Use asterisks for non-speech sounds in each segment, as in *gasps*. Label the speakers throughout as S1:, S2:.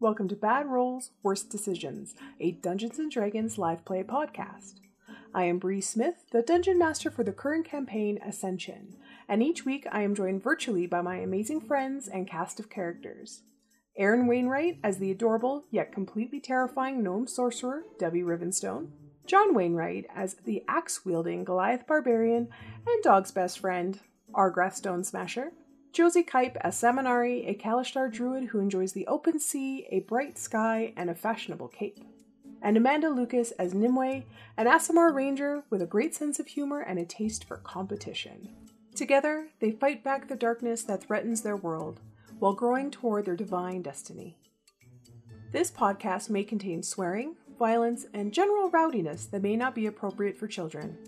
S1: Welcome to Bad Rolls, Worst Decisions, a Dungeons and Dragons live play podcast. I am Bree Smith, the dungeon master for the current campaign Ascension, and each week I am joined virtually by my amazing friends and cast of characters. Aaron Wainwright as the adorable yet completely terrifying gnome sorcerer Debbie Rivenstone, John Wainwright as the axe wielding Goliath barbarian and dog's best friend Argrath Stone Smasher, Josie Kipe as Saminari, a Kalishtar druid who enjoys the open sea, a bright sky, and a fashionable cape. And Amanda Lucas as Nimue, an Asimar ranger with a great sense of humor and a taste for competition. Together, they fight back the darkness that threatens their world while growing toward their divine destiny. This podcast may contain swearing, violence, and general rowdiness that may not be appropriate for children.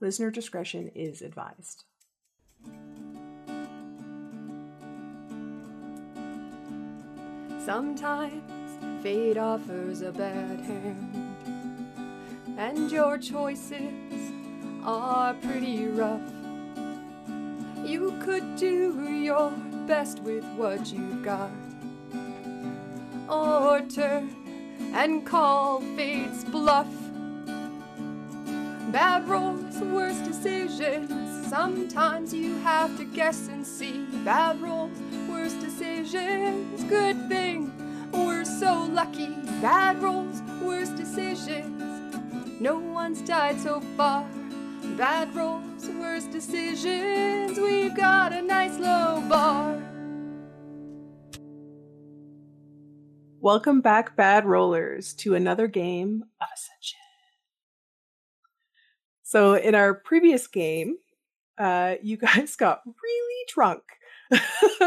S1: Listener discretion is advised.
S2: Sometimes fate offers a bad hand, and your choices are pretty rough. You could do your best with what you've got, or turn and call fate's bluff. Bad rolls, worse decisions. Sometimes you have to guess and see. Bad rolls, worse decisions. Good thing we're so lucky. Bad rolls, worse decisions. No one's died so far. Bad rolls, worse decisions. We've got a nice low bar.
S1: Welcome back, Bad Rollers, to another game of Ascension. So, in our previous game, uh, you guys *laughs* got really drunk. *laughs*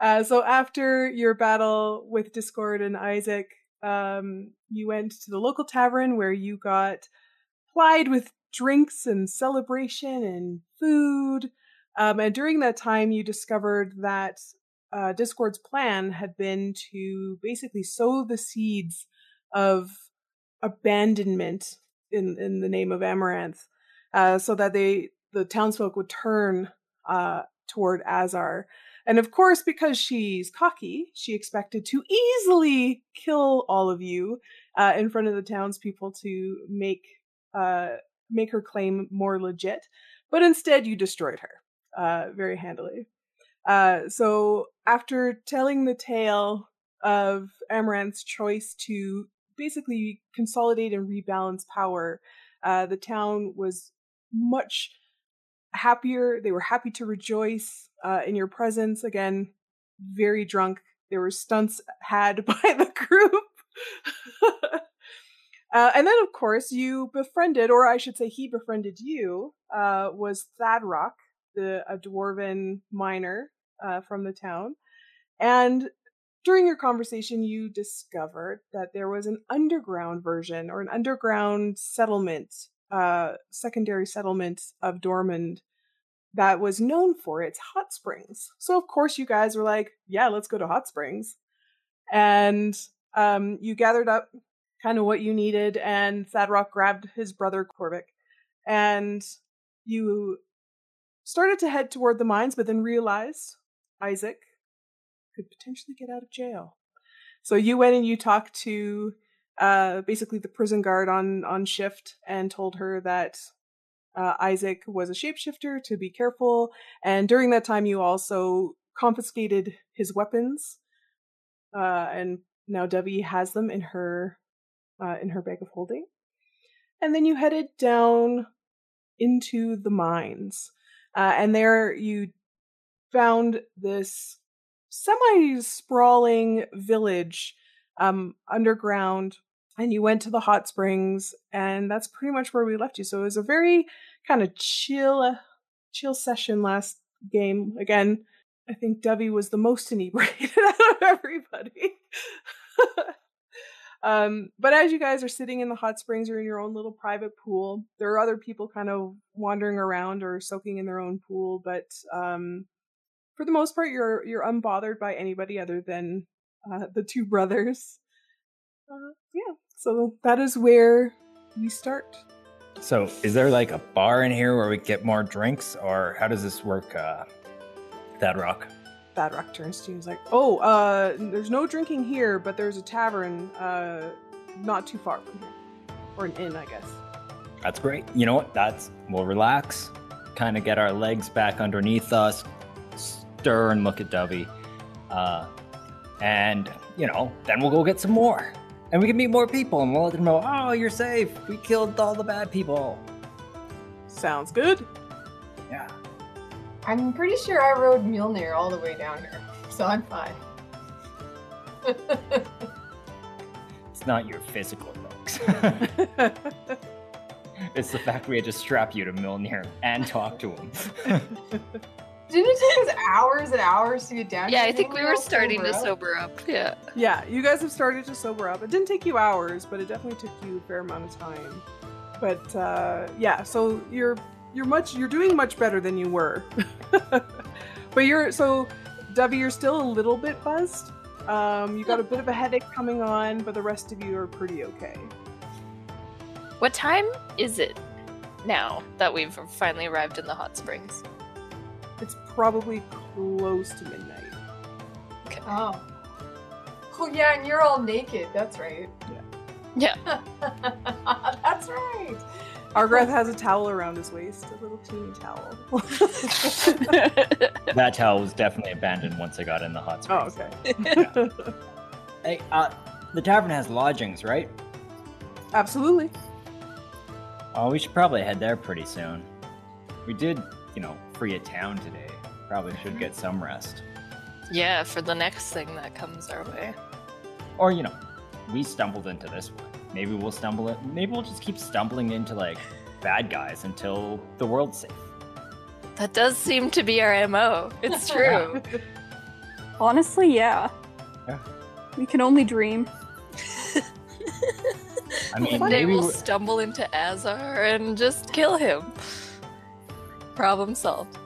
S1: uh, so, after your battle with Discord and Isaac, um, you went to the local tavern where you got plied with drinks and celebration and food. Um, and during that time, you discovered that uh, Discord's plan had been to basically sow the seeds of abandonment in, in the name of Amaranth, uh, so that they the townsfolk would turn uh, toward Azar. And of course, because she's cocky, she expected to easily kill all of you uh, in front of the townspeople to make uh, make her claim more legit. But instead, you destroyed her uh, very handily. Uh, so after telling the tale of Amaranth's choice to basically consolidate and rebalance power, uh, the town was much happier. They were happy to rejoice uh, in your presence. Again, very drunk. There were stunts had *laughs* by the group. Uh, and then, of course, you befriended, or I should say, he befriended you, uh, was Thadrock, the a dwarven miner uh, from the town. And during your conversation, you discovered that there was an underground version or an underground settlement, uh, secondary settlement of Dormund that was known for its hot springs. So, of course, you guys were like, yeah, let's go to hot springs. And um, you gathered up kind of what you needed, and Thadrock grabbed his brother Korvik. And you started to head toward the mines, but then realized Isaac could potentially get out of jail. So you went and you talked to uh, basically the prison guard on on shift and told her that uh, Isaac was a shapeshifter to be careful. And during that time, you also confiscated his weapons, uh, and now Debbie has them in her uh, in her bag of holding. And then you headed down into the mines. Uh, and there you found this semi sprawling village um, underground. And you went to the hot springs, and that's pretty much where we left you. So it was a very kind of chill, uh, chill session last game. Again, I think Debbie was the most *laughs* inebriated out of everybody. *laughs* um, but as you guys are sitting in the hot springs, you're in your own little private pool. There are other people kind of wandering around or soaking in their own pool, but um, for the most part, you're you're unbothered by anybody other than uh, the two brothers. Uh, yeah, so that is where we start.
S3: So, is there like a bar in here where we get more drinks, or how does this work, uh, That Rock?
S1: Thadrock turns to you and is like, "Oh, uh, there's no drinking here, but there's a tavern uh, not too far from here, or an inn, I guess."
S3: That's great. You know what? That's we'll relax, kind of get our legs back underneath us, stir and look at Dovey, uh, and you know, then we'll go get some more, and we can meet more people, and we'll let them know, oh, you're safe. We killed all the bad people.
S1: Sounds good. *laughs*
S3: Yeah.
S4: I'm pretty sure I rode Mjolnir all the way down here, so I'm fine.
S3: It's not your physical legs. *laughs* it's the fact we had to strap you to Milner and talk to him. *laughs*
S4: Didn't it take us hours and hours to get down
S5: Yeah,
S4: here?
S5: I think we
S4: were
S5: were
S4: all
S5: starting to
S4: up.
S5: sober up. Yeah.
S1: yeah, you guys have started to sober up. It didn't take you hours, but it definitely took you a fair amount of time. But uh, yeah, so you're you're much you're doing much better than you were. *laughs* but you're so Debbie, you're still a little bit buzzed. Um, you got a bit of a headache coming on, but the rest of you are pretty okay.
S5: What time is it now that we've finally arrived in the hot
S6: *laughs*
S5: springs?
S1: It's probably close to midnight.
S4: Oh. Oh yeah, and you're all naked. That's right. *laughs*
S5: Yeah.
S4: That's right.
S1: Argrath has a towel around his waist, a little teeny towel.
S3: that towel was definitely abandoned once I got in the hot
S1: oh,
S3: springs.
S1: okay.
S3: Hey, uh, the tavern has lodgings, right?
S1: *laughs* Absolutely.
S3: Oh, we should probably head there pretty soon. We did, you know, free a town today. Probably should get some rest.
S5: yeah, for the next thing that comes our way.
S3: Or, you know, we stumbled into this one. Maybe we'll stumble it. Maybe we'll just keep stumbling into, like, bad guys until the world's safe.
S5: That does seem to be our MO.
S6: *laughs*
S5: It's true.
S6: Honestly, yeah.
S3: Yeah.
S6: We can only dream.
S3: I mean,
S5: They
S3: maybe
S5: will
S3: we-
S5: stumble into Azar and just kill him. Problem solved.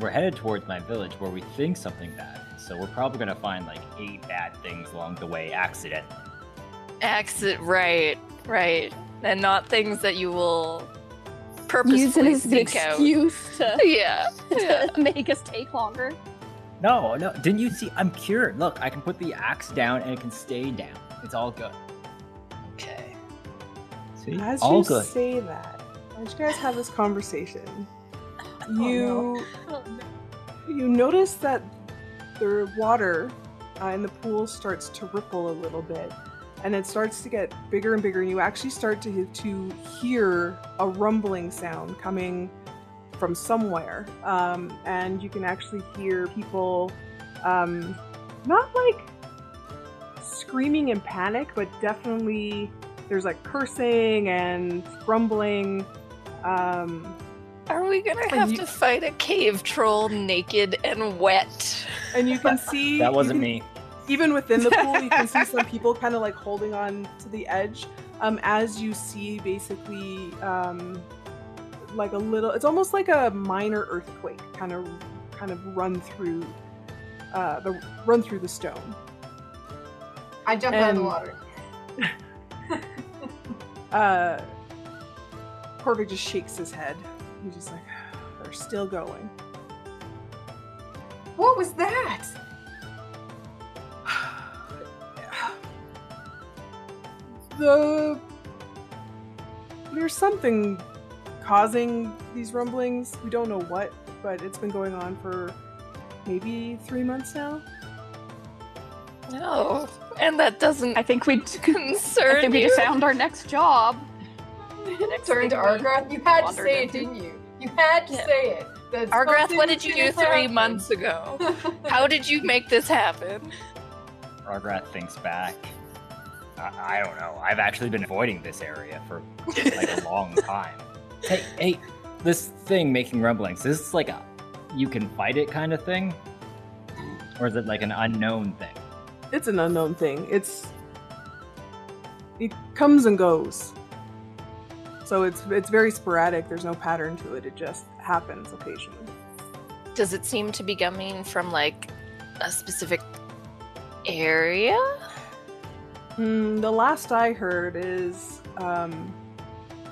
S3: we're headed towards my village where we think something bad. is, So we're probably gonna find like eight bad things along the way accidentally.
S5: Exit right, right. And not things that you will purposefully
S6: Use it as an
S5: seek out.
S6: excuse to,
S5: *laughs*
S6: *laughs*
S5: Yeah. yeah.
S6: to make us take longer.
S3: No, no, didn't you see? I'm cured. Look, I can put the axe down and it can stay down. It's all good.
S5: okay.
S3: See,
S1: As
S3: all
S1: you
S3: good.
S1: say that, as you guys have this conversation, you
S4: no.
S1: you notice that the water uh, in the pool starts to ripple a little bit, and it starts to get bigger and bigger. And you actually start to he- to hear a rumbling sound coming from somewhere, um, and you can actually hear people, um, not like screaming in panic, but definitely there's like cursing and grumbling. Um,
S5: Are we gonna
S1: Are
S5: have
S1: you-
S5: to fight a cave troll naked and wet?
S1: and you
S3: *laughs*
S1: can see
S3: That
S1: you
S3: wasn't
S1: can-
S3: me.
S1: Even within the pool, you can see some
S3: *laughs*
S1: people kind of like holding on to the edge. Um, as you see, basically, um, like a little. It's almost like a minor earthquake, kind of, kind of run through, uh, the run through the stone.
S4: I jumped out of the
S1: And-
S4: water.
S1: Uh, Corvick just shakes his head. He's just like, they're still going.
S4: What was that?
S1: the there's something causing these rumblings. We don't know what, but it's been going on for maybe three months now.
S5: No. And that doesn't
S6: I think we. I
S5: *laughs* concern
S6: think we
S5: you.
S6: just found our next job. Next
S4: Turned to
S6: thing we
S4: Argrath. You had to
S6: wandered
S4: say it,
S6: into.
S4: didn't you? You had to
S5: Yeah.
S4: say it. That
S5: Argrath,
S4: something
S5: what did you do
S4: was
S5: three
S4: gonna happen.
S5: months ago? How did you make this happen?
S3: Argrath thinks back. I, I don't know. I've actually been avoiding this area for
S1: *laughs*
S3: like a long time. Hey, hey, this thing making rumblings. Is this like a you can fight it kind of thing, or is it like an unknown thing?
S1: It's an unknown thing. It's it comes and goes. So it's it's very sporadic. There's no pattern to it. It just happens occasionally.
S5: Does it seem to be coming from like a specific area?
S1: Hmm, the last I heard is um,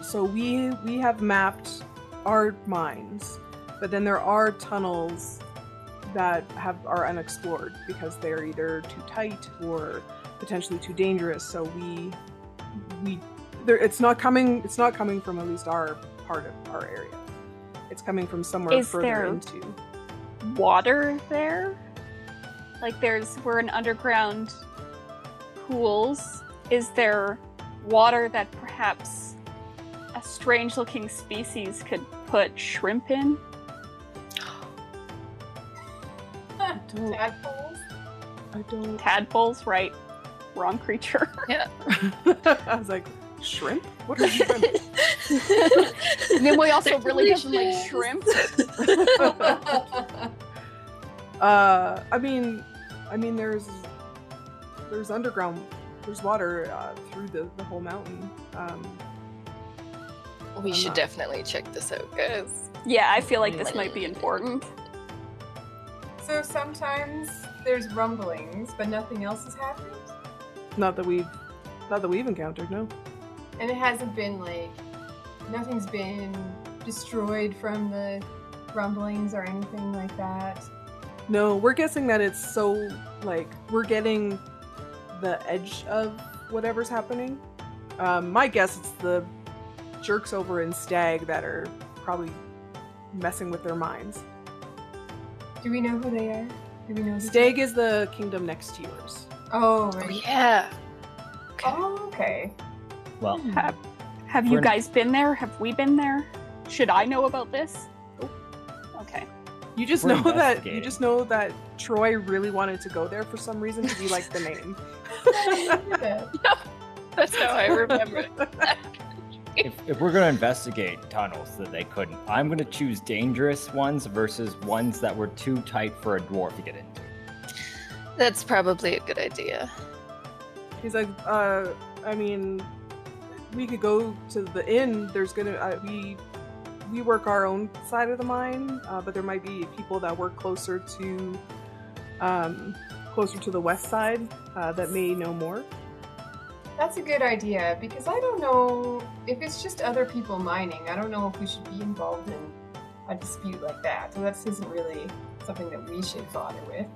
S1: so we we have mapped our mines, but then there are tunnels that have are unexplored because they're either too tight or potentially too dangerous. So we we there, it's not coming it's not coming from at least our part of our area. It's coming from somewhere
S6: Is
S1: further
S6: there-
S1: into.
S6: water there. Like there's we're in underground pools. Is there water that perhaps a strange looking species could put shrimp in?
S4: *laughs*
S5: *laughs*
S4: Tadpoles? *laughs*
S1: *laughs* I don't.
S6: Tadpoles, right?
S5: *laughs*
S6: Wrong creature.
S1: I was like, shrimp? What are shrimp?
S6: Nimoy also
S5: They're
S6: really doesn't like
S5: delicious.
S6: shrimp.
S1: uh, I mean, I mean, there's there's underground, there's water uh, through the, the whole mountain. Um,
S5: we
S1: I'm
S5: should
S1: not-
S5: definitely check this out, guys.
S6: Yeah, I feel like this might be important.
S4: so sometimes there's rumblings, but nothing else has happened?
S1: not that we've not that we've encountered. No.
S4: And it hasn't been like nothing's been destroyed from the rumblings or anything like that.
S1: No, we're guessing that it's so like we're getting the edge of whatever's happening. Um, my guess it's the jerks over in Stag that are probably messing with their minds.
S4: Do we know who they are? Do we know? Who
S1: Stag is the kingdom next to yours.
S4: Oh,
S5: Oh
S4: right.
S5: yeah. Okay.
S4: Oh, okay.
S3: Well,
S6: Have, have you
S3: We're-
S6: guys been there? Have we been there? Should I know about this? Okay.
S1: You just
S3: We're
S1: know that you
S3: investigating.
S1: just know that Troy really wanted to go there for some reason because he liked the
S3: *laughs*
S1: name.
S5: That's how I remember it.
S3: if, if we're going to investigate tunnels that they couldn't, I'm going to choose dangerous ones versus ones that were too tight for a dwarf to get into.
S5: That's probably a good idea.
S1: He's like, uh, I mean, we could go to the inn. There's gonna uh, we we work our own side of the mine, uh, but there might be people that work closer to um, closer to the west side uh, that may know more.
S4: That's a good idea because I don't know if it's just other people mining. I don't know if we should be involved in a dispute like that. So that isn't really something that we should bother with.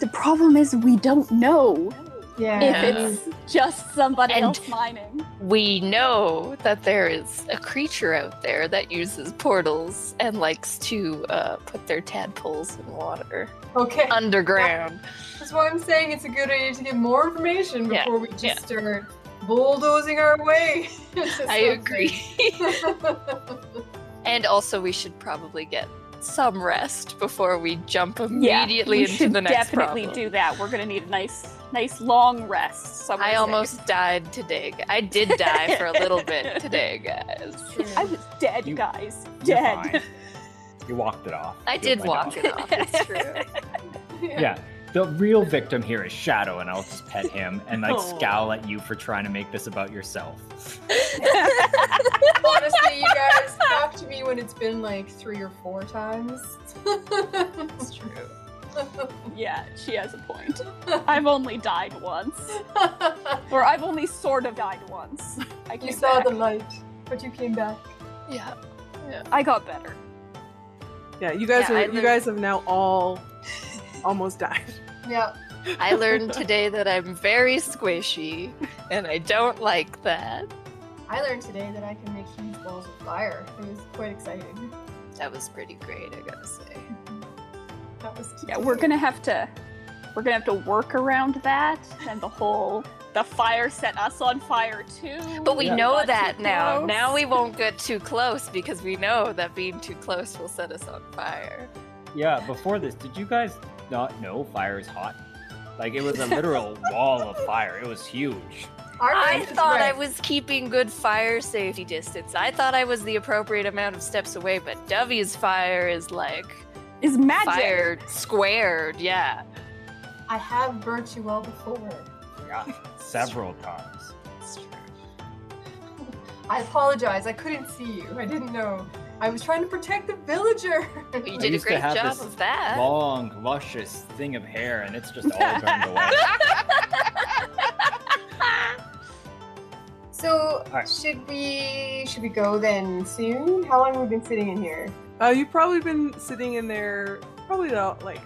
S6: The problem is we don't know
S4: Yeah.
S6: if it's just somebody
S5: And-
S6: else mining.
S5: We know that there is a creature out there that uses portals and likes to uh, put their tadpoles in water
S4: okay.
S5: underground.
S4: That's why I'm saying it's a good idea to get more information
S5: Yeah,
S4: before we just
S5: yeah.
S4: start bulldozing our way. *laughs* into
S5: I
S4: something.
S5: agree. *laughs* And also, we should probably get some rest before we jump immediately
S6: we
S5: into
S6: should
S5: the next
S6: definitely
S5: problem.
S6: do that. We're gonna need a nice, nice long rest. somewhere
S5: I
S6: safe.
S5: almost died today. g- I did die for a little
S6: *laughs*
S5: bit today, guys.
S6: I was dead,
S3: You-
S6: guys.
S3: You're
S6: Dead.
S3: fine. You walked it off.
S5: I
S3: You
S5: did
S3: went
S5: walk
S3: off.
S5: it off.
S6: *laughs*
S5: It's true.
S3: Yeah. The real victim here is Shadow, and I'll just pet him and like scowl at you for trying to make this about yourself.
S4: Honestly, you guys talk to me when it's been like three or four times.
S5: It's true.
S6: *laughs* yeah, she has a point. I've only died once, or I've only sort of died once. I
S4: you
S6: came
S4: saw
S6: back.
S4: the light, but you came back.
S5: Yeah.
S6: I got better.
S1: Yeah, you guys
S5: Yeah, I
S1: are you
S5: live-
S1: guys have now
S5: *laughs*
S1: all almost died.
S4: Yeah.
S5: I learned today that I'm very squishy, and I don't like that.
S4: I learned today that I can make huge balls of fire. It was quite exciting.
S5: That was pretty great, I gotta say.
S4: That was
S6: Yeah, we're gonna have to, we're gonna have to work around that and the whole. The fire set us on fire too.
S5: But we
S3: Yeah.
S5: know
S6: got too
S5: that now.
S6: close.
S5: Now we won't get too close because we know that being too close will set us on fire.
S3: Yeah, before this, did you guys not know fire is hot? Like it was a literal wall of fire. It was huge.
S4: Our
S5: I
S4: friend is
S5: thought I
S4: right.
S5: was keeping good fire safety distance. I thought I was the appropriate amount of steps away, but Dovey's fire is like
S6: is magic.
S5: fire squared. Yeah.
S4: I have burnt you all before.
S3: Yeah, several times.
S4: I apologize. I couldn't see you. I didn't know. I was trying to protect the
S6: *laughs*
S4: villager.
S5: But you did a
S3: used to
S5: great
S3: have
S5: job
S3: this
S5: of that.
S3: Long, luscious thing of hair, and it's just all turned away.
S4: So
S3: Alright.
S4: should we should we go then soon? How long have we been sitting in here?
S1: Uh, you've probably been sitting in there probably about like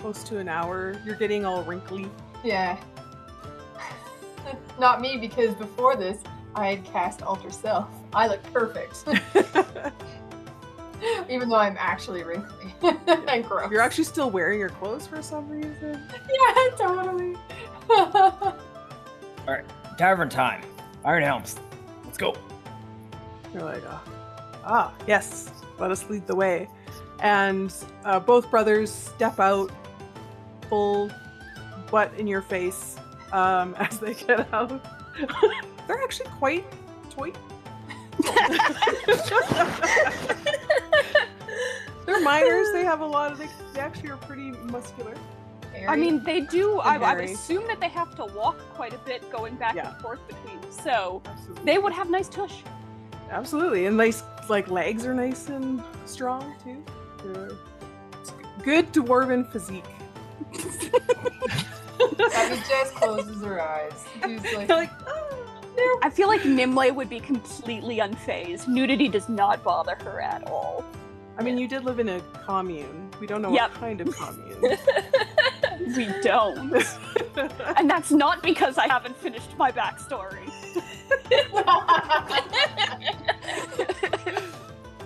S1: close to an hour. You're getting all wrinkly.
S4: Yeah. Not me, because before this, I had cast Alter Self. I look
S1: *laughs*
S4: perfect. *laughs* Even though I'm actually wrinkly *laughs* and gross.
S1: You're actually still wearing your clothes for some reason.
S4: *laughs* Yeah, totally. *laughs*
S3: Tavern time. Iron Helms. Let's go.
S1: You're like, oh, ah, yes, let us lead the way. And uh, both brothers step out, full butt in your face um, *laughs* as they get out. *laughs* They're actually quite toy. They're miners. They have a lot of. They, they actually are pretty muscular.
S6: I mean, they do. I, I would
S1: Very.
S6: assume that they have to walk quite a bit going back
S1: Yeah.
S6: and forth between. So
S1: Absolutely.
S6: they would have nice tush.
S1: Absolutely, and nice like legs are nice and strong too. They're- it's g- good dwarven physique.
S4: Abby just closes her eyes. She's
S1: *laughs*
S4: like, *laughs*
S1: You're like, "Ah."
S6: I feel like Nimue would be completely unfazed. Nudity does not bother her at all.
S1: I mean, you did live in a commune. We don't know
S6: Yep.
S1: what kind of commune. *laughs*
S6: We don't. *laughs* and that's not because I haven't finished my backstory.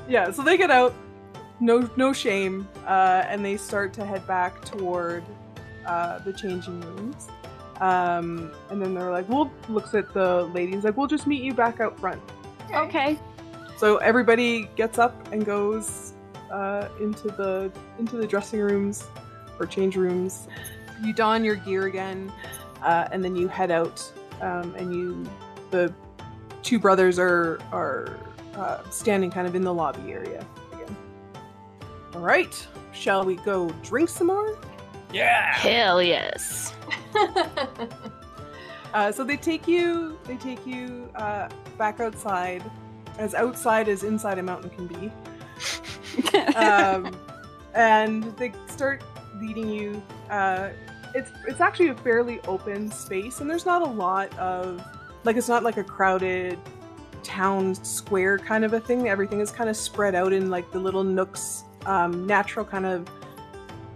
S1: yeah, so they get out, no no shame, uh, and they start to head back toward uh, the changing rooms. Um, and then they're like, "We'll." Looks at the ladies like, "We'll just meet you back out front."
S6: Okay.
S1: So everybody gets up and goes uh, into the into the dressing rooms or change rooms. You don your gear again, uh, and then you head out. Um, and you, the two brothers are are uh, standing kind of in the lobby area again. All right, shall we go drink some more?
S3: Yeah.
S5: Hell yes.
S1: Uh, so they take you they take you uh, back outside, as outside as inside a mountain can be. um, and they start leading you. Uh, it's it's actually a fairly open space, and there's not a lot of like it's not like a crowded town square kind of a thing. Everything is kind of spread out in like the little nooks, um, natural kind of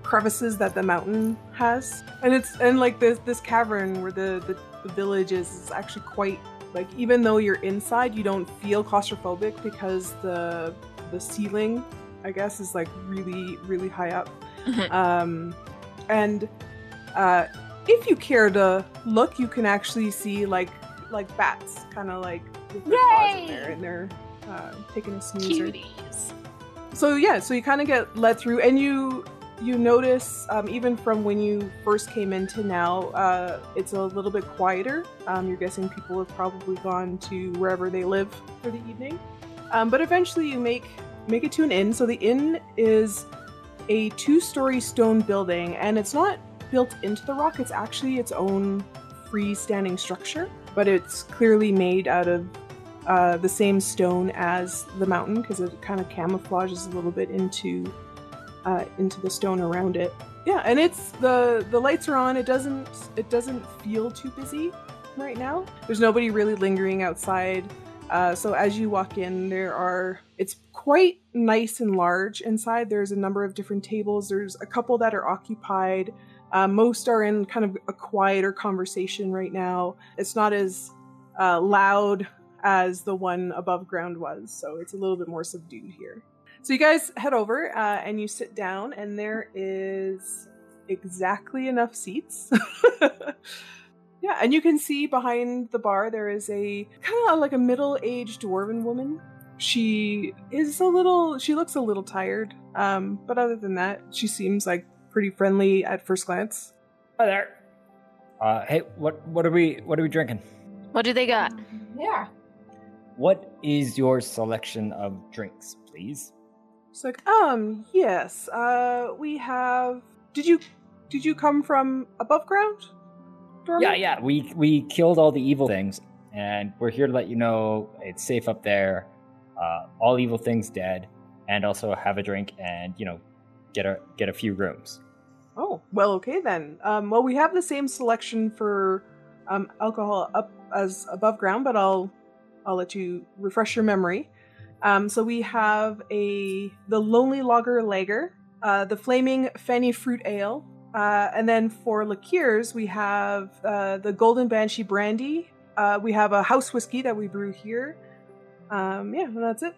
S1: crevices that the mountain has, and it's and like this this cavern where the the, the village is is actually quite. Like even though you're inside, you don't feel claustrophobic because the the ceiling I guess is like really, really high up.
S5: Mhm.
S1: Um, and uh, if you care to look, you can actually see like like bats, kind of like with their paws in
S6: Yay!
S1: there, and they're uh, taking a snoozer.
S5: Cuties.
S1: So yeah, so you kind of get led through, and you you notice um, even from when you first came in to now, uh, it's a little bit quieter. Um, you're guessing people have probably gone to wherever they live for the evening, um, but eventually you make make it to an inn. So the inn is a two-story stone building, and it's not built into the rock. It's actually its own freestanding structure, but it's clearly made out of uh, the same stone as the mountain because it kind of camouflages a little bit into uh, into the stone around it. Yeah, and it's the the lights are on. It doesn't it doesn't feel too busy right now. There's nobody really lingering outside. Uh, so as you walk in, there are it's quite nice and large inside. There's a number of different tables. There's a couple that are occupied. Uh, most are in kind of a quieter conversation right now. It's not as uh, loud as the one above ground was, so it's a little bit more subdued here. So you guys head over uh, and you sit down, and there is exactly enough seats. *laughs* yeah, and you can see behind the bar there is a kind of like a middle-aged dwarven woman. She is a little. She looks a little tired, um, but other than that, she seems like pretty friendly at first glance.
S3: Hi there. Uh, hey, what what are we what are we drinking?
S5: What do they got?
S4: yeah.
S3: What is your selection of drinks, please?
S1: She's like, um, yes, uh, we have. Did you did you come from above ground? Dorman?
S3: Yeah, yeah. We we killed all the evil things, and we're here to let you know it's safe up there. Uh, all evil things dead, and also have a drink and you know get a get a few rooms.
S1: Oh, well, okay then. Um, well, we have the same selection for um, alcohol up as above ground, but I'll I'll let you refresh your memory. Um, so we have a the Lonely Logger Lager, uh, the Flaming Fanny Fruit Ale, Uh, and then for liqueurs, we have uh, the Golden Banshee Brandy. Uh, we have a house whiskey that we brew here. Um, yeah, and that's it.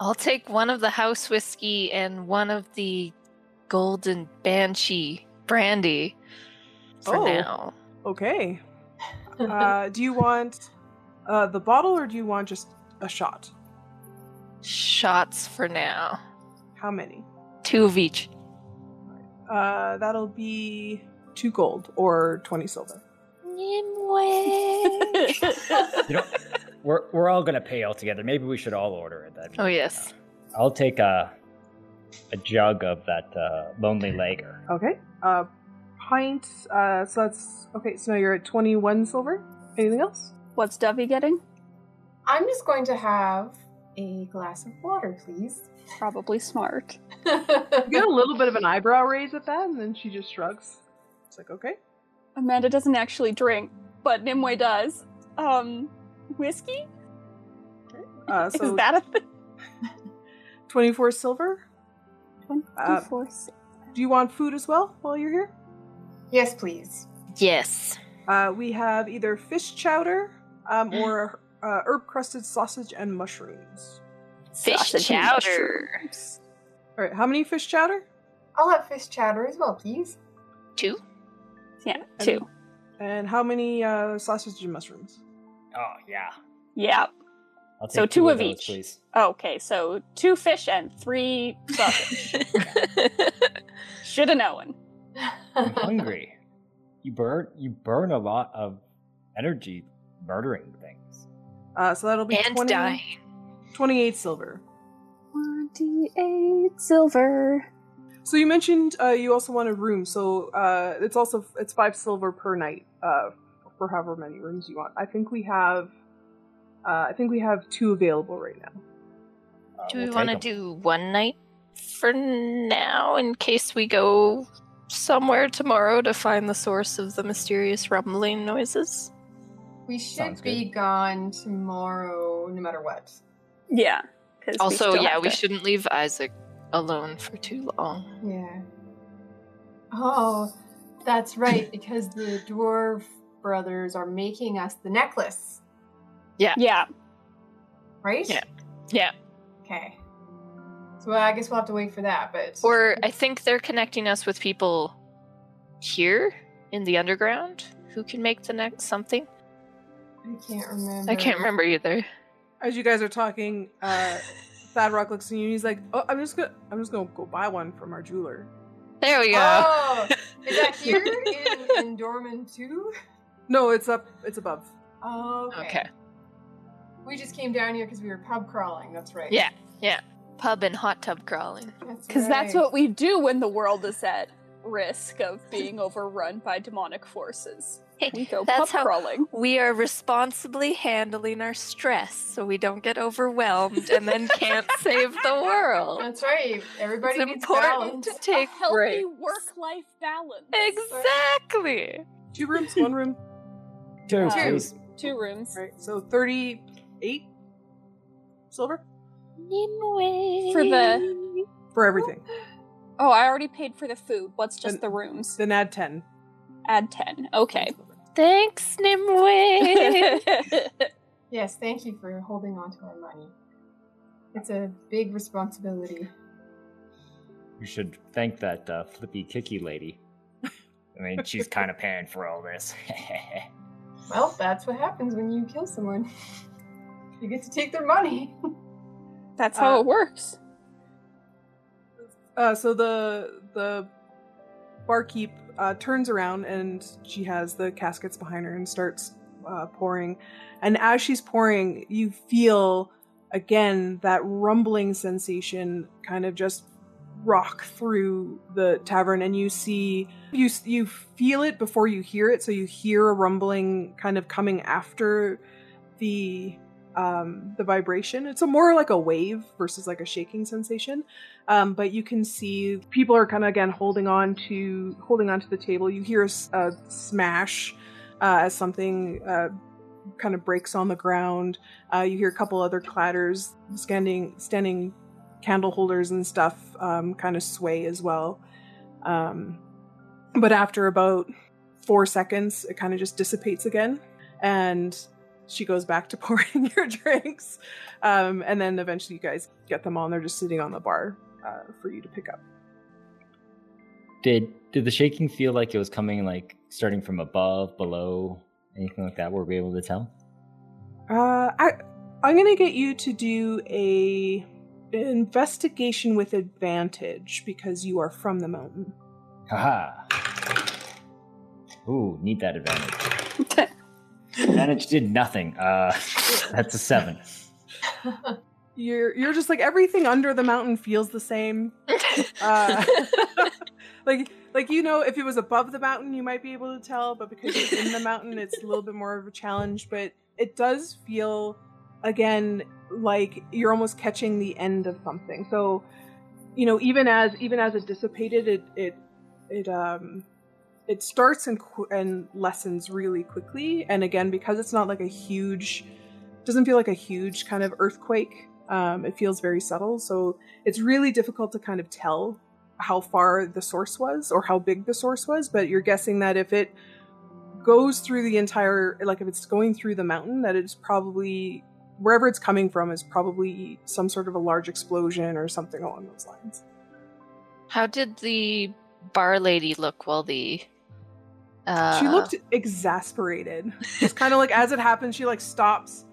S5: I'll take one of the house whiskey and one of the golden banshee brandy for
S1: Oh.
S5: now.
S1: *laughs* Okay. Uh, do you want uh, the bottle or do you want just a shot?
S5: Shots for now.
S1: How many?
S5: Two of each.
S1: Uh, that'll be two gold or 20 silver.
S6: *laughs*
S5: Nimue.
S3: You know, we're we're all gonna pay all together. Maybe we should all order it then.
S5: oh yes.
S3: I'll take a a jug of that uh, lonely lager.
S1: Okay. Uh, pint. Uh, so that's okay. So now you're at 21 silver. Anything else?
S6: What's Dovey getting?
S4: I'm just going to have a glass of water, please. *laughs*
S6: Probably smart.
S1: You get a little bit of an eyebrow raise at that, and then she just shrugs. It's like, okay.
S6: Amanda doesn't actually drink, but Nimue does. Um, whiskey?
S1: Uh,
S6: Is
S1: so
S6: that a thing?
S1: 24 silver. Uh,
S6: 24
S1: Do you want food as well while you're here?
S4: yes, please.
S5: Yes.
S1: Uh, we have either fish chowder um, or uh, herb crusted sausage and mushrooms.
S5: Fish
S6: sausage and
S5: chowder.
S6: mushrooms.
S1: All right, how many fish chowder?
S4: I'll have fish chowder as well, please.
S5: Two.
S6: Yeah, two.
S1: And how many uh, sausage and mushrooms?
S3: Oh yeah.
S6: Yeah.
S3: I'll take
S6: So two of
S3: those,
S6: each.
S3: please.
S6: Okay, so two fish and three
S5: *laughs*
S6: sausage. Shoulda known.
S3: I'm hungry. you burn you burn a lot of energy murdering things.
S1: Uh, so that'll be
S5: and
S1: 20
S5: dying.
S1: 28 silver.
S6: 28 silver.
S1: So you mentioned uh, you also want a room, so uh, it's also it's five silver per night uh, for however many rooms you want. I think we have, uh, I think we have two available right now.
S3: Uh,
S5: Do
S3: we'll
S5: we
S3: take
S5: want to
S3: 'em.
S5: do one night for now in case we go somewhere tomorrow to find the source of the mysterious rumbling noises?
S4: We should
S3: Sounds
S4: be gone tomorrow, no matter what.
S6: Yeah. 'cause we
S5: Also,
S6: still
S5: yeah,
S6: have
S5: we
S6: to-
S5: shouldn't leave Isaac alone for too long.
S4: Yeah. Oh, that's right, because the *laughs* dwarf brothers are making us the necklace,
S6: Yeah,
S4: right?
S5: Yeah. Yeah.
S4: Okay. So well, I guess we'll have to wait for that, but
S5: Or I think they're connecting us with people here in the underground who can make the next something.
S4: I can't remember.
S5: I can't remember either.
S1: As you guys are talking, uh, Thad Rock looks at you and he's like, "Oh, I'm just gonna, I'm just gonna go buy one from our jeweler."
S5: There we go.
S4: Oh, is that
S5: *laughs*
S4: here in, in Dorman too?
S1: No, it's up, it's above.
S4: Oh, okay.
S5: okay.
S4: We just came down here because we were pub crawling. That's right.
S5: Yeah. Pub and hot tub crawling.
S6: because that's
S4: right.
S6: what we do when the world is at risk of being overrun by demonic forces. We go
S5: That's
S6: pub
S5: how-
S6: crawling.
S5: We are responsibly handling our stress so we don't get overwhelmed and then *laughs* can't save the world.
S4: That's right. Everybody
S5: it's
S4: needs
S5: important
S4: balance.
S5: to *laughs* *laughs* take
S6: healthy
S5: breaks.
S6: work-life balance.
S5: Exactly.
S1: Two rooms, one room.
S3: two,
S6: Uh,
S3: please.
S6: Two rooms
S1: All right, so 38 silver
S6: for the.
S1: for everything.
S6: Oh, I already paid for the food. What's just
S1: And-
S6: the rooms?
S1: Then add 10.
S6: Add ten. *laughs* Okay.
S5: Thanks, *laughs* Nimue.
S4: Yes, thank you for holding on to our money. It's a big responsibility.
S3: You should thank that uh, flippy kicky lady. I mean, she's kind of paying for all this. *laughs*
S4: Well, that's what happens when you kill someone. *laughs* You get to take their money. *laughs*
S6: That's how
S1: Uh,
S6: it works.
S1: Uh, so the the barkeep uh, turns around and she has the caskets behind her and starts uh, pouring. And as she's pouring, you feel again that rumbling sensation kind of just rock through the tavern and you see you you feel it before you hear it so you hear a rumbling kind of coming after the um the vibration it's a more like a wave versus like a shaking sensation um, but you can see people are kind of again holding on to holding onto the table. You hear a, s- a smash uh, as something uh, kind of breaks on the ground. Uh, you hear a couple other clatters, standing standing candle holders and stuff um, kind of sway as well. Um, But after about four seconds, it kind of just dissipates again. And she goes back to *laughs* pouring your drinks. Um, and then eventually you guys get them on. They're just sitting on the bar uh, for you to pick up.
S3: Did did the shaking feel like it was coming like starting from above, below, anything like that? Were we able to tell?
S1: Uh, I, I'm going to get you to do a investigation with advantage because you are from the mountain.
S3: Haha. Ooh, need that advantage. advantage did nothing. Uh, *laughs* that's a seven.
S1: You're you're just like everything under the mountain feels the same.
S5: *laughs*
S1: Uh, like like you know if it was above the mountain you might be able to tell but because it's in the mountain it's a little bit more of a challenge but it does feel again like you're almost catching the end of something so you know even as even as it dissipated it it it um it starts and qu- and lessens really quickly and again because it's not like a huge doesn't feel like a huge kind of earthquake um, it feels very subtle so it's really difficult to kind of tell how far the source was or how big the source was, but you're guessing that if it goes through the entire, like if it's going through the mountain, that it's probably wherever it's coming from is probably some sort of a large explosion or something along those lines.
S5: How did the bar lady look while the. Uh,
S1: she looked exasperated. It's kind of like as it happens, she like stops,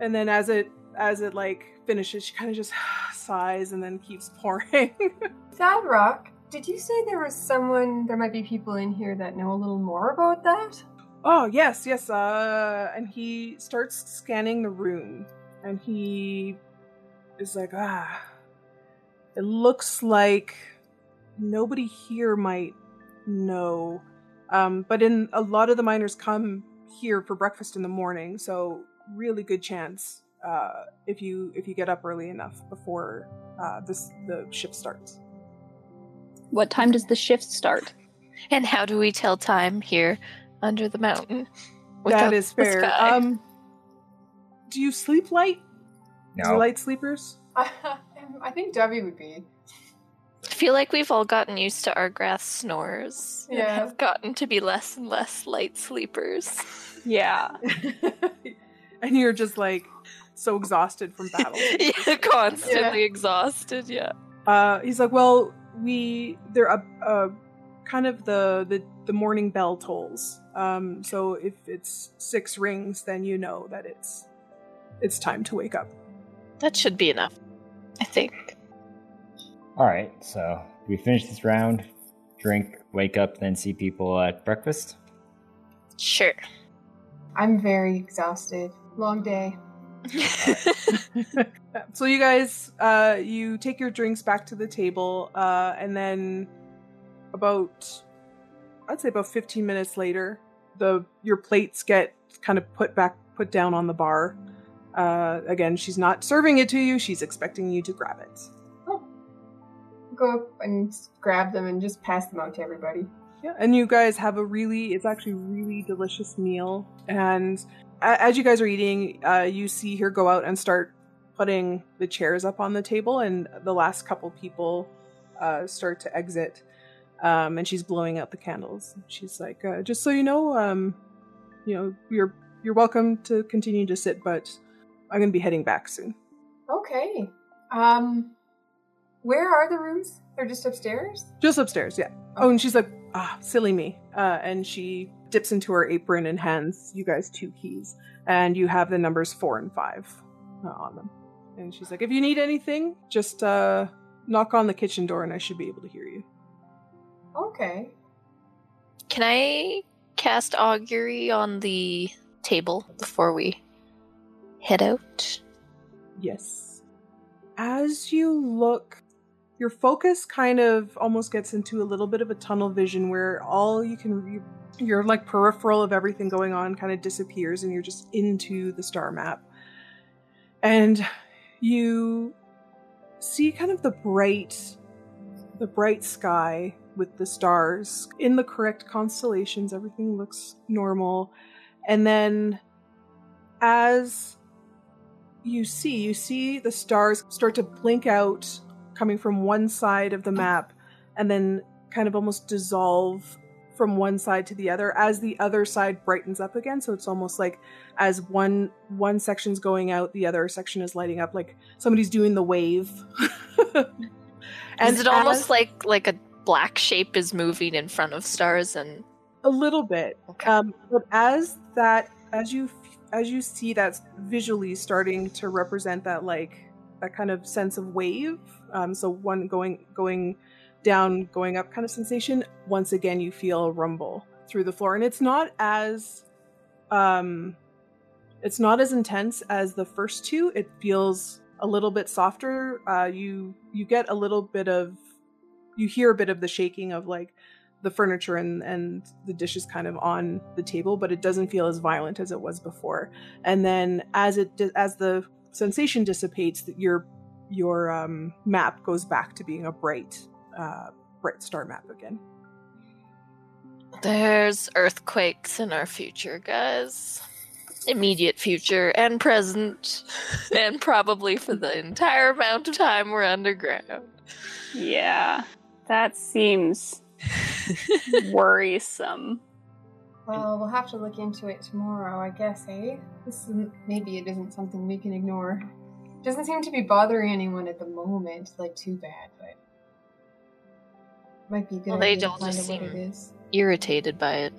S1: and then as it as it like finishes, she kind of just *sighs* sighs and then keeps pouring.
S4: Thad Rock, did you say there was someone, there might be people in here that know a little more about that? *laughs*
S1: Oh yes, yes. Uh, and he starts scanning the room, and he is like, ah, it looks like nobody here might know. Um, but in a lot of the miners come here for breakfast in the morning, so really good chance uh, if you if you get up early enough before uh, this the shift starts.
S6: What time does the shift start?
S5: And how do we tell time here under the mountain?
S1: that
S5: without
S1: is
S5: the
S1: fair.
S5: sky?
S1: Um, do you sleep light? Do you
S3: No.
S1: light sleepers?
S4: I think Debbie would be.
S5: I feel like we've all gotten used to our grass snores and
S4: Yeah.
S5: have gotten to be less and less light sleepers.
S1: *laughs*
S6: Yeah.
S1: and you're just like so exhausted from battle.
S5: *laughs* yeah, constantly exhausted, yeah.
S1: Uh, he's like, well, we they're a, uh kind of the, the the morning bell tolls. Um, so if it's six rings, then you know that it's it's time to wake up.
S5: That should be enough, I think.
S3: All right. So we finish this round. Drink, wake up, then see people at breakfast.
S5: Sure.
S4: I'm very exhausted. Long day.
S1: So you guys, uh, you take your drinks back to the table, uh, and then about I'd say about fifteen minutes later, the your plates get kind of put back put down on the bar. Uh, again, she's not serving it to you; she's expecting you to grab it.
S4: Go up and grab them and just pass them out to everybody.
S1: Yeah, and you guys have a really, it's actually really delicious meal. And a- as you guys are eating, uh, you see her go out and start putting the chairs up on the table, and the last couple people uh, start to exit. Um, and she's blowing out the candles. She's like, uh, just so you know, um, you know, you're you're welcome to continue to sit, but I'm gonna be heading back soon.
S4: Okay. Um, where are the rooms? They're just upstairs?
S1: Just upstairs, yeah. Oh, and she's like, ah, silly me. Uh, and she dips into her apron and hands you guys two keys. And you have the numbers four and five uh, on them. And she's like, if you need anything, just uh, knock on the kitchen door and I should be able to hear you.
S4: Okay.
S5: *laughs* Can I cast augury on the table before we head out?
S1: Yes. As you look, your focus kind of almost gets into a little bit of a tunnel vision where all you can, you, your like peripheral of everything going on kind of disappears and you're just into the star map. And you see kind of the bright, the bright sky with the stars in the correct constellations. Everything looks normal. And then as you see you see the stars start to blink out coming from one side of the map and then kind of almost dissolve from one side to the other as the other side brightens up again so it's almost like as one one section's going out the other section is lighting up like somebody's doing the wave *laughs*
S5: is it almost like like a black shape is moving in front of stars and
S1: a little bit
S5: okay.
S1: um, but as that as you f- as you see that's visually starting to represent that like that kind of sense of wave um, so one going going down going up kind of sensation once again you feel a rumble through the floor and it's not as um it's not as intense as the first two it feels a little bit softer uh you you get a little bit of you hear a bit of the shaking of like the furniture and and the dishes kind of on the table but it doesn't feel as violent as it was before and then as it di- as the sensation dissipates that your your um map goes back to being a bright uh bright star map again
S5: There's earthquakes in our future, guys. Immediate future and present, and probably for the entire amount of time we're underground.
S6: Yeah, that seems
S5: *laughs*
S6: worrisome.
S4: Well, we'll have to look into it tomorrow, I guess, eh? This isn't, maybe it isn't something we can ignore. Doesn't seem to be bothering anyone at the moment, like too bad, but might be a good.
S5: Well, they
S4: idea to
S5: don't
S4: find
S5: just
S4: out what
S5: seem-
S4: it is.
S5: Irritated by it.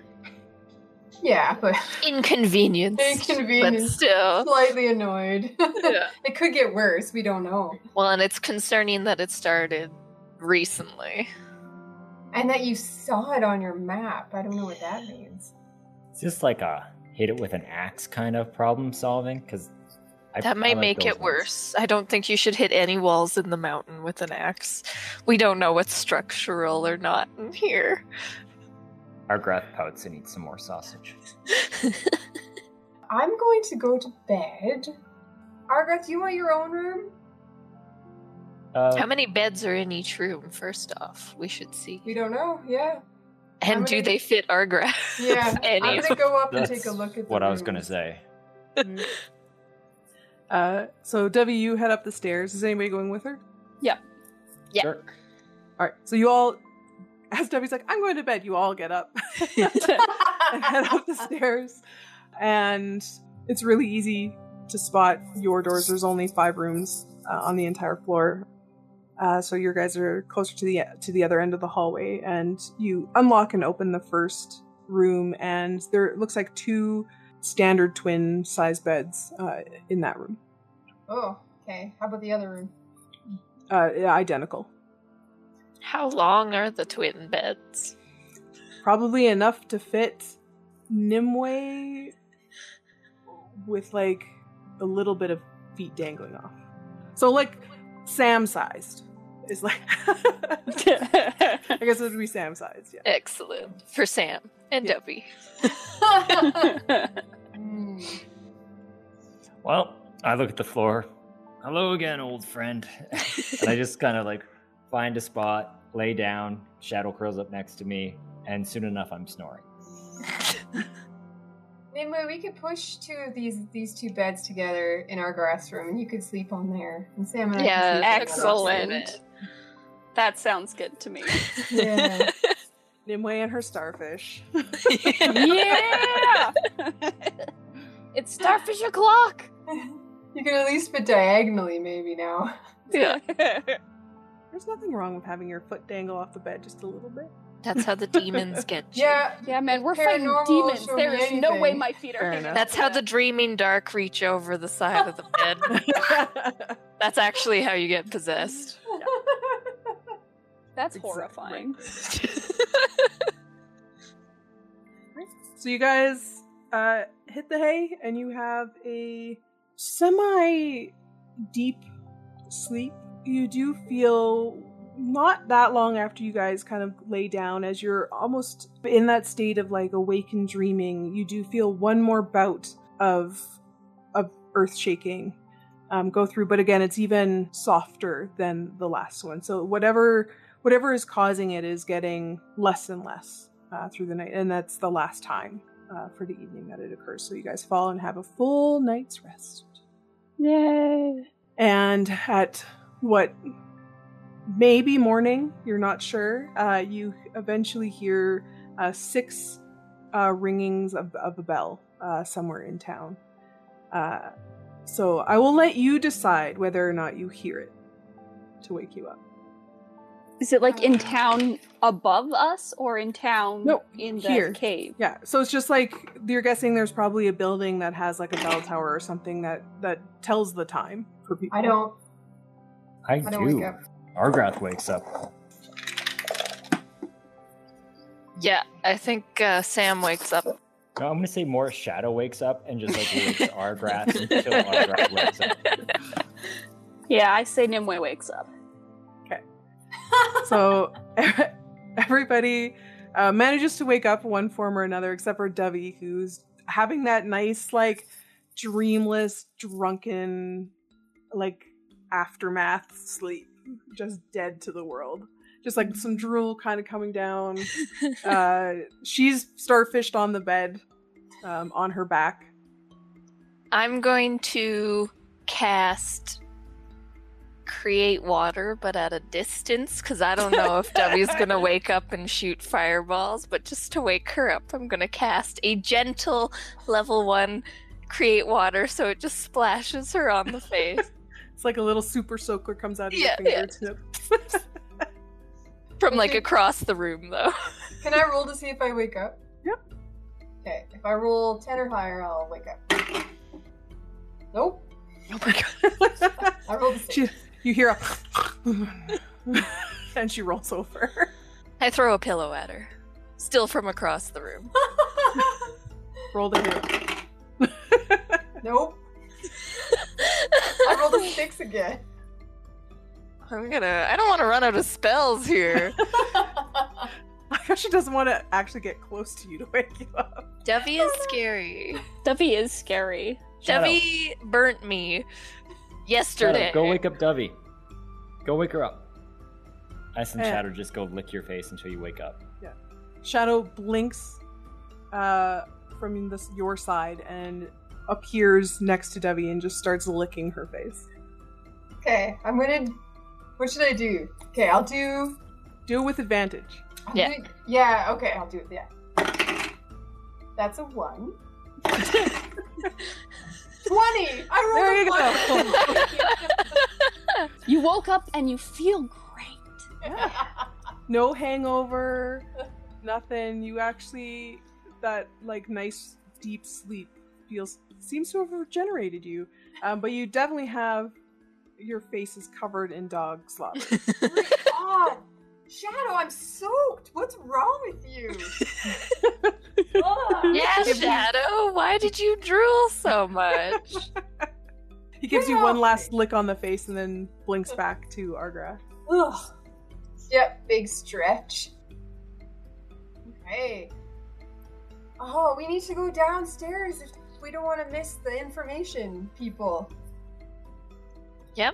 S4: Yeah, but
S5: Inconvenience. But
S4: Inconvenience.
S5: still.
S4: *laughs* slightly annoyed.
S5: Yeah.
S4: *laughs* it could get worse. We don't know,
S5: Well, and it's concerning that it started recently.
S4: and that you saw it on your map. I don't know what that means.
S3: It's just like a hit it with an axe kind of problem solving because
S5: That might make it worse. I don't think you should hit any walls in the mountain with an axe. We don't know what's structural or not in here.
S3: Our Grath pouts and eats some more sausage.
S4: I'm going to go to bed. Argath, you want your own room?
S3: Uh,
S5: How many beds are in each room, first off? We should see.
S4: We don't know. Yeah,
S5: And
S4: I'm
S5: do
S4: gonna-
S5: they fit our graph? *laughs*
S4: yeah.
S5: Any
S4: I'm gonna go up and
S3: That's
S4: take a look at the
S3: what I was gonna
S4: rooms.
S3: say.
S1: uh so w you head up the stairs is anybody going with her
S5: Yeah.
S3: Sure.
S1: all right so you all *laughs* as w's like i'm going to bed you all get up *laughs* and head up
S4: *laughs*
S1: the stairs. And it's really easy to spot your doors. There's only five rooms uh, on the entire floor, uh, so your guys are closer to the to the other end of the hallway. And you unlock and open the first room, and there looks like two standard twin size beds uh, in that room, *laughs*
S4: Oh, okay. How about the other room?
S1: uh, identical.
S5: How long are the twin beds?
S1: probably enough to fit Nimue with like a little bit of feet dangling off. So like Sam sized is like *laughs* I guess it would be Sam sized, yeah.
S5: Excellent. For Sam and Debbie.
S4: Hmm.
S3: Well, I look at the floor. Hello again, old friend. and I just kind of like find a spot, lay down. Shadow curls up next to me, and soon enough, I'm snoring.
S4: Namely, we could push two of these these two beds together in our grass room, and you could sleep on there. And Sam and I.
S5: Yeah,
S4: could sleep on the
S6: excellent. that sounds good to me.
S4: opposite bed.
S1: Nimue and her starfish. *laughs*
S6: yeah!
S5: *laughs* It's starfish o'clock.
S4: Yeah. you could at least fit diagonally, maybe now.
S5: Yeah.
S1: There's nothing wrong with having your foot dangle off the bed just a little bit. *laughs*
S5: That's how
S4: *laughs*
S5: the demons get you.
S4: Yeah.
S6: yeah, man, we're
S4: Paranormal
S6: fighting demons.
S4: show
S6: There
S4: me
S6: is no way
S4: anything.
S6: my feet are
S1: Fair
S6: hanging
S1: enough.
S5: That's
S6: off
S5: how
S6: of
S5: the
S6: that.
S5: dreaming dark reach over the side of the
S4: *laughs*
S5: bed. That's actually how you get possessed.
S6: That's
S1: Exa-
S6: horrifying.
S1: So you guys uh, hit the hay, and you have a semi deep sleep. You do feel not that long after you guys kind of lay down, as you're almost in that state of like awakened dreaming. You do feel one more bout of of earth shaking um, go through, but again, it's even softer than the last one. So whatever whatever is causing it is getting less and less uh, through the night, and that's the last time uh, for the evening that it occurs. So you guys fall and have a full night's rest.
S6: Yay.
S1: And at what maybe morning, you're not sure. Uh, you eventually hear uh, six uh, ringings of, of a bell uh, somewhere in town. Uh, so I will let you decide whether or not you hear it to wake you up.
S6: Is it like in town above us or in town
S1: No,
S6: in the
S1: here.
S6: cave?
S1: Yeah, so it's just like you're guessing there's probably a building that has like a bell tower or something that that tells the time for people.
S4: I don't.
S3: I,
S4: I
S3: do.
S4: don't wake up.
S3: Argrath wakes up.
S5: Yeah, I think uh, Sam wakes up.
S3: No, I'm gonna say more Shadow wakes up and just like wakes Argrath until Argrath wakes up.
S6: Yeah, I say Nimue wakes up.
S1: so *laughs* everybody uh, manages to wake up one form or another, except for Dovey, who's having that nice, like, dreamless, drunken, like, aftermath sleep, just dead to the world. Just like some drool kind of coming
S4: *laughs*
S1: down. Uh, she's starfished on the bed, um, on her back.
S5: I'm going to cast create water, but at a distance, because I don't know *laughs* if Debbie's going to wake up and shoot fireballs. But just to wake her up, I'm going to cast a gentle level one create water, so it just splashes her on the *laughs* face
S1: It's like a little super soaker comes out of
S5: Yeah,
S1: your
S5: yeah.
S1: fingertip.
S5: from like across the room, though.
S4: Can I roll to see if I wake up?
S1: Yep.
S4: Okay. If I roll ten or higher, I'll wake up. Nope.
S5: Oh my god.
S4: I rolled a
S1: *laughs*
S4: six.
S1: She- you hear a *laughs* and she rolls over.
S5: I throw a pillow at her, still from across the *laughs* room.
S1: Roll to hit. *laughs*
S4: nope. I rolled a
S1: *laughs*
S4: six again.
S5: I'm gonna. I don't want to run out of spells here.
S1: I guess she doesn't want to actually get close to you to wake you up.
S5: Debbie is scary.
S6: Duffy is scary.
S3: Shadow,
S5: Debbie burnt me
S3: Shadow,
S5: yesterday.
S3: go wake up Dovey. Go wake her up. I and
S1: Eh.
S3: Shadow just go lick your face until you wake up.
S1: Shadow blinks uh, from this your side and appears next to Debbie and just starts licking her face.
S4: Okay. I'm gonna. What should I do? Okay. I'll do.
S1: Do it with advantage.
S4: I'll
S5: Yeah.
S4: do- yeah. Okay. I'll do it. Yeah. That's
S1: *laughs*
S4: a one. Twenty. I
S1: There
S4: rolled a
S1: you
S4: one. *laughs*
S6: *laughs* You woke up and you feel great.
S1: No hangover, nothing. You actually that like nice deep sleep feels seems to have regenerated you, um, but you definitely have your face is covered in dog slop.
S4: God, Shadow, I'm soaked. What's wrong with
S1: *laughs*
S4: you? Ah.
S5: yeah, Shadow. Why did you drool so much?
S1: He gives you
S4: Get
S1: one
S4: off
S1: last lick on the face and then blinks back to Argra.
S4: Ugh. Yep, big stretch. Okay. Oh, we need to go downstairs if we don't want to miss the information, people.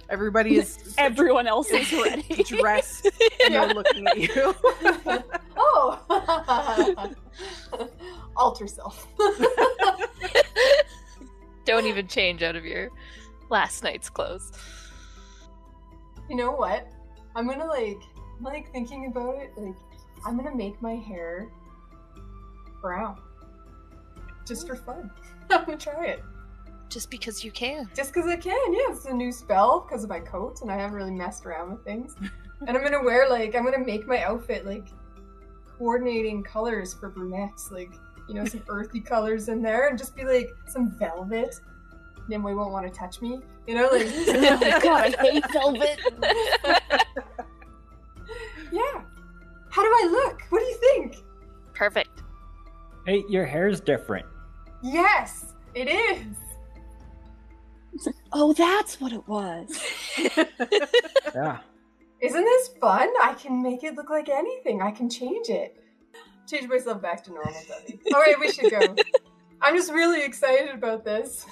S1: Everybody is
S6: Everyone else
S5: *laughs*
S6: is ready.
S1: dressed and they're looking at you.
S4: oh! *laughs* Alter self. *laughs*
S5: Don't even change out of your last night's clothes.
S4: you know what? I'm gonna like, I'm, like thinking about it, like, I'm gonna make my hair brown. Just for fun. I'm gonna try it.
S5: Just because you can.
S4: Just because I can, yeah. It's a new spell because of my coat, and I haven't really messed around with things. and I'm gonna wear like I'm gonna make my outfit like coordinating colors for brunettes, like you know some earthy colors in there, and just be like some velvet. Nimue won't want to touch me, you know, like
S6: oh god, I hate velvet.
S4: yeah. How do I look? What do you think?
S5: *laughs* Perfect.
S3: Hey, your hair's different.
S4: Yes, it is.
S6: Oh, that's what it was.
S3: Yeah.
S4: Isn't this fun? I can make it look like anything. I can change it. Change myself back to normal, *laughs* Debbie. All right, we should go. I'm just really excited about this.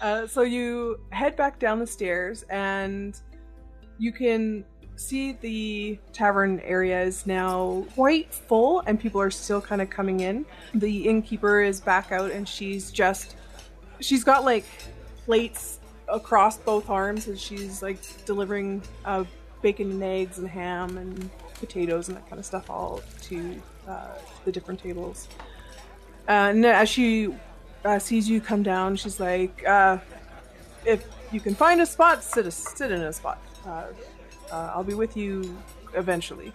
S1: Uh, so you head back down the stairs and you can see the tavern area is now quite full and people are still kind of coming in. The innkeeper is back out and she's just she's got like plates across both arms as she's like delivering uh, bacon and eggs and ham and potatoes and that kind of stuff all to uh, the different tables. Uh, and as she uh, sees you come down, she's like, uh, "If you can find a spot, sit a, sit in a spot. Uh, uh, I'll be with you eventually."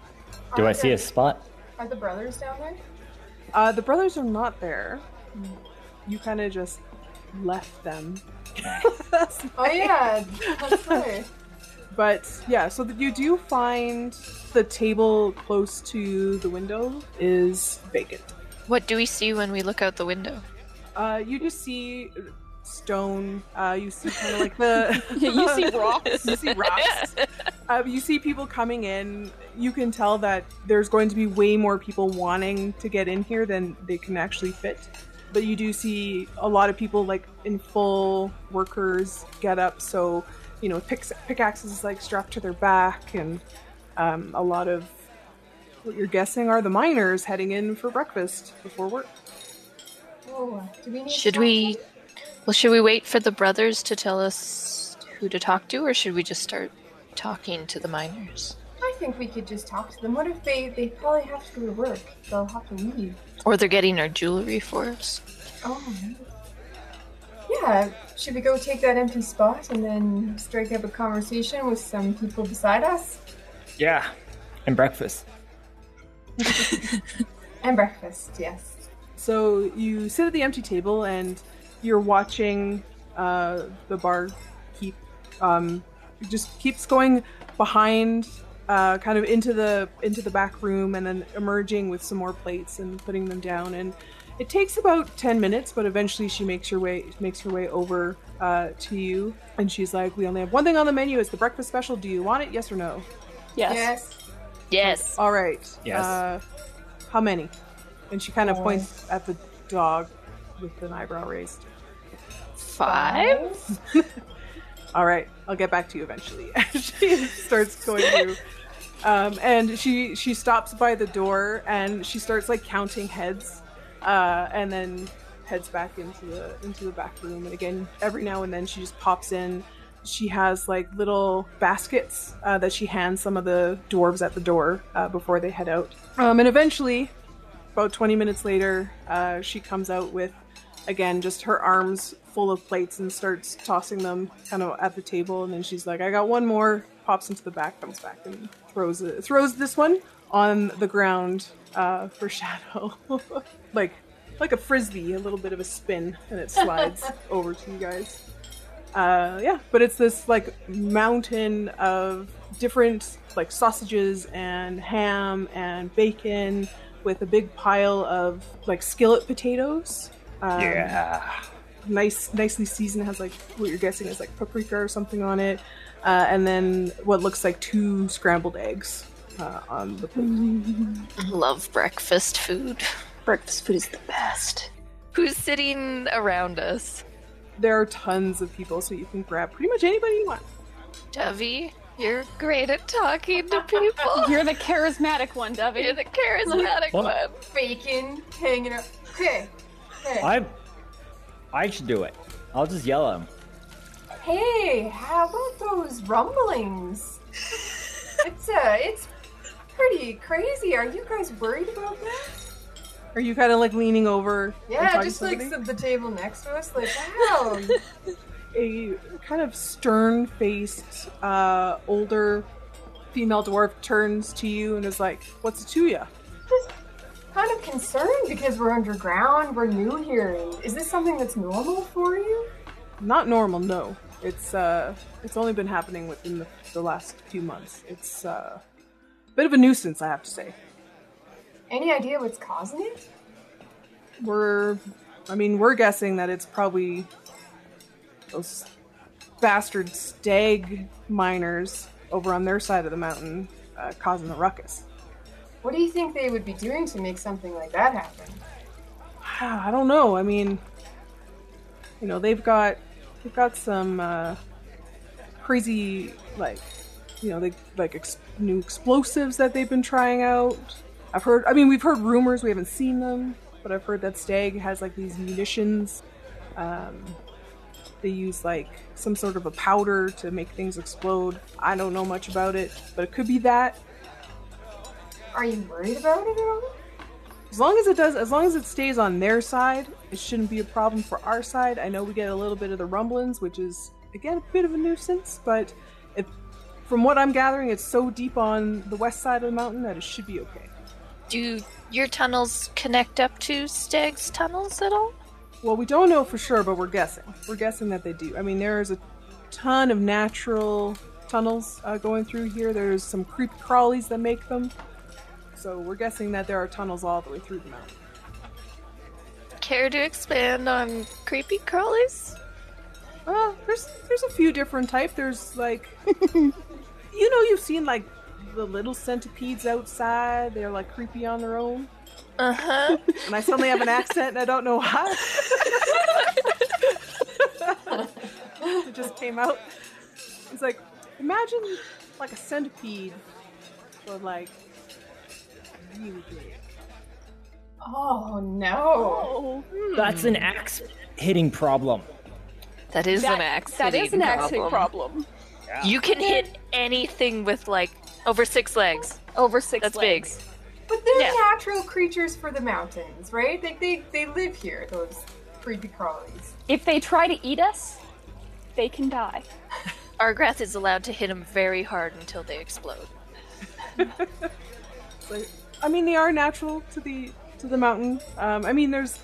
S3: Do I
S4: Are
S3: see
S4: there-
S3: a spot?
S4: Are the brothers down there?
S1: Uh, the brothers are not there. You kind of just left them. That's-
S4: Oh yeah, that's right.
S1: but yeah, so that you do find the table close to the window is vacant.
S5: What do we see when we look out the window?
S1: Uh, you just see stone. Uh, you see kind of like the
S6: *laughs* Yeah, you see
S1: *laughs*
S6: rocks.
S1: you see rocks. Uh, you see people coming in. You can tell that there's going to be way more people wanting to get in here than they can actually fit. But you do see a lot of people like in full workers get up. So you know, picks, pickaxes like strapped to their back, and um, a lot of what you're guessing are the miners heading in for breakfast before work.
S4: Oh, do we need
S5: Should
S4: to-
S5: we? Well, should we wait for the brothers to tell us who to talk to, or should we just start talking to the miners?
S4: I think we could just talk to them. What if they they probably have to go to work? They'll have to leave.
S5: Or they're getting our jewelry for us.
S4: Oh. Yeah, should we go take that empty spot and then strike up a conversation with some people beside us?
S3: Yeah. And breakfast.
S4: And breakfast, yes.
S1: So you sit at the empty table and you're watching uh, the bar keep um, it just keeps going behind, uh, kind of into the into the back room, and then emerging with some more plates and putting them down. And it takes about ten minutes, but eventually she makes your way makes her way over uh, to you, and she's like, "We only have one thing on the menu. It's the breakfast special. Do you want it? Yes or no?
S6: Yes.
S4: Yes.
S5: Yes.
S1: All right.
S3: Yes.
S1: Uh, how many? And she kind of
S4: Four.
S1: points at the dog with an eyebrow raised.
S5: Five?
S1: All right, I'll get back to you eventually. *laughs* And she starts going through, um, and she she stops by the door and she starts like counting heads, uh, and then heads back into the into the back room. And again, every now and then she just pops in. She has like little baskets uh, that she hands some of the dwarves at the door uh, before they head out. Um, and eventually, about 20 minutes later, uh, she comes out with again just her arms full of plates and starts tossing them kind of at the table and then she's like i got one more pops into the back comes back and throws it throws this one on the ground uh, for shadow *laughs* like like a frisbee a little bit of a spin and it slides over to you guys uh, yeah but it's this like mountain of different like sausages and ham and bacon with a big pile of like skillet potatoes um,
S3: yeah.
S1: nice, nicely seasoned. Has like what you're guessing is like paprika or something on it, uh, and then what looks like two scrambled eggs uh, on the plate.
S5: Love breakfast food.
S6: Breakfast food is the best.
S5: Who's sitting around us?
S1: There are tons of people, so you can grab pretty much anybody you want.
S5: Dovey, you're great at talking to
S6: *laughs*
S5: people.
S6: You're the charismatic one, Debbie.
S5: You're the charismatic
S3: What?
S5: one.
S4: Bacon hanging out. Okay. Okay.
S3: I I should do it. I'll just yell at him.
S4: Hey, how about those
S1: *laughs*
S4: rumblings? it's uh it's pretty crazy. Are you guys worried about that?
S1: Are you kind of like leaning over? and talking
S4: Yeah,
S1: to
S4: just like
S1: somebody?
S4: sit at the table next to us, like
S1: *laughs*
S4: wow.
S1: a kind of stern-faced, uh, older female dwarf turns to you and is like, "What's it to ya?"
S4: kind of concerned because we're underground, we're new here. And is this something that's normal for you?
S1: Not normal, no. It's uh, it's only been happening within the, the last few months. It's uh, a bit of a nuisance, I have to say.
S4: Any idea what's causing it?
S1: We're, I mean, we're guessing that it's probably those bastard stag miners over on their side of the mountain uh, causing the ruckus.
S4: What do you think they would be doing to make something like that happen?
S1: Ah, I don't know. I mean, you know, they've got they've got some uh, crazy like you know they like ex- new explosives that they've been trying out. I've heard. I mean, we've heard rumors. We haven't seen them, but I've heard that Stag has like these munitions. Um, They use like some sort of a powder to make things explode. I don't know much about it, but it could be that.
S4: Are you worried about it at all?
S1: As long as it does, as long as it stays on their side, it shouldn't be a problem for our side. I know we get a little bit of the rumblings, which is again a bit of a nuisance, but it, from what I'm gathering, it's so deep on the west side of the mountain that it should be okay.
S5: Do your tunnels connect up to Stag's tunnels at all?
S1: Well, we don't know for sure, but we're guessing. We're guessing that they do. I mean, there is a ton of natural tunnels uh, going through here. There's some creep crawlies that make them. So we're guessing that there are tunnels all the way through the mountain.
S5: Care to expand on creepy crawlies?
S1: Uh, there's there's a few different types. There's like, *laughs* you know, you've seen like the little centipedes outside. They're like creepy on their own.
S5: Uh huh.
S1: And I suddenly have an accent, and I don't know why. *laughs* it just came out. It's like, imagine like a centipede, but like really big.
S4: Oh no!
S3: That's an axe hitting problem.
S5: That is
S6: That-
S5: an axe.
S6: That is an
S5: problem.
S6: accent problem.
S5: You can hit anything with like over six legs.
S6: Over six
S5: That's
S6: legs.
S5: big.
S4: But they're
S5: Yeah.
S4: natural creatures for the mountains, right? They they, they live here. Those creepy crawlies.
S6: If they try to eat us, they can die.
S5: Argrath is allowed to hit them very hard until they explode.
S1: Like, I mean, they are natural to the to the mountain. Um, I mean, there's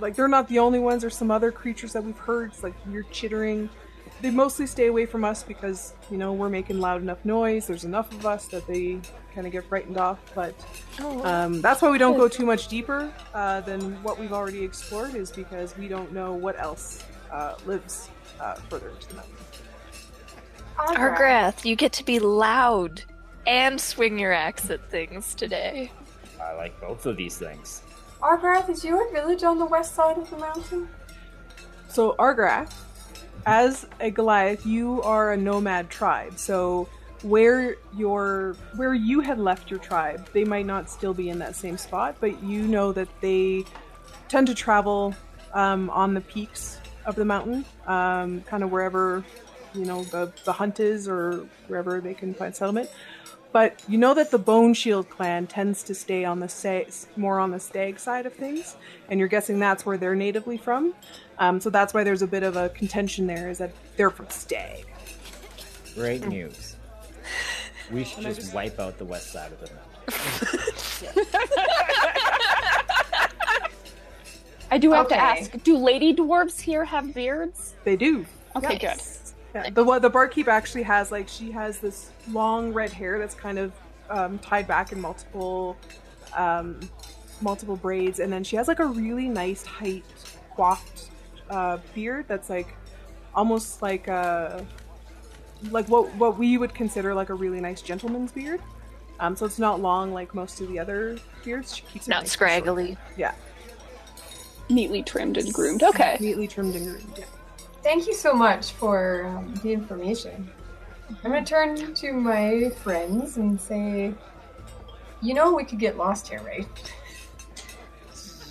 S1: like they're not the only ones. There's some other creatures that we've heard. It's like weird chittering. They mostly stay away from us because you know we're making loud enough noise. There's enough of us that they kind of get frightened off. But um, that's why we don't go too much deeper uh, than what we've already explored, is because we don't know what else uh, lives uh, further into the mountain.
S4: Agra.
S5: Argrath, you get to be loud and swing your axe at things today.
S3: I like both of these things.
S4: Argrath, is your village on the west side of the mountain?
S1: So Argrath, as a Goliath, you are a nomad tribe. So where your where you had left your tribe, they might not still be in that same spot, but you know that they tend to travel um, on the peaks of the mountain, um, kind of wherever you know the the hunt is or wherever they can find settlement. But you know that the Bone Shield clan tends to stay on the sa- more on the stag side of things, and you're guessing that's where they're natively from. Um, so that's why there's a bit of a contention there is that they're from Stag.
S4: Hmm.
S3: Great news.
S4: *laughs*
S3: We should just, wipe out the west side of the mountain.
S6: I do have
S4: Okay.
S6: to ask: Do lady dwarves here have beards?
S1: They do.
S6: Okay,
S1: Yeah. The one- the barkeep actually has like she has this long red hair that's kind of um, tied back in multiple um, multiple braids, and then she has like a really nice tight coiffed uh, beard that's like almost like a like what what we would consider like a really nice gentleman's beard. Um, so it's not long like most of the other beards. She keeps it
S5: Not
S1: nice and short.
S5: scraggly.
S6: good. Neatly trimmed and groomed. Okay.
S1: Neatly trimmed and groomed. Yeah.
S4: Thank you so much for um, the information. I'm gonna turn to my friends and say, you know, we could get lost here, right?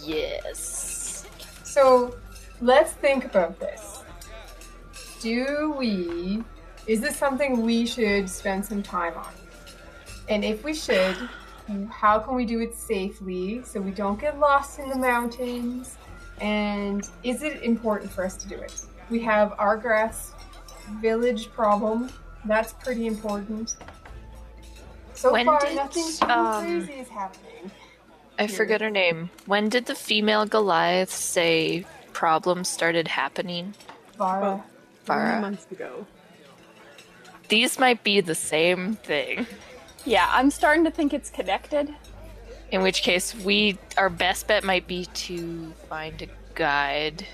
S5: Yes.
S4: So let's think about this. Do we, is this something we should spend some time on? And if we should, how can we do it safely so we don't get lost in the mountains? And is it important for us to do it? We have our grass village problem. That's pretty important. So
S5: When
S4: far,
S5: did,
S4: nothing too
S5: um,
S4: crazy is happening.
S5: I forget her name. When did the female Goliath say problems started happening?
S4: Vara.
S1: Well,
S5: Farah.
S1: Three months ago.
S5: These might be the same thing.
S6: Yeah, I'm starting to think it's connected.
S5: In which case, we our best bet might be to find a guide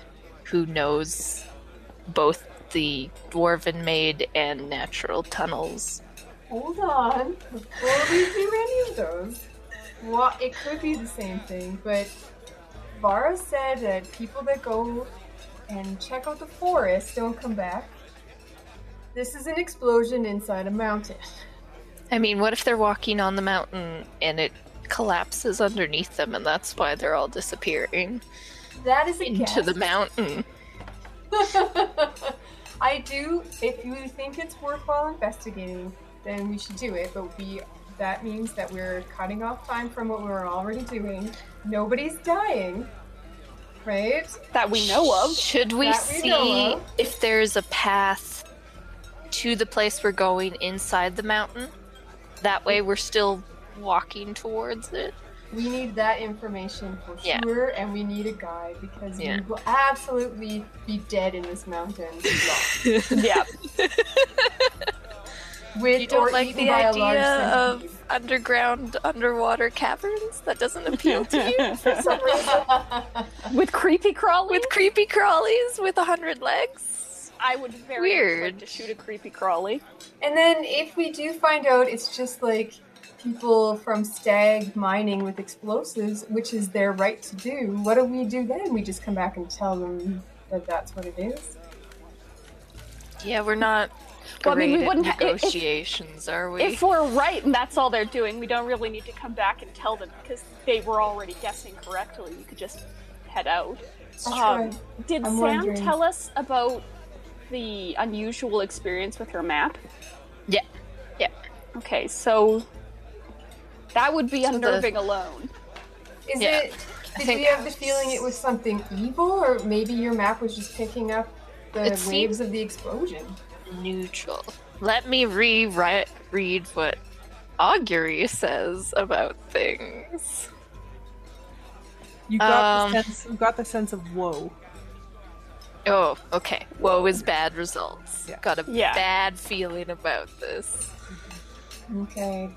S5: who knows both the dwarven maid and natural tunnels.
S4: Hold on. Before we do any of those, well, it could be the same thing, but Vara said that people that go and check out the forest don't come back. This is an explosion inside a mountain.
S5: I mean, what if they're walking on the mountain and it collapses underneath them, and that's why they're all disappearing
S4: That is a
S5: into the mountain?
S4: mountain. *laughs* I do. If you think it's worthwhile investigating, then we should do it. But we that means that we're cutting off time from what we were already doing. Nobody's dying, right?
S6: that we
S5: *laughs*
S6: know of. *laughs*
S5: Should we
S4: That we know
S5: see
S4: of.
S5: if there's a path to the place we're going inside the mountain? That way we're still walking towards it.
S4: We need that information for
S5: Yeah.
S4: sure, and we need a guide because
S5: Yeah.
S4: we will absolutely be dead in this mountain,
S5: *laughs*
S6: Yeah.
S5: You
S4: *laughs* with
S5: don't
S4: or
S5: like
S4: eaten
S5: the
S4: by a
S5: idea
S4: large
S5: of underground underwater caverns? That doesn't appeal
S4: *laughs*
S5: to you for some reason.
S4: centipede.
S6: With creepy crawly,
S5: With creepy crawlies with a hundred legs?
S6: I would very much
S5: Weird.
S6: like to shoot a creepy crawly.
S4: *laughs* And then if we do find out it's just like people from stag mining with explosives, which is their right to do, what do we do then? We just come back and tell them that that's what it is?
S5: Yeah, we're not
S6: *laughs* Well, I mean,
S5: great
S6: we
S5: at
S6: wouldn't ha- i- if-
S5: negotiations, are we?
S6: If we're right and that's all they're doing, we don't really need to come back and tell them because they were already guessing correctly. You could just head out.
S4: That's
S6: Um,
S4: right.
S6: did
S4: I'm
S6: Sam
S4: wondering.
S6: tell us about the unusual experience with her map?
S5: Yeah. Yeah.
S6: Okay, so that would be
S5: So the-
S6: unnerving alone.
S4: Is
S5: yeah,
S4: it
S5: I
S4: did
S5: think-
S4: we have the feeling it was something evil or maybe your map was just picking up the
S5: It
S4: waves
S5: seems-
S4: of the explosion?
S5: neutral. Let me rewrite read what augury says about things.
S1: You got,
S5: Um,
S1: the sense, you got the sense of woe.
S5: Oh, okay. Woe is bad results.
S1: Yeah.
S5: Got a
S6: Yeah.
S5: bad feeling about this.
S4: Okay.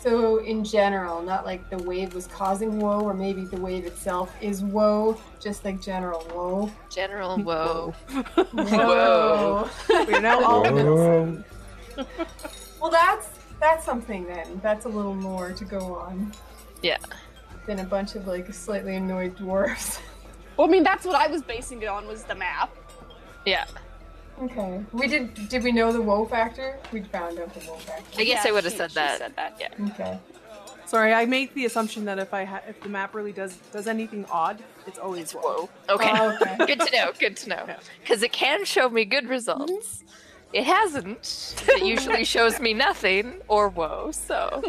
S4: So in general, not like the wave was causing woe or maybe the wave itself is woe, just like general
S5: *laughs*
S4: woe.
S5: General woe.
S4: Whoa.
S1: We're now all
S7: Whoa.
S4: well, that's that's something then. That's a little more to go on.
S5: Yeah.
S4: Than a bunch of like slightly annoyed dwarves.
S6: Well, I mean, that's what I was basing it on was the map.
S5: yeah.
S4: okay. We did. Did we know the woe factor? We found out the woe factor.
S5: I guess
S6: Yeah,
S5: I would have
S6: she-
S5: said
S6: she
S5: that.
S6: said that.
S5: Yeah.
S4: Okay.
S1: Sorry, I make the assumption that if I ha- if the map really does does anything odd, it's always
S5: It's
S1: woe.
S5: woe. Okay.
S4: Oh, okay.
S5: *laughs* good to know. Good to know.
S1: Yeah.
S5: Because it can show me good results. It hasn't. It
S6: *laughs*
S5: usually shows me nothing or woe. So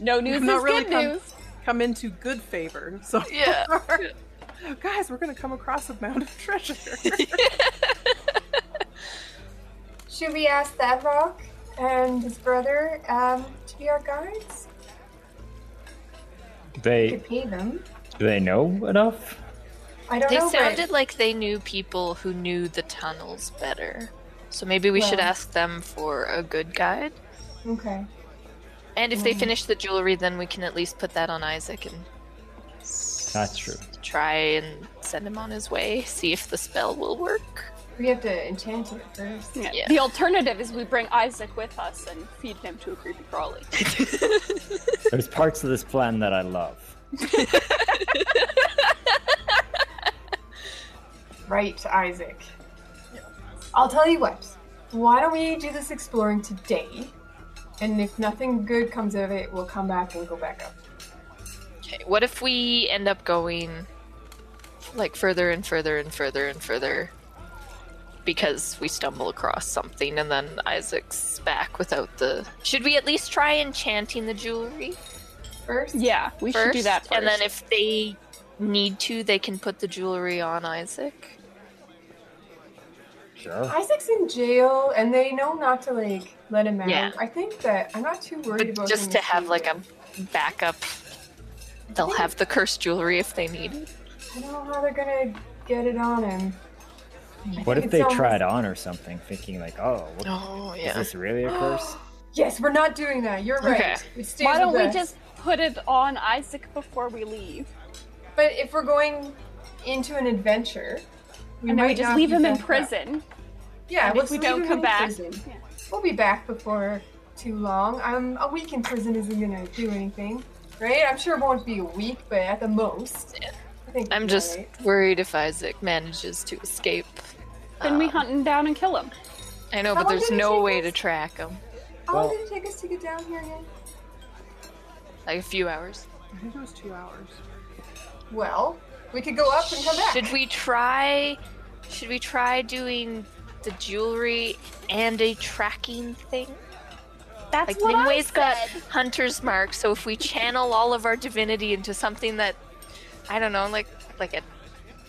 S6: No news
S1: You've
S6: is
S1: not really
S6: good
S1: come-
S6: news.
S1: Come into good favor. So *laughs*
S5: yeah.
S1: guys, we're gonna come across a mound of
S6: *laughs*
S1: treasure.
S4: Should we ask that rock and his brother um, to be our guides?
S7: Do
S4: We
S7: they
S4: could pay them.
S7: do they know enough?
S4: I don't
S5: They
S4: know. Brett.
S5: sounded like they knew people who knew the tunnels better. So maybe we should
S4: Well.
S5: ask them for a good guide.
S4: Okay.
S5: And if they
S4: Mm.
S5: finish the jewelry, then we can at least put that on Isaac and
S7: That's true.
S5: try and send him on his way, see if the spell will work.
S4: We have to enchant it first.
S6: Yeah.
S5: Yeah.
S6: The alternative is we bring Isaac with us and feed him to a creepy crawly.
S3: There's parts of this plan that I love.
S4: Right, Isaac. I'll tell you what. Why don't we do this exploring today? And if nothing good comes of it, we'll come back and go back up.
S5: Okay, what if we end up going like further and further and further and further because we stumble across something and then Isaac's back without the Should we at least try enchanting the jewelry?
S4: First?
S6: Yeah, we should do that first.
S5: and then if they need to, they can put the jewelry on Isaac.
S3: Sure.
S4: Isaac's in jail and they know not to like let him out.
S5: Yeah.
S4: I think that I'm not too worried
S5: But
S4: about
S5: just
S4: him
S5: to
S4: if
S5: have
S4: he-
S5: like a backup, they'll have the cursed jewelry if they need it.
S4: I don't know how they're gonna get it on him. I
S3: What
S4: think
S3: if they
S4: it's
S3: tried
S4: almost-
S3: on or something, thinking like, oh, what,
S5: Oh
S3: is this really a
S4: *gasps*
S3: curse?
S4: Yes, we're not doing that. You're
S5: Okay.
S4: right. It stays
S6: Why don't
S4: with
S6: we
S4: us.
S6: just put it on Isaac before we leave?
S4: But if we're going into an adventure, we
S6: and then we
S4: might
S6: just
S4: not
S6: leave
S4: be
S6: him in
S4: back up.
S6: prison.
S4: Yeah,
S6: And
S4: we'll
S6: if we
S4: just leave
S6: don't
S4: him
S6: come
S4: in
S6: back-
S4: prison.
S6: Yeah.
S4: we'll be back before too long. Um, a week in prison isn't gonna do anything, right? I'm sure it won't be a week, but at the most, I think
S5: I'm
S4: we'll be
S5: just
S4: alright.
S5: worried if Isaac manages to escape.
S6: Then we
S5: Um,
S6: hunt him down and kill him.
S5: I know,
S4: How
S5: but
S4: long
S5: there's
S4: did it
S5: no
S4: take
S5: way
S4: us?
S5: to track him.
S4: How long
S3: well-
S4: did it take us to get down here again?
S5: Like a few hours.
S1: I think it was two hours.
S4: Well, we could go up and come back.
S5: Should we try? Should we try doing the jewelry and a tracking thing?
S8: That's
S5: Like
S8: what I
S5: Linway's
S8: said.
S5: got hunter's mark, so if we channel all of our divinity into something that I don't know, like like a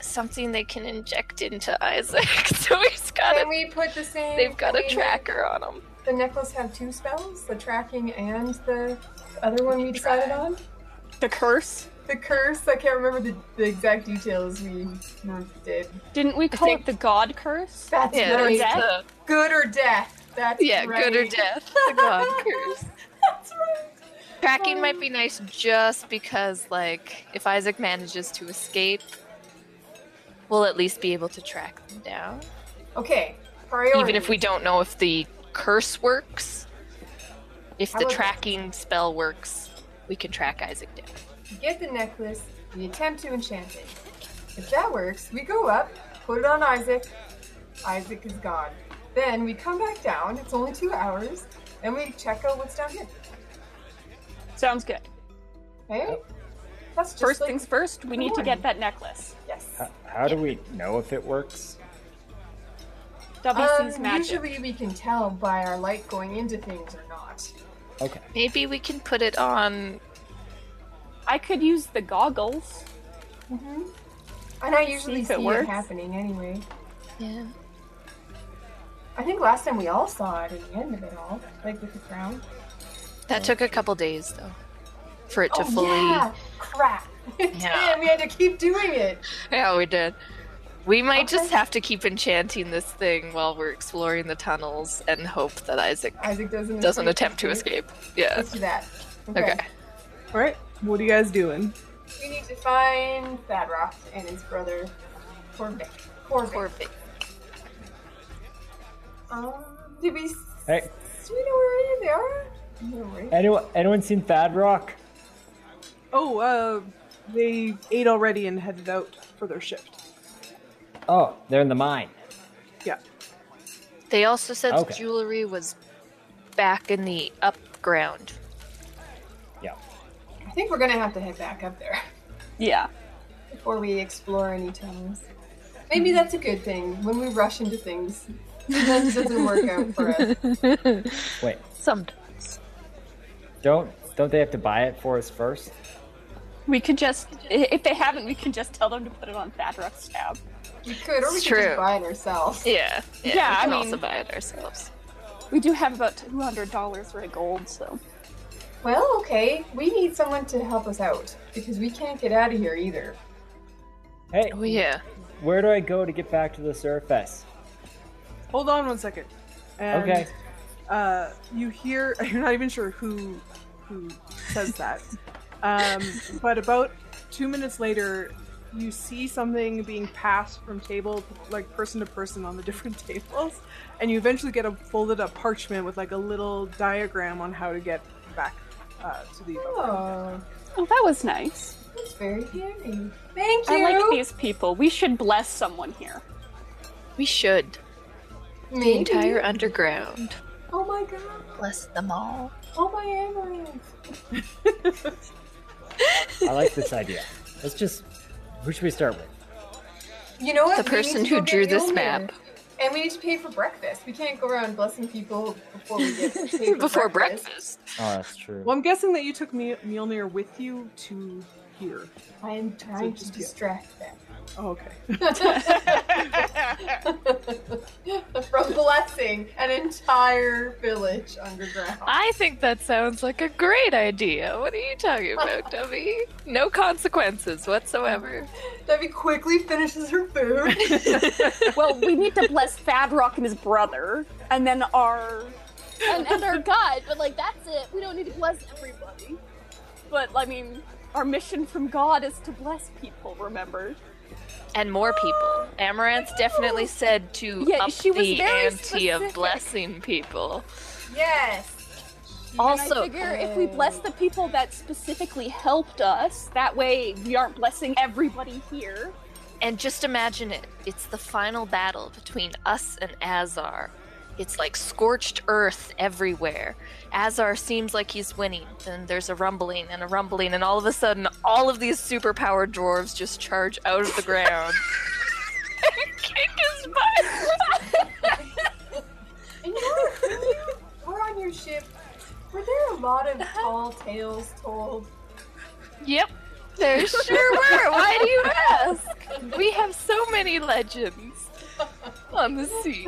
S5: something they can inject into Isaac, *laughs* so he's got
S4: Can
S5: a,
S4: we put the same?
S5: they've got
S4: can
S5: a
S4: we
S5: tracker on him.
S4: make The necklace have two spells: the tracking and the other one we decided on.
S6: The curse?
S4: The curse. I can't remember the, the exact details we did.
S6: Didn't we call
S5: think-
S6: it the God curse?
S4: That's
S5: Yeah,
S4: right.
S5: it's the-
S4: Good or death. That's
S5: yeah,
S4: right.
S5: good or death. The god
S4: *laughs*
S5: curse.
S4: That's right.
S5: Tracking might be nice just because, like, if Isaac manages to escape, we'll at least be able to track them down.
S4: Okay. Priority.
S5: Even if we don't know if the curse works, if
S4: How
S5: the
S4: about-
S5: tracking spell works, we can track Isaac down.
S4: get the necklace, we attempt to enchant it. If that works, we go up, put it on Isaac. Isaac is gone. Then we come back down. It's only two hours, and we check out what's down here.
S6: Sounds good.
S4: Okay. That's just
S6: first
S4: like-
S6: things first, we need to get that necklace.
S4: Yes.
S3: Uh,
S7: How, how do we know if it works?
S6: WC's
S4: Um,
S6: magic.
S4: usually we can tell by our light going into things or not.
S7: Okay.
S5: Maybe we can put it on.
S6: I could use the goggles.
S4: And I usually
S6: if
S4: see
S6: it
S4: it,
S6: works.
S4: happening anyway.
S5: Yeah.
S4: I think last time we all saw it at the end of it all, like with the crown.
S5: That took a couple days, though, for it to
S4: oh,
S5: fully.
S4: yeah! Crap! *laughs*
S5: Yeah.
S4: Damn, we had to keep doing it.
S5: Yeah, we did. We might just
S4: Okay.
S5: have to keep enchanting this thing while we're exploring the tunnels and hope that Isaac
S4: Isaac doesn't
S5: doesn't attempt to
S4: right?
S5: escape. Yeah.
S4: Let's do that.
S5: Okay.
S1: All right, what are you guys doing?
S4: We need to find Thadrock and his brother Corvick. Corvick. Um, did we? s-
S7: Hey.
S4: Do we know where they are? No, right?
S7: Anyone, anyone seen Thad Rock?
S1: Oh, uh, they ate already and headed out for their shift.
S7: Oh, they're in the mine.
S1: Yeah.
S5: They also said the
S7: Okay.
S5: jewelry was back in the upground.
S7: Yeah.
S4: I think we're gonna have to head back up there *laughs*
S6: Yeah.
S4: before we explore any tunnels.
S5: Hmm.
S4: Maybe that's a good thing when we rush into things. Sometimes it doesn't work out for us.
S5: *laughs*
S7: Wait,
S5: Sometimes.
S7: don't don't they have to buy it for us first?
S6: We could just, i- if they haven't, we can just tell them to put it on Thadrock's tab.
S4: We could, or we
S5: It's
S4: could
S5: true.
S4: just buy it ourselves.
S5: Yeah. Yeah,
S6: Yeah,
S5: we
S6: I
S5: can
S6: mean-
S5: also buy it ourselves.
S6: We do have about $200 worth of gold, so.
S4: Well, okay. We need someone to help us out because we can't get out of here either.
S7: Hey,
S5: Oh, yeah.
S7: where do I go to get back to the surface?
S1: Hold on one second. And,
S7: Okay.
S1: Uh, you hear? *laughs* You're not even sure who who says that. um, but about two minutes later, you see something being passed from table, like person to person on the *laughs* different tables, and you eventually get a folded up parchment with like a little diagram on how to get back uh, to the. above ground.
S4: Oh,
S6: Oh, that was nice.
S4: that's very handy. Thank you.
S6: I like these people. We should bless someone here.
S5: We should. The
S4: Maybe.
S5: entire underground.
S4: Oh my god.
S5: Bless them all.
S4: Oh my amaranth.
S7: I like this idea. *laughs* Let's just. Who should we start with?
S4: You know what?
S5: The
S4: We need
S5: person
S4: to
S5: who
S4: go get
S5: drew this
S4: Mjolnir.
S5: map.
S4: And we need to pay for breakfast. We can't go around blessing people before we
S5: *laughs*
S4: get paid for
S5: Before breakfast.
S7: Oh, that's true.
S1: Well, I'm guessing that you took Mj- Mjolnir with you to here.
S4: I am
S1: So
S4: trying to
S1: just go.
S4: distract them
S1: Oh, okay. *laughs*
S4: from blessing an entire village underground.
S5: I think that sounds like a great idea. What are you talking about, Debbie? No consequences whatsoever.
S4: Debbie quickly finishes her food.
S6: Well, we need to bless Thadrock and his brother, and then our
S8: and, and our god, but like that's it. We don't need to bless everybody.
S6: But I mean, our mission from God is to bless people. Remember?
S5: And more people. Amaranth definitely said to
S6: Yeah,
S5: up
S6: she was
S5: the
S6: very
S5: ante
S6: specific.
S5: of blessing people.
S4: yes.
S6: I
S5: Also,
S6: figure if we bless the people that specifically helped us, that way we aren't blessing everybody here.
S5: and just imagine it. It's the final battle between us and Azar. It's like scorched earth everywhere. Azar seems like he's winning. Then there's a rumbling and a rumbling, and all of a sudden, all of these superpowered dwarves just *laughs* charge out of the ground. and kick his butt.
S4: lot
S5: *laughs*
S4: of tall tales told.
S5: *laughs* Yep, there sure were. Why *laughs* do you ask? We have so many legends on the sea.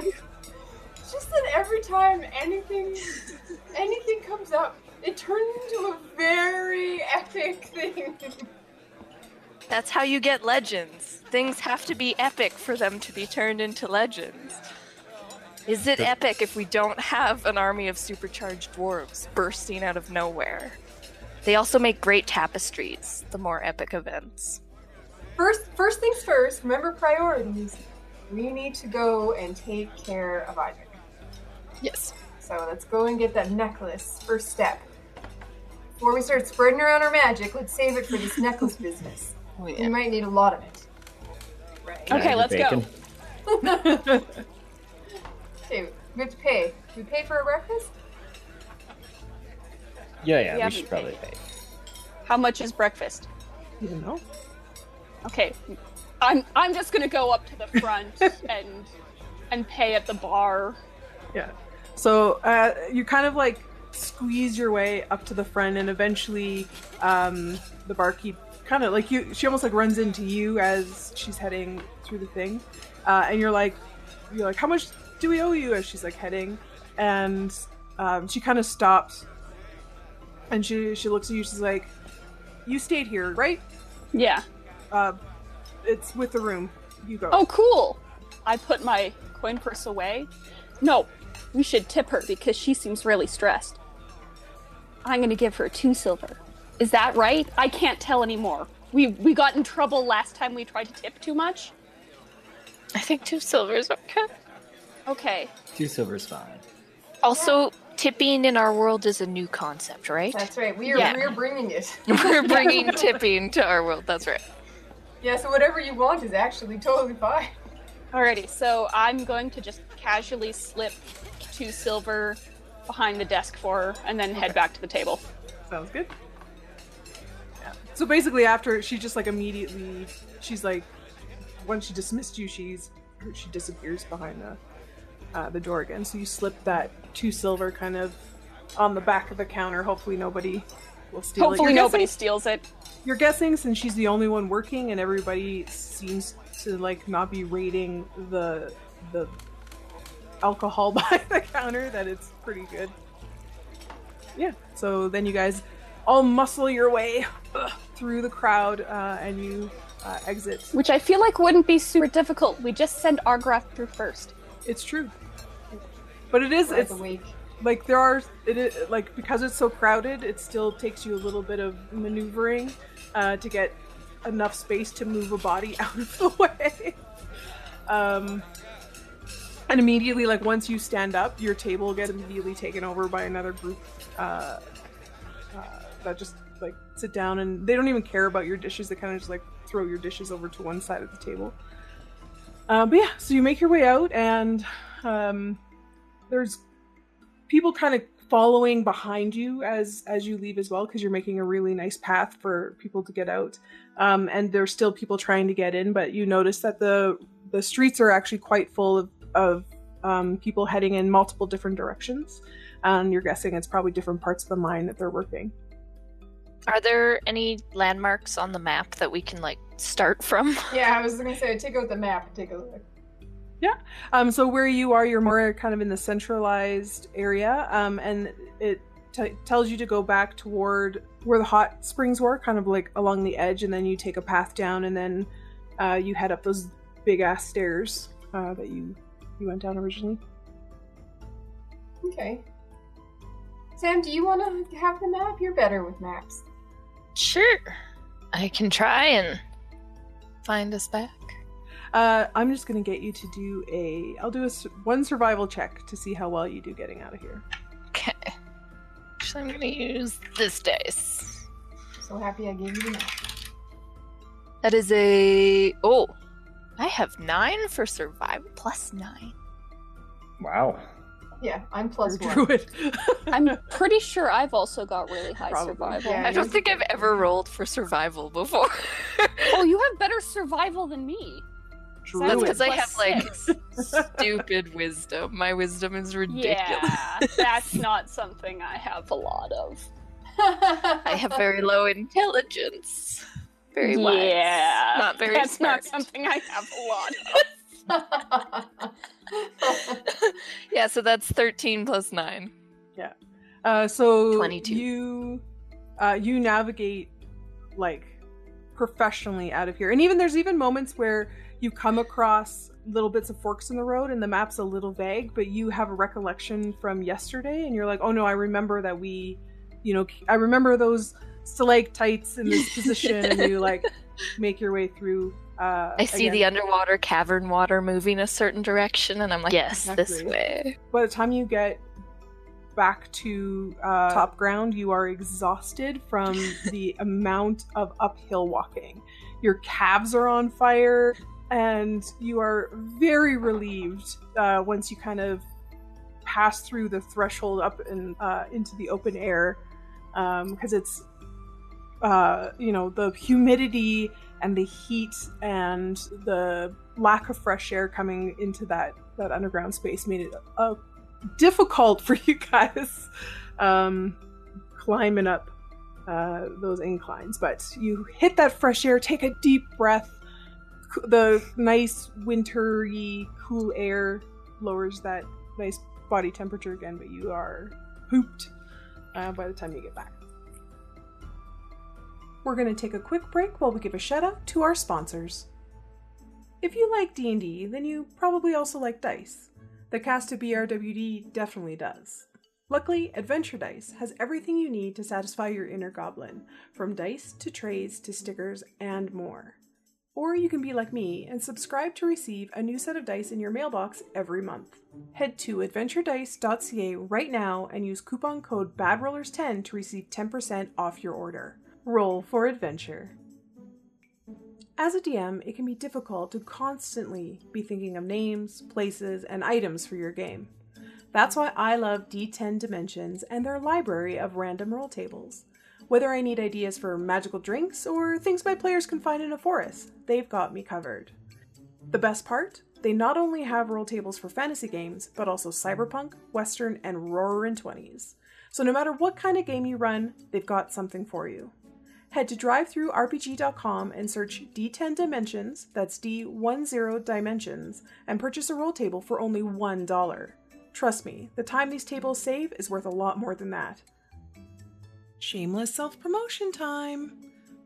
S4: It's just that every time anything anything comes up, it turns into a very epic thing.
S5: That's how you get legends. Things have to be epic for them to be turned into legends. Is it epic if we don't have an army of supercharged dwarves bursting out of nowhere? They also make great tapestries, the more epic events.
S4: First, first things first. Remember priorities. We need to go and take care of Isaac.
S5: Yes.
S4: So let's go and get that necklace. First step. Before we start spreading around our magic, let's save it for *laughs* this necklace business.
S5: Oh,
S4: We
S5: Mm-hmm.
S4: might need a lot of it. Right.
S6: Okay,
S3: Your
S6: let's go.
S3: bacon.
S4: Okay, we have to pay. We pay for our breakfast?
S3: Yeah, yeah,
S6: Yeah,
S3: we should probably pay.
S6: How much is breakfast?
S1: You don't know.
S6: Okay, I'm I'm just gonna go up to the front and and pay at the bar.
S1: So uh, you kind of like squeeze your way up to the front, and eventually, um, the barkeep kind of like you. She almost like runs into you as she's heading through the thing, uh, and you're like, you're like, how much do we owe you? As she's like heading, and um, she kind of stops, and she she looks at you. She's like, you stayed here, right?
S6: Yeah.
S1: Uh, it's with the room. You go.
S6: Oh, cool. I put my coin purse away. No, we should tip her because she seems really stressed. I'm gonna give her two silver. Is that right? I can't tell anymore. We we got in trouble last time we tried to tip too much.
S5: I think two silvers are good.
S6: Okay.
S3: Two silver's fine.
S5: Also, tipping in our world is a new concept, right? *laughs*
S4: That's right. We are
S5: Yeah.
S4: we're bringing it. *laughs*
S5: We're *laughs* bringing tipping to our world. That's right.
S4: Yeah, so whatever you want is actually totally fine.
S6: Alrighty. So I'm going to just casually slip two silver behind the desk for her and then head back to the table.
S1: Sounds good. Yeah. So basically, after she just like immediately, she's like, once she dismissed you, she's she disappears behind the uh, the door again. So you slip that two silver kind of on the back of the counter. Hopefully nobody will steal
S6: Hopefully
S1: it. You're
S6: nobody
S1: Guessing,
S6: steals it.
S1: you're guessing since she's the only one working, and everybody seems to like not be rating the the alcohol *laughs* by the counter that it's pretty good. Yeah. So then you guys all muscle your way ugh, through the crowd uh, and you uh, exit.
S6: Which I feel like wouldn't be super difficult. We just send Argrath through first.
S1: It's true. But it is
S4: We're
S1: it's
S4: awake.
S1: like there are it is, like because it's so crowded, it still takes you a little bit of maneuvering uh, to get enough space to move a body *laughs* out of the way. um, and immediately, like once you stand up, your table gets immediately taken over by another group uh, uh, that just like sit down and they don't even care about your dishes. They kind of just like throw your dishes over to one side of the table. Uh, but yeah, so you make your way out, and um, there's people kind of following behind you as as you leave as well because you're making a really nice path for people to get out um, and there's still people trying to get in but you notice that the the streets are actually quite full of, of um, people heading in multiple different directions and you're guessing it's probably different parts of the mine that they're working
S5: Are there any landmarks on the map that we can like start from?
S4: Yeah, I was gonna say take out the map and take a look.
S1: Um, so where you are, you're more kind of in the centralized area, um, and it t- tells you to go back toward where the hot springs were, kind of like along the edge, and then you take a path down, and then uh, you head up those big ass stairs uh, that you you went down originally.
S4: Okay. Sam, do you wanna have the map? You're better with maps.
S5: Sure. I can try and find us back.
S1: Uh, I'm just gonna get you to do a. I'll do a s- one survival check to see how well you do getting out of here.
S5: Okay. Actually, I'm going to use this dice.
S4: So happy I gave you the map.
S5: That is a. Oh! I have nine for survival, plus nine.
S3: Wow.
S4: Yeah, I'm plus
S1: You're a *laughs*
S4: one.
S1: druid.
S6: I'm pretty sure I've also got really high
S1: Probably.
S6: survival.
S4: Yeah.
S5: I don't think I've ever rolled for survival before.
S6: Oh, you have better survival than me.
S5: *laughs* That's
S1: Druid.
S5: because I have like
S6: Plus
S5: stupid wisdom. My wisdom is ridiculous.
S6: Yeah, that's not something I have a lot of.
S5: I have very low intelligence. Very wise.
S6: yeah,
S5: Not very
S6: That's
S5: smart.
S6: not something I have a lot of.
S5: yeah, so that's 13 plus 9.
S1: Uh, so
S5: 22.
S1: you uh, you navigate like professionally out of here, and even there's even moments where you come across little bits of forks in the road, and the map's a little vague, but you have a recollection from yesterday, and you're like, oh no, I remember that we, you know, I remember those stalactites in
S5: *laughs*
S1: this position, and you like make your way through. Uh,
S5: I see the
S1: again.
S5: underwater cavern water moving a certain direction, and I'm like, yes, this
S1: Exactly.
S5: way.
S1: By the time you get back to uh, top ground, you are exhausted *laughs* from the amount of uphill walking. Your calves are on fire, and you are very relieved uh, once you kind of pass through the threshold up and uh, into the open air because it's uh, you know the humidity and the heat and the lack of fresh air coming into that that underground space made it uh, difficult for you guys um, climbing up uh, those inclines. But you hit that fresh air, take a deep breath. c- The nice wintry cool air lowers that nice body temperature again, but you are hooped uh, by the time you get back. We're going to take a quick break while we give a shout out to our sponsors. If you like D&D, then you probably also like dice. The cast of BRWD definitely does. Luckily, Adventure Dice has everything you need to satisfy your inner goblin, from dice to trays to stickers and more. Or you can be like me and subscribe to receive a new set of dice in your mailbox every month. Head to adventuredice.ca right now and use coupon code BADROLLERS10 to receive 10% off your order. Roll for adventure. As a DM, it can be difficult to constantly be thinking of names, places, and items for your game. That's why I love D10 Dimensions and their library of random roll tables. Whether I need ideas for magical drinks or things my players can find in a forest, they've got me covered. The best part? They not only have roll tables for fantasy games, but also cyberpunk, western, and roaring 20s. So no matter what kind of game you run, they've got something for you. Head to drivethroughrpg.com and search D10 Dimensions, that's D10 Dimensions, and purchase a roll table for only $1. Trust me, the time these tables save is worth a lot more than that. Shameless self promotion time!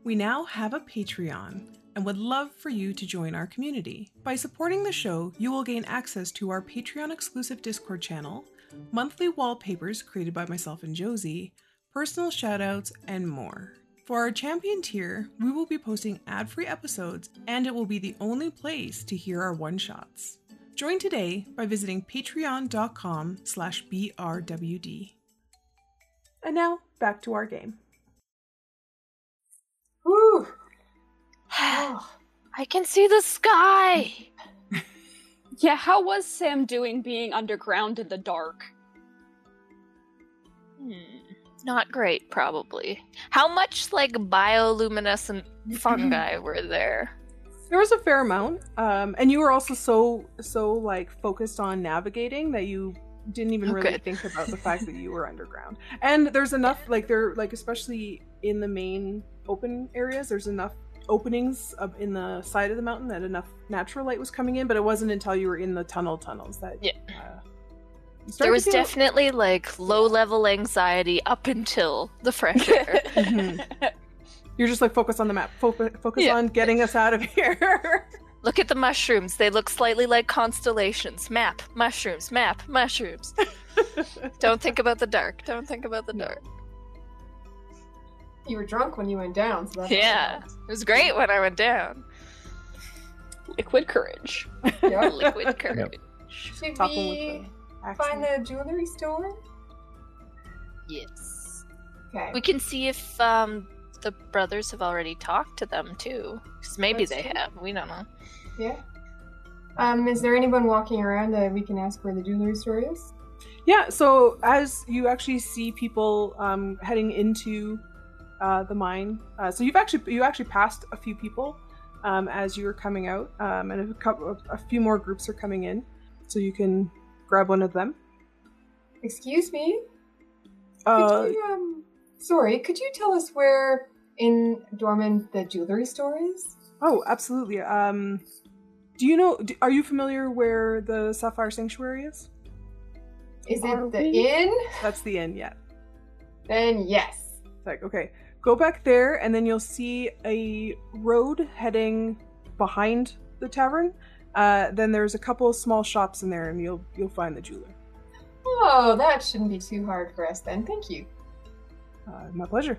S1: We now have a Patreon and would love for you to join our community. By supporting the show, you will gain access to our Patreon exclusive Discord channel, monthly wallpapers created by myself and Josie, personal shoutouts, and more. For our champion tier, we will be posting ad free episodes and it will be the only place to hear our one shots. Join today by visiting patreon.com slash brwd. And now, back to our game.
S4: Whew.
S5: *sighs* I can see the sky!
S6: Yeah, how was Sam doing being underground in the dark?
S5: Hmm. Not great, probably. How much, like, bioluminescent
S1: *laughs*
S5: fungi were there?
S1: There was a fair amount, um, and you were also so so like focused on navigating that you didn't even
S5: Oh,
S1: really
S5: good.
S1: think about
S5: *laughs*
S1: the fact that you were underground. And there's enough like there like especially in the main open areas, there's enough openings up in the side of the mountain that enough natural light was coming in. But it wasn't until you were in the tunnel tunnels that
S5: Yeah.
S1: uh, you started
S5: There
S1: to
S5: was
S1: feel-
S5: definitely, like, low level anxiety up until the
S1: *laughs*
S5: fresh air.
S1: Mhm. You're just like focus on the map, fo- focus
S5: Yeah.
S1: on getting us out of here. *laughs*
S5: Look at the mushrooms. They look slightly like constellations. Map, mushrooms, map, mushrooms.
S1: *laughs*
S5: Don't think about the dark. Don't think about the dark.
S4: You were drunk when you went down, so that's
S5: Yeah. It was great when I went down.
S6: Liquid courage.
S4: Yep.
S5: *laughs*
S4: *laughs*
S5: Liquid courage.
S4: Should
S1: Talking
S4: we
S1: with the
S4: find
S1: accent.
S4: the jewelry store?
S5: Yes.
S4: Okay.
S5: We can see if um, the brothers have already talked to them too. Because maybe
S4: That's
S5: they
S4: true.
S5: have. We
S4: *laughs*
S5: don't know.
S4: Yeah. Um, is there anyone walking around that we can ask where the jewelry store is?
S1: Yeah, so as you actually see people um, heading into uh, the mine, uh, so you've actually you actually passed a few people um, as you are coming out, um, and a, couple, a few more groups are coming in, so you can grab one of them.
S4: Excuse me.
S1: Uh,
S4: could you, um, sorry, could you tell us where in Dorman the jewelry store is?
S1: oh, absolutely. Um, do you know? Do, are you familiar where the Sapphire Sanctuary is?
S4: Is
S6: Are
S4: it the
S6: we-
S4: inn?
S1: That's the inn. Yeah.
S4: Then yes.
S1: It's like, okay, go back there, and then you'll see a road heading behind the tavern. Uh, then there's a couple of small shops in there, and you'll you'll find the jeweler.
S4: Oh, that shouldn't be too hard for us then. Thank you.
S1: Uh, my pleasure.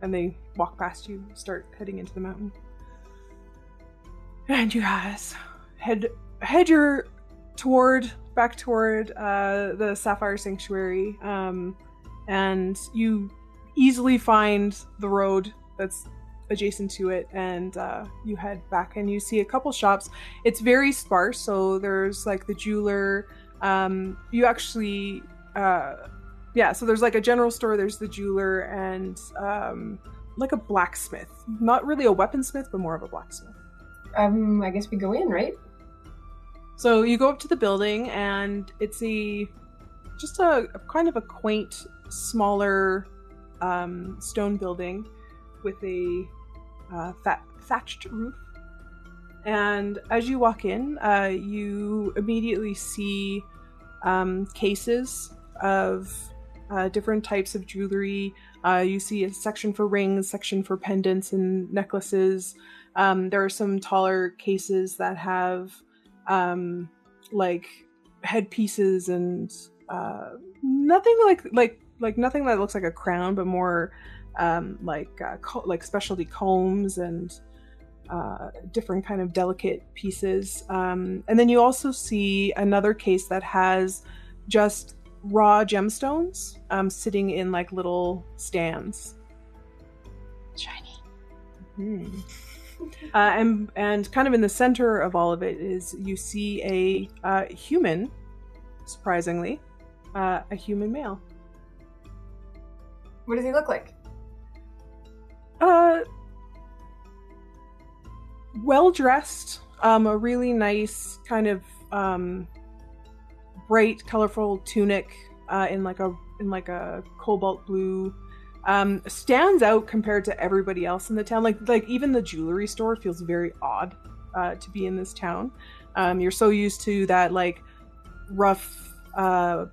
S1: And they walk past you, start heading into the mountain. And you guys head head your toward back toward uh, the Sapphire Sanctuary, um, and you easily find the road that's adjacent to it, and uh, you head back and you see a couple shops. It's very sparse, so there's like the jeweler. Um, you actually. Uh, yeah so there's like a general store there's the jeweler and um like a blacksmith not really a weaponsmith but more of a blacksmith
S4: Um, I guess we go in, right?
S1: so you go up to the building and it's a just a, a kind of a quaint smaller um stone building with a uh, tha- thatched roof and as you walk in uh, you immediately see um, cases of uh, different types of jewelry. Uh, you see a section for rings, section for pendants and necklaces. Um, there are some taller cases that have um, like headpieces and uh, nothing like like like nothing that looks like a crown, but more um, like uh, co- like specialty combs and uh, different kind of delicate pieces. Um, and then you also see another case that has just raw gemstones um, sitting in like little stands.
S6: Shiny.
S1: Hmm. Uh, and and kind of in the center of all of it is you see a uh, human, surprisingly, uh, a human male.
S4: What does he look like?
S1: Uh, well dressed, um, a really nice kind of um, bright, colorful tunic uh, in like a in like a cobalt blue. Um, stands out compared to everybody else in the town. Like like even the jewelry store feels very odd uh, to be in this town. Um, you're so used to that like rough uh,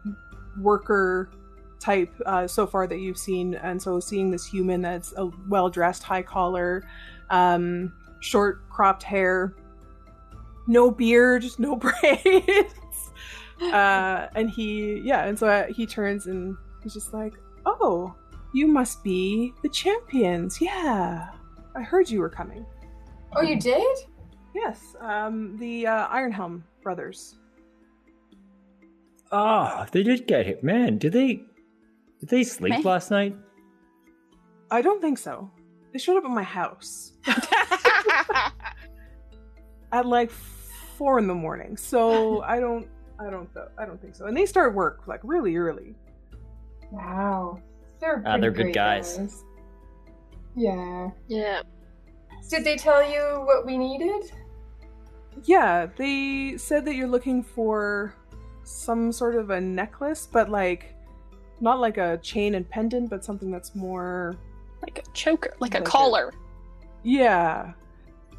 S1: worker type uh, so far that you've seen, and so seeing this human that's a well dressed, high collar, um, short cropped hair, no beard, *laughs* no braids, uh, and he yeah, and so uh, he turns and he's just like, oh, you must be the champions, yeah. I heard you were coming.
S4: Oh, you did?
S1: Yes, um, the uh, Ironhelm brothers.
S7: Ah, they did get hit. Man, did they? Did they sleep
S6: Man.
S7: last night?
S1: I don't think so. They showed up at my house at like four in the morning. So I don't, I don't, th- I don't think so. And they start work like really early.
S4: Wow. They're,
S3: Ah,
S4: pretty
S3: they're good
S4: great
S3: guys.
S4: Yeah.
S5: yeah.
S4: Did they tell you what we needed?
S1: Yeah, they said that you're looking for some sort of a necklace, but like not like a chain and pendant, but something that's more
S6: Like a choker, like a
S1: Like a-
S6: collar.
S1: Yeah.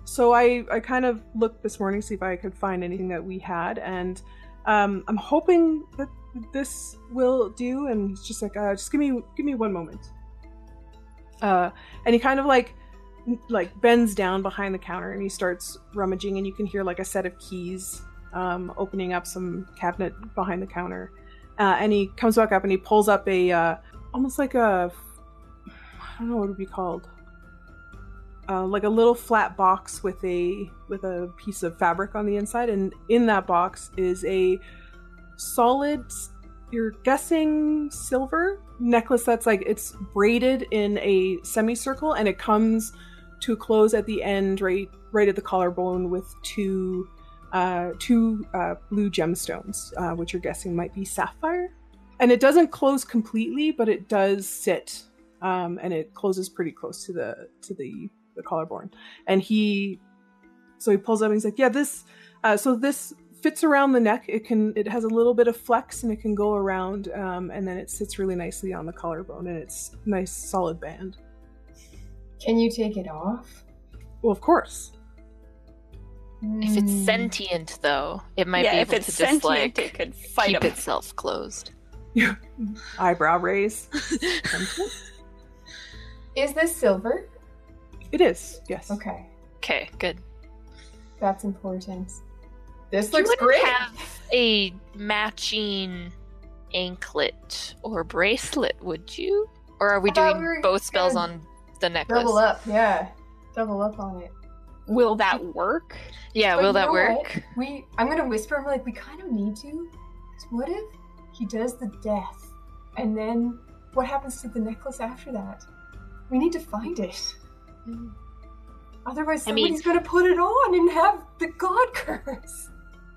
S1: So I, I kind of looked this morning to see if I could find anything that we had, and um, I'm hoping that this will do. And it's just like, uh, just give me give me one moment. Uh, and he kind of like n- like bends down behind the counter and he starts rummaging, and you can hear like a set of keys um, opening up some cabinet behind the counter. Uh, and he comes back up and he pulls up a uh, almost like a I don't know what it would be called uh, like a little flat box with a with a piece of fabric on the inside, and in that box is a solid. You're guessing silver necklace that's like it's braided in a semicircle, and it comes to a close at the end, right right at the collarbone, with two uh, two uh, blue gemstones, uh, which you're guessing might be sapphire. And it doesn't close completely, but it does sit, um, and it closes pretty close to the to the the collarborn, and he, so he pulls up and he's like, yeah, this, uh, so this fits around the neck. It can, it has a little bit of flex and it can go around, um, and then it sits really nicely on the collarbone, and it's nice solid band.
S4: Can you take it off?
S1: Well, of course.
S5: If it's
S4: Hmm.
S5: sentient, though, it might
S6: yeah,
S5: be
S6: if
S5: able
S6: it's
S5: to
S6: sentient,
S5: just like
S6: it could fight
S5: keep
S6: him.
S5: itself closed.
S1: Eyebrow raise.
S4: Is this silver?
S1: it is. Yes.
S4: Okay,
S5: Okay, good.
S4: that's important. This
S5: You
S4: looks
S5: wouldn't
S4: great.
S5: have a matching anklet or bracelet, would you? Or are we
S4: I thought
S5: doing
S4: we were
S5: both spells
S4: gonna
S5: on the necklace?
S4: Double up, yeah. Double up on it.
S6: Will that work?
S5: Yeah,
S4: But
S5: will
S4: you
S5: that
S4: know what?
S5: work?
S4: We, I'm gonna whisper. I'm like, we kind of need to. 'cause what if he does the death, and then what happens to the necklace after that? We need to find it.
S5: Mm.
S4: Otherwise,
S5: I mean-
S4: somebody's gonna put it on and have the god *laughs* curse.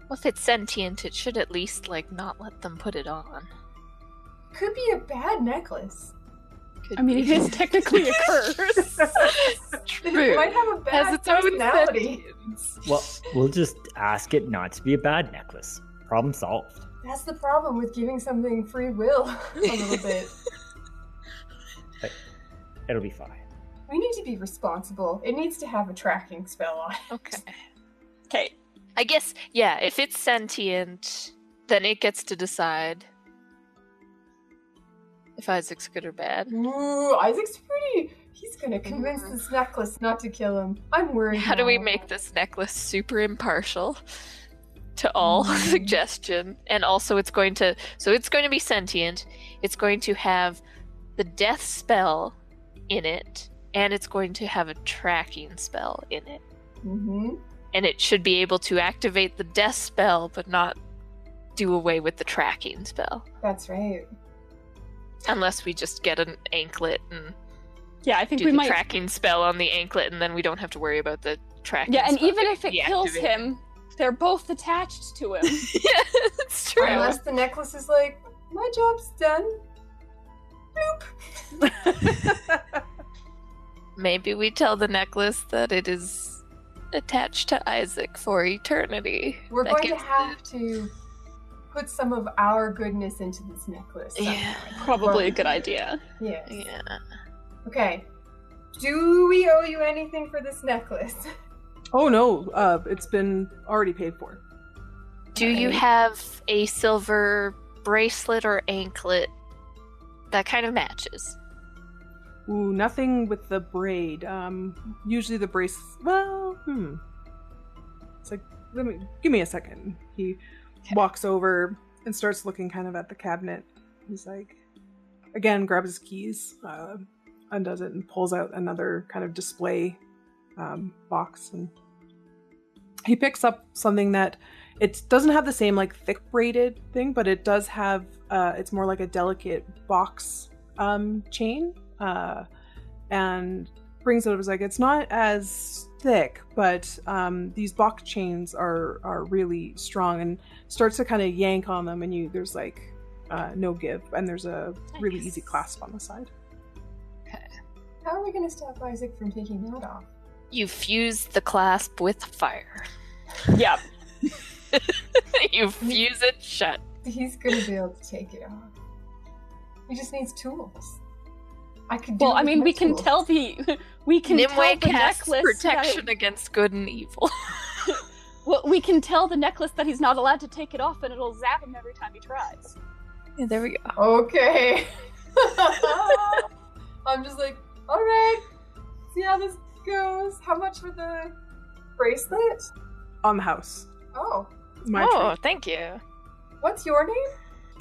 S5: Well, if it's sentient, it should at least like not let them put it on.
S4: Could be a bad necklace.
S5: Could
S6: I mean, it
S5: be.
S6: is technically a curse.
S4: It
S5: True.
S4: might have a bad
S5: Has its own
S4: personality.
S5: sentience.
S7: Well, we'll just ask it not to be a bad necklace. Problem solved.
S4: That's the problem with giving something free will *laughs* a
S5: *laughs*
S4: little bit.
S7: It'll be fine.
S4: We need to be responsible. It needs to have a tracking spell on it.
S5: Okay.
S6: Okay,
S5: I guess, yeah, if it's sentient, then it gets to decide if Isaac's good or bad.
S4: Ooh, Isaac's pretty. He's gonna convince
S6: Mm-hmm.
S4: this necklace not to kill him. I'm worried.
S5: *laughs* How do we
S4: now.
S5: make this necklace super impartial to all
S6: Mm-hmm.
S4: Mm.
S5: *laughs* suggestion? And also, it's going to so it's going to be sentient. It's going to have the death spell in it, and it's going to have a tracking spell in it.
S4: Mhm.
S5: And it should be able to activate the death spell, but not do away with the tracking spell,
S4: That's right.
S5: unless we just get an anklet and
S6: yeah, I think
S5: do
S6: we
S5: the
S6: might.
S5: tracking spell on the anklet, and then we don't have to worry about the tracking.
S6: yeah, and
S5: spell
S6: even if it
S5: getting
S6: kills
S5: deactivated.
S6: him, they're both attached to him.
S5: *laughs*
S6: *laughs*
S5: yeah, it's true.
S4: Unless the necklace is like, my job's done.
S5: Maybe we tell the necklace that it is attached to Isaac for eternity.
S4: We're
S5: That
S4: going to
S5: gives the-
S4: have to put some of our goodness into this necklace.
S5: Yeah.
S4: somehow.
S6: Probably a good idea.
S4: Yes.
S5: Yeah.
S4: Okay. Do we owe you anything for this necklace?
S1: *laughs*
S4: *laughs*
S1: Oh no, uh, it's been already paid for.
S5: Do you
S4: Okay.
S5: have a silver bracelet or anklet that kind of matches?
S1: Ooh, nothing with the braid. Um, usually the brace. Well, hmm. It's like, let me give me a second. He walks over and starts looking kind of at the cabinet. He's like, again, grabs his keys, uh, undoes it, and pulls out another kind of display um, box, and he picks up something that it doesn't have the same like thick braided thing, but it does have. Uh, it's more like a delicate box um, chain uh, and brings it up. It's like it's not as thick, but um, these block chains are are really strong, and starts to kind of yank on them, and you there's like uh, no give, and there's a really easy
S5: Nice.
S1: clasp on the side.
S4: How are we going to stop Isaac from taking that off?
S5: You fuse the clasp with fire. *laughs*
S6: Yeah,
S5: you fuse it shut.
S4: He's gonna be able to take it off. He just needs tools. I could do.
S6: well,
S4: it
S6: I
S4: with
S6: mean,
S4: my
S6: we can
S4: tools.
S6: tell the *laughs* we can
S5: Nimue
S6: tell the
S5: casts
S6: necklace
S5: protection
S6: That,
S5: against good and evil.
S6: well, we can tell the necklace that he's not allowed to take it off, and it'll zap him every time he tries.
S5: Yeah, there we go.
S4: Okay. *laughs* I'm just like, all right. See how this goes. How much for the bracelet?
S1: On the house,
S4: Oh,
S1: my
S5: oh,
S1: tree.
S5: thank you.
S4: what's your name?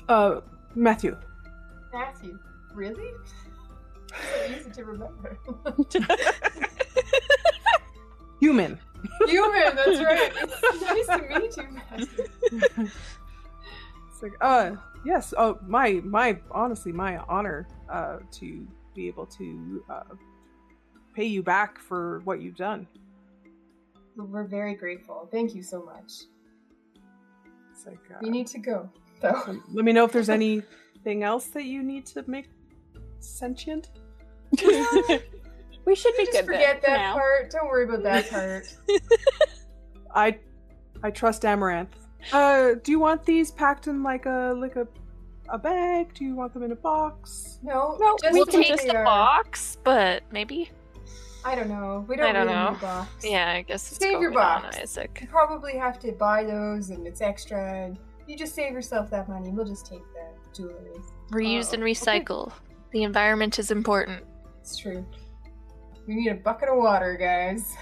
S1: Uh, Matthew.
S4: Matthew. Really? So easy to *laughs* remember. *laughs*
S1: Human.
S4: Human. That's right. It's *laughs* nice to meet you, Matthew.
S1: It's like, uh, yes. Oh, my, my, honestly, my honor uh, to be able to uh, pay you back for what you've done.
S4: We're very grateful. Thank you so much.
S1: It's like uh, um,
S4: We need to go, though.
S1: Let me know if there's anything else that you need to make sentient.
S6: *laughs* We should be
S4: Just
S6: good
S4: forget
S6: for
S4: that
S6: now.
S4: part. Don't worry about *laughs* that part.
S1: I I trust Amaranth. Uh, do you want these packed in like a like a a bag? Do you want them in a box?
S4: No,
S6: No,
S4: just
S6: we
S5: We'll
S4: the
S6: can
S4: way
S5: take
S4: they
S5: the
S4: are.
S5: box, but maybe.
S4: I don't know. We don't,
S5: I don't
S4: really
S5: know.
S4: need a box.
S5: Yeah, I guess it's
S4: Save your
S5: going on,
S4: box. You
S5: Isaac.
S4: probably have to buy those, and it's extra. And you just save yourself that money. We'll just take the jewelry.
S5: Reuse
S4: Oh,
S5: and recycle. The environment is important.
S4: It's true. We need a bucket of water, guys.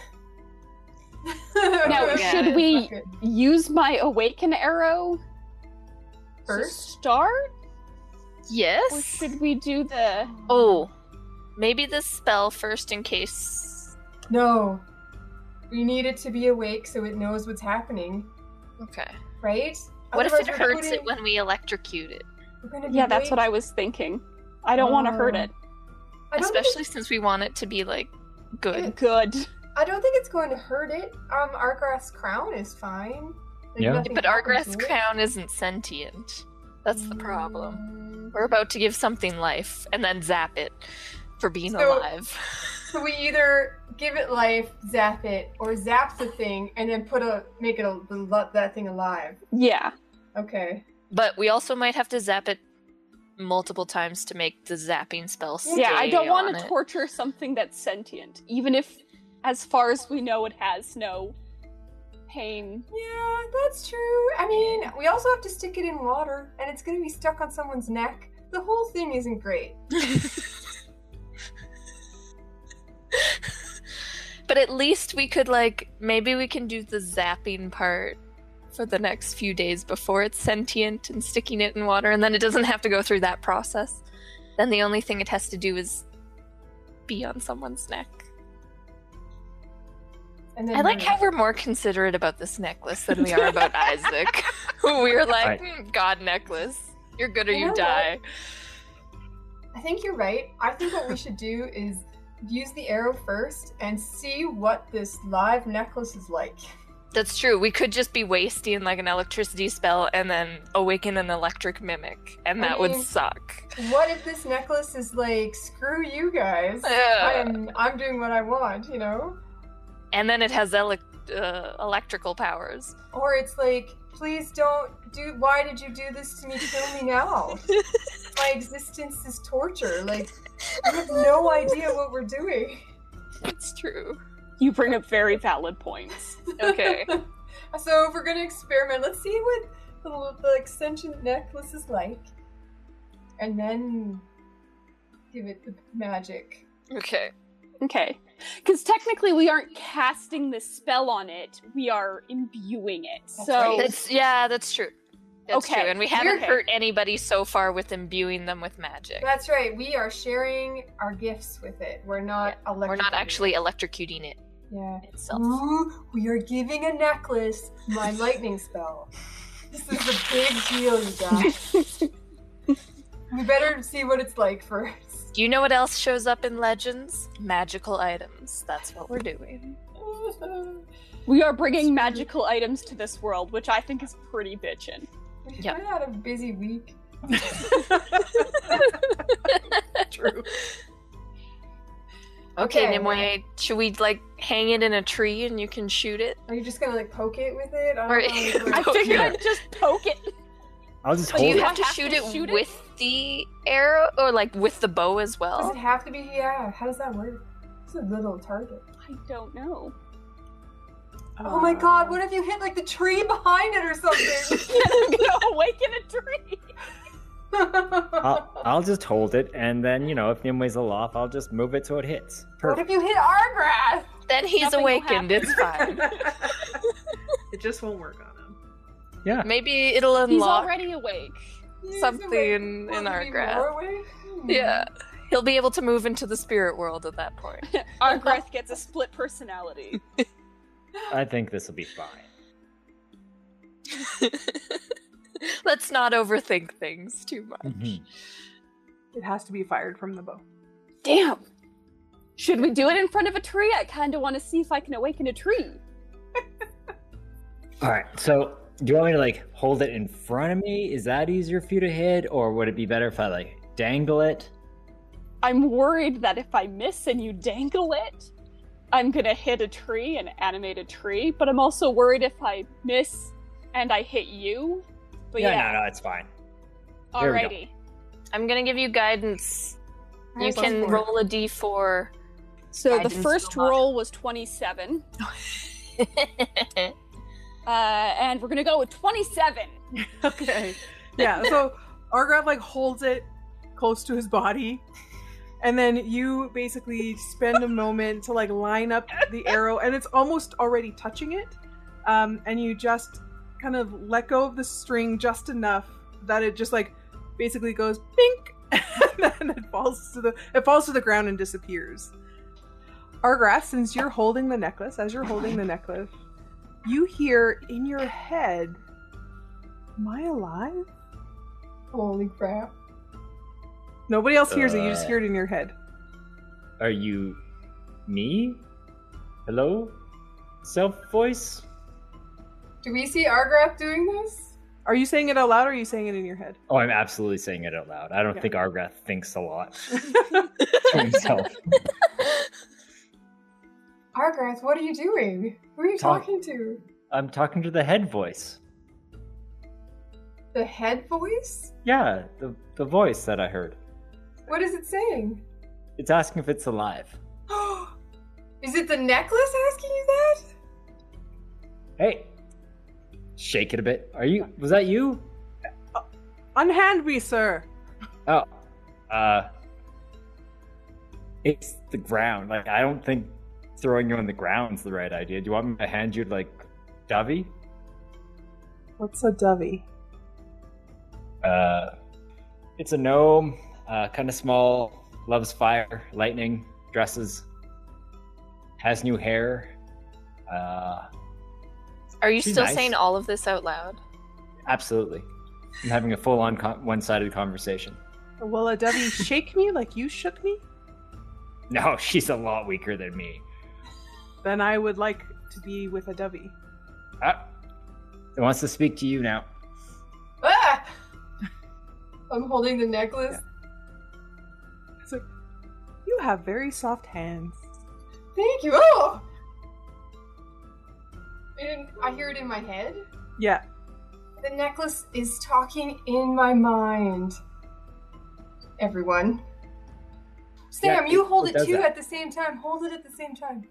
S4: *laughs*
S6: Now,
S5: Yeah.
S6: should we
S4: Bucket.
S6: use my awaken arrow
S4: first?
S6: to start, or
S5: Yes.
S6: should we do the?
S5: Oh, maybe this spell first in case.
S4: No. We need it to be awake so it knows what's happening,
S5: Okay.
S4: right?
S5: What if
S4: Otherwise
S5: it
S4: we're
S5: hurts
S4: putting-
S5: it when we electrocute it?
S4: we're gonna be
S6: Yeah, that's what
S4: wake-
S6: I was thinking. I don't want to hurt
S4: Oh.
S6: it.
S4: I don't think
S5: Especially since we want it to be like
S4: Uh,
S5: good.
S6: Good.
S4: I don't think it's going to hurt it. Um, Argrass crown is fine.
S7: Yeah.
S4: nothing
S5: But
S4: happened
S5: Argrass
S4: to it.
S5: crown isn't sentient. That's the problem.
S4: Mm.
S5: We're about to give something life and then zap it for being
S4: So-
S5: alive. *laughs*
S4: So we either give it life, zap it, or zap the thing and then put a make it a, the- that thing alive.
S6: Yeah.
S4: Okay.
S5: But we also might have to zap it multiple times to make the zapping spell stay
S6: Yeah, I don't
S5: want
S6: want to torture something that's sentient, even if, as far as we know, it has no pain.
S4: Yeah, that's true. I mean, we also have to stick it in water, and it's gonna be stuck on someone's neck. The whole thing isn't great.
S5: but at least we could like maybe we can do the zapping part for the next few days before it's sentient and sticking it in water and then it doesn't have to go through that process. Then the only thing it has to do is be on someone's neck.
S4: And then
S5: I like
S4: we're-
S5: how we're more considerate about this necklace than we
S4: *laughs*
S5: are about Isaac. *laughs* we're like,
S7: Right.
S5: "Mm, God necklace. You're good or
S4: You know
S5: you
S4: what?
S5: die.
S4: I think you're right. I think what we should do is use the arrow first and see what this live necklace is like.
S5: That's true. We could just be wasting like an electricity spell and then awaken an electric mimic, and
S4: I
S5: that would
S4: mean-
S5: suck.
S4: What if this necklace is like, screw you
S5: *laughs*
S4: guys?
S5: Yeah.
S4: I'm I'm doing what I want, you know?
S5: And then it has ele- uh, electrical *laughs* powers.
S4: Or it's like, please don't do why did you do this to me? Kill me
S5: *laughs*
S4: now. My existence is torture. Like I have no idea what we're doing.
S5: It's true.
S6: You bring up very valid points.
S5: Okay.
S4: *laughs* so if we're gonna experiment, let's see what the, the extension necklace is like, and then give it the magic.
S5: Okay.
S6: Okay. Because technically, we aren't casting this spell on it, we are imbuing it. so,
S4: right.
S5: That's yeah. That's true. That's
S6: Okay.
S5: true. And we haven't
S6: Okay.
S5: Oh. hurt anybody so far with imbuing them with magic.
S4: That's right. We are sharing our gifts with it. We're not. electrocuting
S5: We're not
S4: it.
S5: actually electrocuting it
S4: Yeah.
S5: itself.
S4: Ooh, Oh, we are giving a necklace my
S5: *laughs*
S4: lightning spell. This is a big deal, you guys.
S5: *laughs*
S4: we better see what it's like first.
S5: Do you know what else shows up in legends? Magical items. That's what we're doing.
S6: we are bringing magical items to this world, which I think is pretty bitchin'.
S4: We've
S5: Yep.
S4: had a busy week.
S1: True.
S5: Okay,
S4: Okay.
S5: Nimue, should we like hang it in a tree and you can shoot it?
S4: Are you just gonna like poke it with it? I
S5: Or- *laughs*
S4: don't know.
S6: I
S5: Poke
S6: *laughs* figured
S7: it.
S6: I'd just poke it.
S7: I'll just
S6: Do
S5: Do
S7: hold
S5: you
S7: it.
S5: have to shoot it
S6: shoot it?
S5: with the arrow or like with the bow as
S4: Does it
S5: well?
S4: have to be? Yeah. How does that work? It's a little target.
S6: I don't know. *laughs*
S4: Oh
S5: Uh.
S4: my
S1: Uh,
S4: god! What if you hit like the tree behind it or
S5: *laughs*
S4: something? *laughs*
S6: Yeah, I'm gonna awaken a tree.
S7: I'll, I'll just hold it, and then, you know, if Nimue's aloft, I'll just move it so it hits.
S4: what if
S7: Perfect.
S4: you hit Argrath?
S5: Then he's
S6: Nothing will
S5: awakened. It's fine.
S1: *laughs* it just won't work on him.
S6: *laughs*
S7: Yeah.
S5: Maybe it'll
S6: He's
S5: unlock
S6: already awake.
S4: He's
S5: Something
S4: awake.
S5: in
S4: Want to be
S5: Argrath.
S4: more awake? Hmm.
S5: Yeah. He'll be able to move into the spirit world at that
S6: *laughs*
S5: point. *laughs*
S6: Argrath gets a split personality.
S7: I think this will be fine.
S5: Let's not overthink things too much.
S7: Mhm.
S1: It has to be fired from the bow.
S6: Damn. Should we do it in front of a tree? I kind of want to see if I can awaken a tree.
S7: All right. So, do you want me to like hold it in front of me? Is that easier for you to hit, or would it be better if I like dangle it?
S6: I'm worried that if I miss and you dangle it, I'm gonna hit a tree, an animated tree. But I'm also worried if I miss and I hit you. But
S9: yeah,
S6: yeah,
S9: no, no, it's fine. there we go.
S6: alrighty.
S5: I'm gonna give you guidance. You
S4: Yes, of
S5: can
S4: course.
S5: roll a d4.
S6: So
S5: I
S6: the
S5: didn't
S6: first
S5: roll.
S6: roll was 27, uh, and we're gonna go with 27.
S1: *laughs* Okay. Yeah. So Argrav like holds it close to his body, and then you basically spend a moment to like line up the arrow, and it's almost already touching it. Um, and you just kind of let go of the string just enough that it just like basically goes pink, *laughs* and then it falls to the it falls to the ground and disappears. Argrath, since you're holding the necklace, as you're holding the necklace, you hear in your head Am I alive?
S4: Holy crap.
S1: Nobody else hears it. You just hear it in your head.
S3: Are you me? Hello? Self voice?
S4: Do we see Argrath doing this?
S1: Are you saying it out loud or are you saying it in your head? *laughs*
S3: Oh, I'm absolutely saying it out loud. I don't
S1: Yeah.
S3: think Argrath thinks a lot to himself.
S7: *laughs*
S4: Argrath, what are you doing? Who are you
S3: Talk-
S4: talking to?
S3: I'm talking to the head voice.
S4: The head voice?
S3: Yeah, the, the voice that I heard.
S4: What is it saying? *gasps*
S3: It's asking if it's alive.
S4: is it the necklace asking you that?
S3: Hey, shake it a bit. Are you? Was that you?
S1: Unhand me, sir.
S3: Oh, uh, it's the ground. Like I don't think throwing you on the ground's the right idea. Do you want me to hand you like Davi?
S1: What's a dovey?
S3: Uh, it's a gnome, uh, kind of small, loves fire, lightning, dresses, has new hair. Uh,
S5: *laughs* Are you
S3: She's
S5: still
S3: nice.
S5: saying all of this out loud?
S3: absolutely. I'm having a full-on con- one-sided conversation.
S1: Will a dovey shake me like you shook me?
S3: No, *laughs* she's a lot weaker than me.
S1: Then I would like to be with a dovey.
S3: Ah, it wants to speak to you now.
S4: Ah! *laughs* I'm holding the necklace.
S1: It's like, you have very soft hands.
S4: Thank you. Oh! I, didn't, I hear it in my head.
S1: Yeah.
S4: The necklace is talking in my mind. Everyone. Sam,
S3: Yeah,
S4: you
S3: it-
S4: hold
S3: it
S4: it,
S3: does
S4: too
S3: that.
S4: at the same time. Hold it at the same time.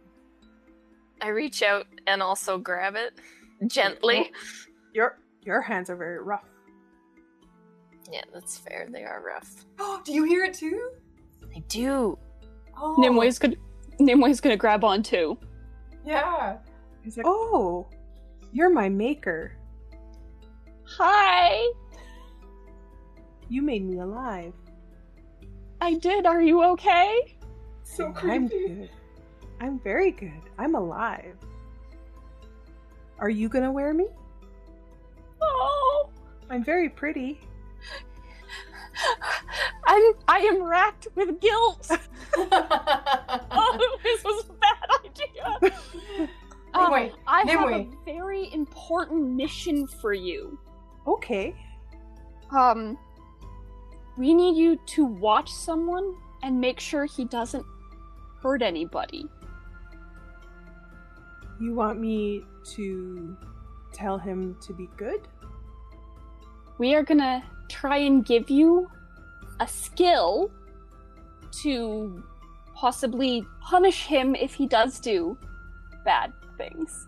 S4: *gasps*
S5: I reach out and also grab it gently.
S1: Your your hands are very rough.
S5: Yeah, that's fair. They are rough.
S4: Oh, do you hear it too?
S5: I do.
S4: Oh,
S6: Nimue's gonna Nimue's gonna grab on too.
S4: Yeah.
S1: He's like, oh, you're my maker.
S6: Hi,
S1: You made me alive.
S6: I did. Are you okay?
S4: So
S1: I'm
S4: creepy.
S1: good. I'm very good. I'm alive. Are you gonna wear me?
S6: Oh,
S1: I'm very pretty. *laughs*
S6: I'm I am racked with guilt. Oh, this was a bad idea. Um,
S4: Nimue,
S6: I have
S4: Nimue.
S6: a very important mission for you.
S1: Okay.
S6: Um, we need you to watch someone and make sure he doesn't hurt anybody.
S1: You want me to tell him to be good?
S6: we are gonna try and give you a skill to possibly punish him if he does do bad things.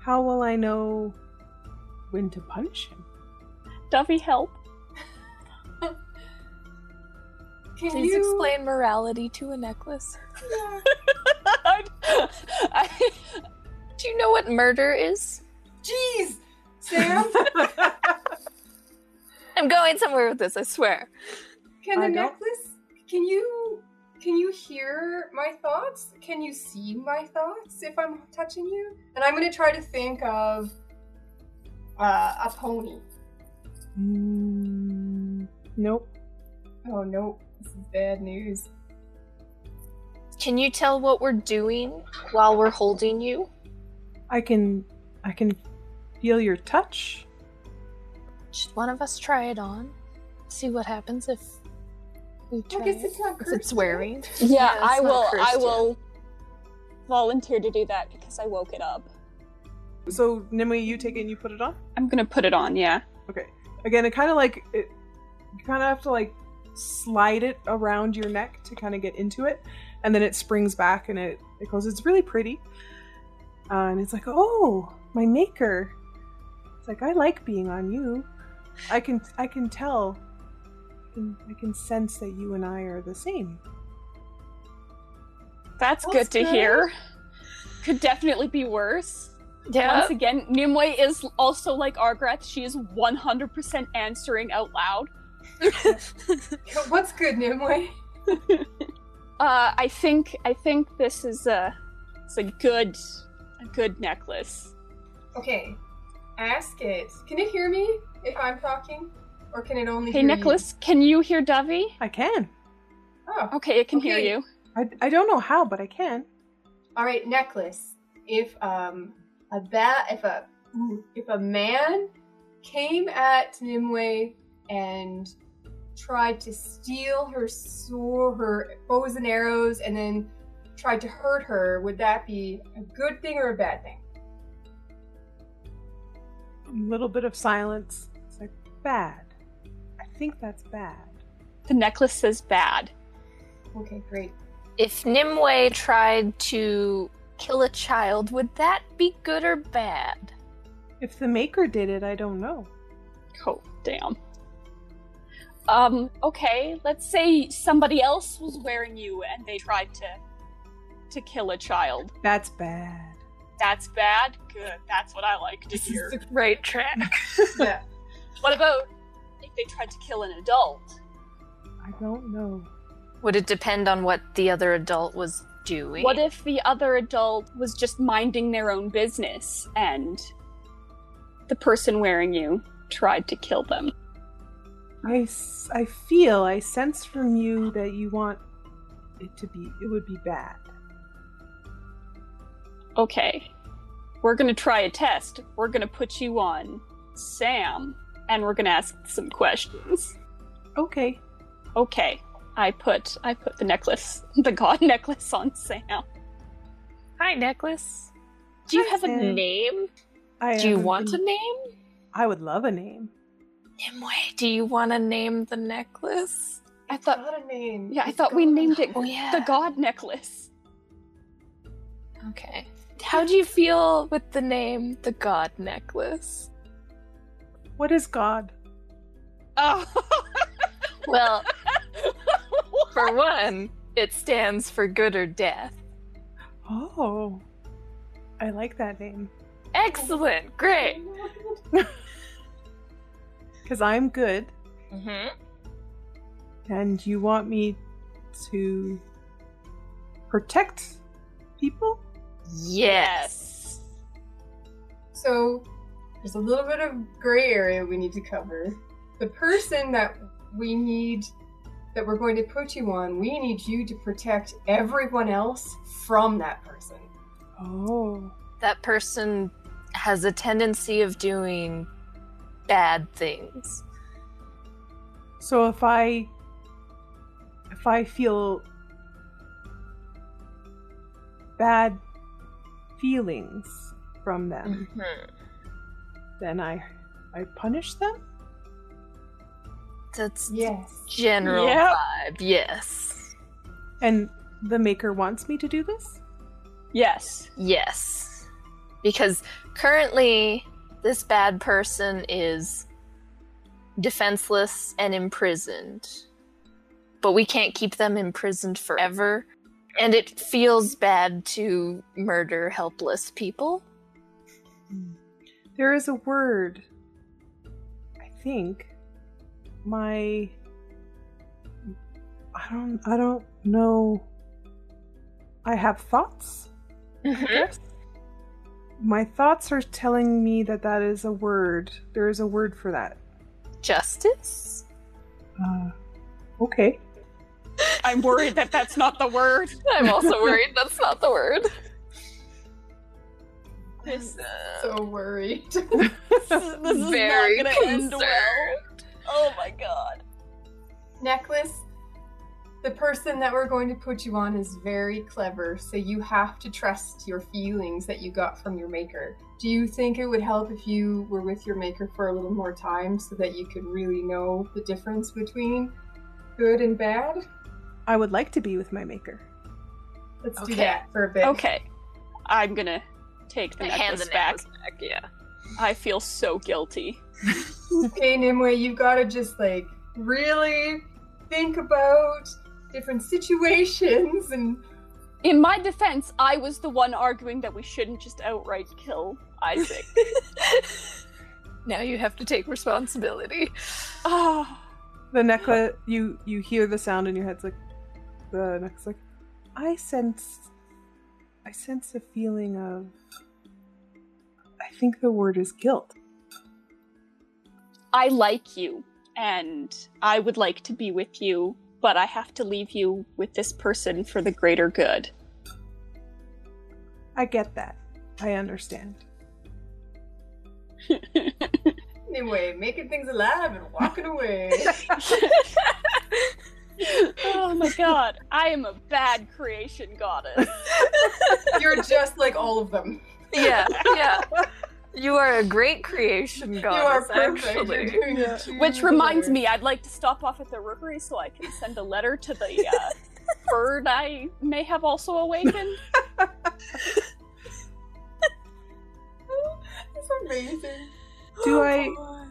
S1: How will I know when to punish *laughs* him?
S6: Duffy, help.
S4: Can
S5: Please
S4: you
S5: explain morality to a necklace. *laughs*
S4: Yeah.
S6: I-
S5: Do you know what murder is?
S4: Jeez, Sam.
S5: I'm going somewhere with this, I swear.
S4: Can the
S1: I don't-
S4: necklace? Can you? Can you hear my thoughts? Can you see my thoughts if I'm touching you? And I'm gonna try to think of uh, a pony.
S1: Mm, nope.
S4: Oh no, this is bad news.
S5: Can you tell what we're doing while we're holding you?
S1: I can I can feel your touch.
S5: Should one of us try it on? See what happens if
S4: I guess it's not
S5: Is it
S4: cursed,
S5: swearing?
S6: Yeah,
S5: it's
S6: I
S5: not
S6: will. I
S5: cursed
S6: will volunteer to do that because I woke it up.
S1: So Nimue, you take it and you put it on.
S6: I'm gonna put it on. Yeah.
S1: Okay. Again, it kind of like it, you kind of have to like slide it around your neck to kind of get into it, and then it springs back and it it goes. It's really pretty, uh, and it's like, oh, my maker. It's like I like being on you. I can I can tell. I can, I can sense that you and I are the same.
S6: That's,
S4: That's
S6: good to
S4: good.
S6: hear. Could definitely be worse. Once
S5: Yeah.
S6: again, Nimue is also like Argrath. She is 100% answering out loud.
S4: right? *laughs* What's good, Nimue?
S6: Uh, I think I think this is a it's a good a good necklace.
S4: Okay, ask it. Can it hear me if I'm talking, or can it only
S6: Hey,
S4: hear you?
S6: necklace, can you hear Dovey?
S1: I can.
S4: Oh,
S6: Okay, it can hear
S4: Okay.
S6: you.
S1: I, I don't know how, but I can.
S4: All right, necklace. If um a bat, if a ooh, if a man came at Nimue and tried to steal her sword, her bows and arrows, and then tried to hurt her, would that be a good thing or a bad thing?
S1: A little bit of silence. It's like bad. I think that's bad.
S6: The necklace says bad.
S4: Okay,
S6: *laughs*
S4: great.
S5: If Nimue tried to kill a child, would that be good or bad?
S1: If the maker did it, I don't know.
S6: Oh, damn. Um, okay, let's say somebody else was wearing you and they tried to to kill a child.
S1: That's bad.
S6: That's bad. Good. That's what I like to hear.
S5: right track.
S4: Yeah.
S6: What about if they tried to kill an adult?
S1: I don't know.
S5: Would it depend on what the other adult was doing?
S6: What if the other adult was just minding their own business and the person wearing you tried to kill them?
S1: I, s- I feel, I sense from you that you want it to be, it would be bad.
S6: Okay, we're gonna try a test. We're gonna put you on Sam and we're gonna ask some questions.
S1: Okay.
S6: Okay, I put I put the necklace, *laughs* the god necklace on Sam.
S5: Hi, necklace. Do you
S1: Hi,
S5: have a
S1: Sam.
S5: name?
S1: I
S5: Do you
S1: haven't
S5: want a
S1: been-
S5: name?
S1: I would love a name.
S5: Nimue, do you want to name the necklace?
S6: I thought
S4: Not a name.
S6: yeah, I
S4: It's
S6: thought we
S4: gone.
S6: named it
S5: Oh, yeah.
S6: the god necklace.
S5: Okay. How do you feel with the name the God Necklace?
S1: What is God?
S6: Oh.
S5: Well, *laughs* for one, it stands for good or death.
S1: Oh. I like that name.
S5: Excellent. Great.
S1: Because I'm good,
S5: Mm-hmm.
S1: and you want me to protect people?
S5: Yes.
S4: So there's a little bit of gray area we need to cover. The person that we need that we're going to put you on, we need you to protect everyone else from that person.
S1: Oh.
S5: That person has a tendency of doing bad things.
S1: So if I if I feel bad feelings from
S5: Mm-hmm.
S1: them, then I I punish them?
S5: That's the
S4: Yes.
S5: general
S6: Yep.
S5: vibe. Yes.
S1: And the maker wants me to do this?
S6: Yes.
S5: Yes. Because currently, this bad person is defenseless and imprisoned. But we can't keep them imprisoned forever. And it feels bad to murder helpless people.
S1: There is a word. I think my I don't I don't know I have thoughts.
S5: Mm-hmm.
S1: My thoughts are telling me that that is a word. There is a word for that.
S5: Justice?
S1: Uh, okay.
S6: I'm worried that that's not the word.
S5: I'm also worried that's not the word.
S6: This,
S4: So worried.
S6: this is
S5: Very
S6: not gonna end well.
S5: Oh concerned.
S6: Oh my god.
S4: necklace, the person that we're going to put you on is very clever, so you have to trust your feelings that you got from your maker. Do you think it would help if you were with your maker for a little more time so that you could really know the difference between good and bad?
S1: I would like to be with my maker.
S4: Let's do
S5: Okay.
S4: that for a bit. *laughs*
S6: Okay. I'm gonna take the
S5: I hand
S6: necklace
S5: the
S6: back.
S5: necklace back, Yeah.
S6: I feel so guilty.
S4: Okay, Nimue, you gotta just like really think about different situations and
S6: In my defense, I was the one arguing that we shouldn't just outright kill *laughs* Isaac.
S5: now you have to take responsibility.
S6: Ah,
S1: The necklace. You you hear the sound in your head's like the necklace. Like I sense. I sense a feeling of. I think the word is guilt.
S6: I like you, and I would like to be with you, but I have to leave you with this person for the greater good.
S1: I get that. I understand.
S4: Nimue making things alive and walking away.
S6: oh my god, I am a bad creation goddess.
S4: You're just like all of them.
S5: yeah,
S4: *laughs*
S5: yeah. You are a great creation
S4: You
S5: goddess,
S4: are perfect. You're
S5: actually.
S4: doing it too
S6: *laughs* Which reminds
S4: good.
S6: me, I'd like to stop off at the rookery so I can send a letter to the *laughs* uh, bird I may have also *laughs* awakened.
S4: It's amazing. Oh,
S1: Do *gasps* I?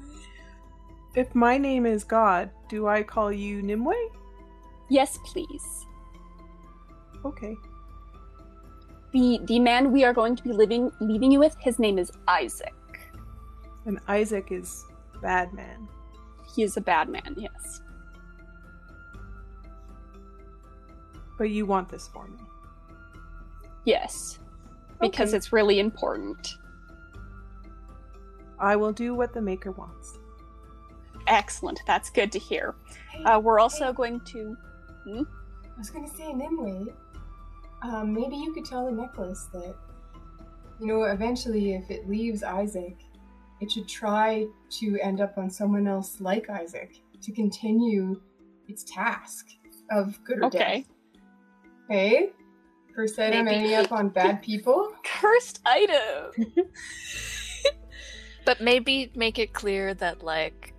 S1: If my name is God, do I call you Nimue?
S6: yes, please.
S1: Okay.
S6: The the man we are going to be living leaving you with, his name is Isaac.
S1: And Isaac is bad man.
S6: He is a bad man, yes.
S1: But you want this for me.
S6: Yes. Because
S1: Okay.
S6: it's really important.
S1: I will do what the maker
S5: *laughs*
S1: wants.
S6: Excellent. That's good to hear. Uh, we're also going to
S4: I was gonna say, Nimue, um, maybe you could tell the necklace that, you know, eventually if it leaves Isaac, it should try to end up on someone else like Isaac to continue its task of good or
S6: Okay.
S4: death. Okay? First item
S5: Maybe-
S4: ending up on bad people.
S6: cursed item.
S5: *laughs* But maybe make it clear that, like,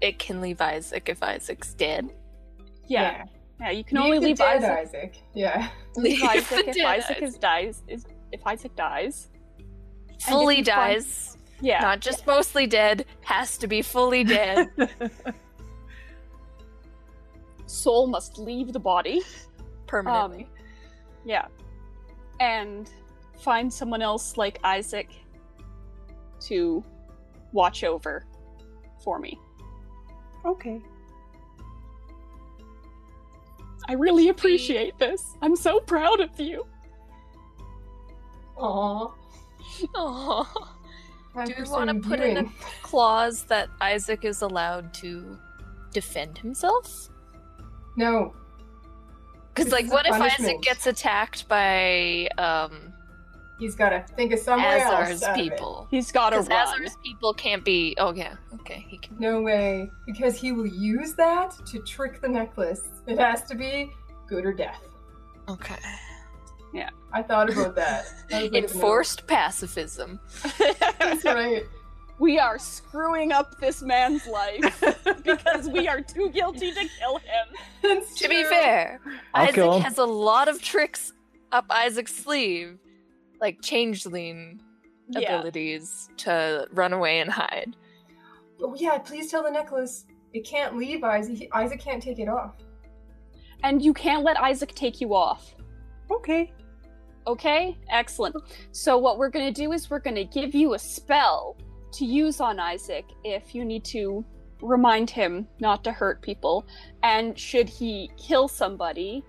S5: it can leave Isaac if Isaac's dead.
S6: Yeah. Yeah, you can
S4: Leave
S6: only
S4: the
S6: leave
S4: dead
S6: Isaac
S4: Isaac. Yeah.
S6: leave
S5: Leave
S6: *laughs* Isaac
S5: the
S6: if
S5: dead
S6: Isaac
S5: Isaac.
S6: is dies is if Isaac dies.
S5: Fully
S6: you find-
S5: dies.
S6: Yeah. Um,
S5: Not just mostly dead, has to be fully
S6: *laughs*
S5: dead.
S6: soul must leave the body.
S5: permanently.
S6: *laughs* Yeah. And find someone else like Isaac to watch over for me.
S1: okay.
S6: I really appreciate this. I'm so proud of you.
S4: Aww.
S5: Aw. Do we want to put in a clause that Isaac is allowed to defend himself?
S4: No. This
S5: Because, like,
S4: is a
S5: what if Isaac
S4: punishment.
S5: gets attacked by um,
S4: He's gotta think of somewhere else.
S5: Azar's
S4: out of it.
S5: people?
S6: He's got to
S5: Because
S6: run.
S5: Azar's people can't be. Oh, yeah. Okay. He can.
S4: No way. Because he will use that to trick the necklace. It has to be good or death.
S5: Okay.
S4: I thought about
S5: *laughs*
S4: that. I was like,
S5: Enforced pacifism.
S4: no. *laughs* That's right.
S6: *laughs* We are screwing up this man's *laughs* life because we are too guilty to kill him.
S4: That's
S5: To be
S4: true.
S5: fair,
S7: I'll
S5: Isaac
S7: kill him.
S5: has a lot of tricks up Isaac's sleeve, like changeling abilities to run away and hide.
S4: Oh yeah, please tell the necklace it can't leave Isaac. He- Isaac can't take it off.
S6: And you can't let Isaac take you off.
S1: Okay.
S6: Okay? Excellent. So, what we're going to do is we're going to give you a spell to use on Isaac if you need to remind him not to hurt people. And should he kill somebody,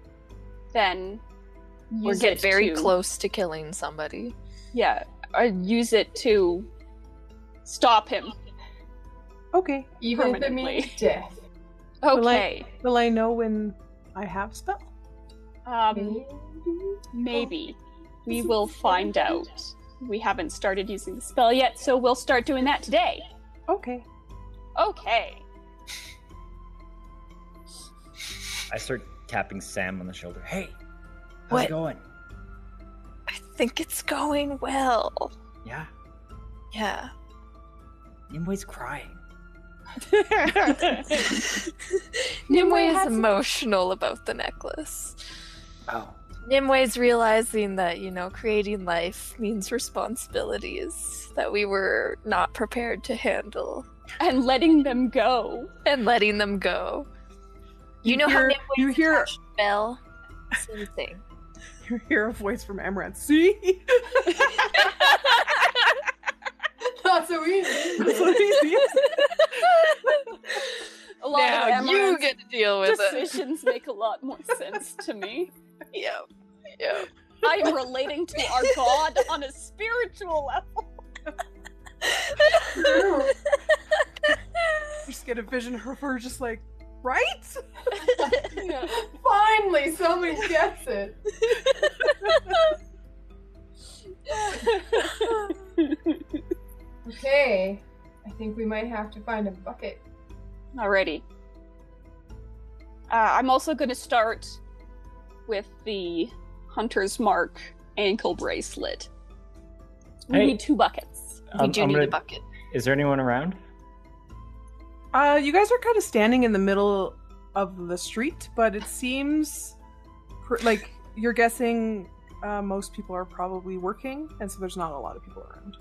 S6: then
S5: Or
S6: use
S5: get
S6: it
S5: very
S6: to-
S5: close to killing somebody.
S6: Yeah, or use it to stop him.
S1: Okay.
S4: Even if it
S6: Permanently.
S4: means death.
S5: *laughs*
S1: Well, I-
S6: Okay.
S1: Will I know when I have spell?
S6: Um,
S4: Maybe.
S6: maybe. We will find out. We haven't started using the spell yet, so we'll start doing that today.
S1: Okay.
S6: Okay.
S7: I start
S3: tapping Sam on the shoulder. Hey, how's
S5: What?
S3: it going?
S5: I think it's going well.
S3: Yeah,
S5: *laughs* Yeah.
S3: Nimue's crying.
S5: Nimue is emotional about the necklace.
S3: Oh,
S5: Nimue's realizing that, you know, creating life means responsibilities that we were not prepared to handle
S6: and letting them
S5: *laughs*
S6: go.
S5: and letting them go. You, know how
S1: hear-
S5: Nimue
S1: you hear-
S5: Bell? Same thing.
S1: You hear a voice from Amaranth. See? *laughs*
S4: Not so easy.
S5: *laughs*
S1: That's what he sees.
S6: A
S5: *laughs*
S6: lot
S5: now
S6: of
S5: you
S6: Amaranth's
S5: get to deal with it.
S6: decisions make a lot more sense to me.
S5: *laughs* Yeah. Yeah.
S6: I am relating to our God on a spiritual level.
S1: just get a vision of her just like, right?
S5: *laughs*
S4: Finally, someone gets it. Okay, I think we might have to find a bucket.
S6: Alrighty. Uh, I'm also going to start with the Hunter's Mark ankle bracelet. We
S7: Hey.
S6: need two buckets.
S5: We
S7: I'm-
S5: do
S7: I'm
S5: need
S7: gonna-
S5: a bucket.
S7: Is there anyone around?
S1: Uh, you guys are kind of standing in the middle of the street, but it seems pr- like you're guessing uh, most people are probably working, and so there's not a lot of people around.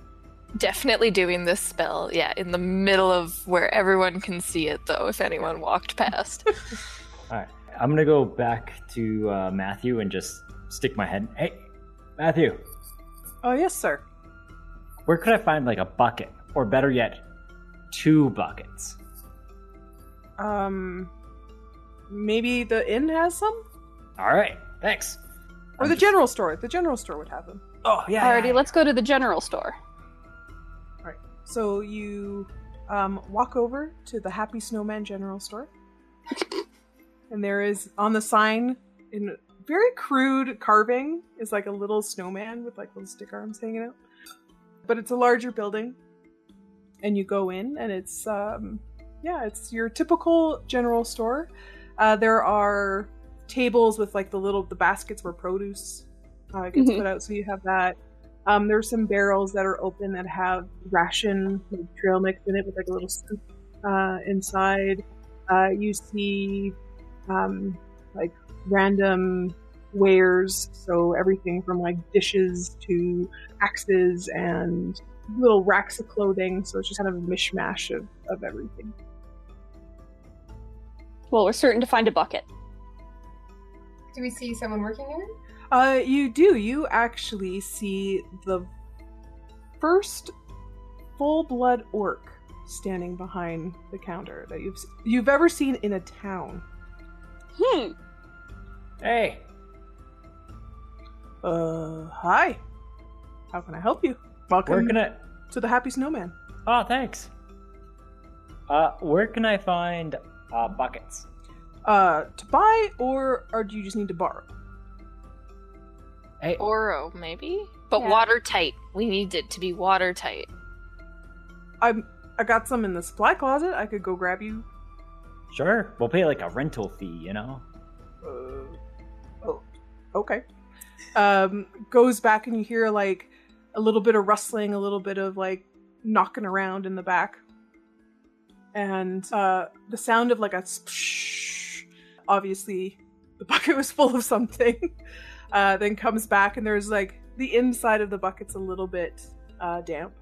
S5: Definitely doing this spell, yeah, in the middle of where everyone can see it, though, if anyone walked past. *laughs*
S7: All right, I'm gonna go back to uh, Matthew and just stick my head. Hey, Matthew,
S1: Oh yes, sir.
S7: where could I find like a bucket, or better yet, two buckets?
S1: Um, maybe the inn has some,
S7: All right, thanks.
S1: or
S7: I'm
S1: the
S7: just-
S1: general store. The general store would have them.
S7: Oh yeah. yeah,
S6: Alrighty, let's go to the general store.
S1: So you um, walk over to the Happy Snowman General Store, and there is on the sign in very crude carving is like a little snowman with like little stick arms hanging out. But it's a larger building, and you go in, and it's um, yeah, it's your typical general store. Uh, there are tables with like the little the baskets where produce uh, gets
S6: Mhm.
S1: put out, so you have that. Um, there's some barrels that are open that have ration like, trail mix in it with like a little scoop uh, inside. Uh, you see um, like random wares, so everything from like dishes to axes and little racks of clothing. So it's just kind of a mishmash of, of everything.
S6: Well, we're certain to find a bucket.
S4: Do we see someone working here?
S1: Uh, you do. You actually see the first full blood orc standing behind the counter that you've you've ever seen in a town.
S6: Hmm.
S7: Hey,
S1: Uh, hi. How can I help you? Welcome
S7: where can I?
S1: to the Happy Snowman.
S7: Oh, thanks. Uh, where can I find uh, buckets?
S1: Uh, to buy or or do you just need to borrow?
S7: Hey,
S5: Oro, maybe? But
S6: Yeah.
S5: watertight. We need it to be watertight.
S1: I'm I got some in the supply closet. I could go grab you.
S7: sure. We'll pay like a rental fee, you know.
S1: Uh, oh, okay. Um, goes back and you hear like a little bit of rustling, a little bit of like knocking around in the back, and uh, the sound of like a splash. Obviously, the *laughs* bucket was full of something. *laughs* Uh, then comes back and there's like the inside of the bucket's a little bit uh, damp.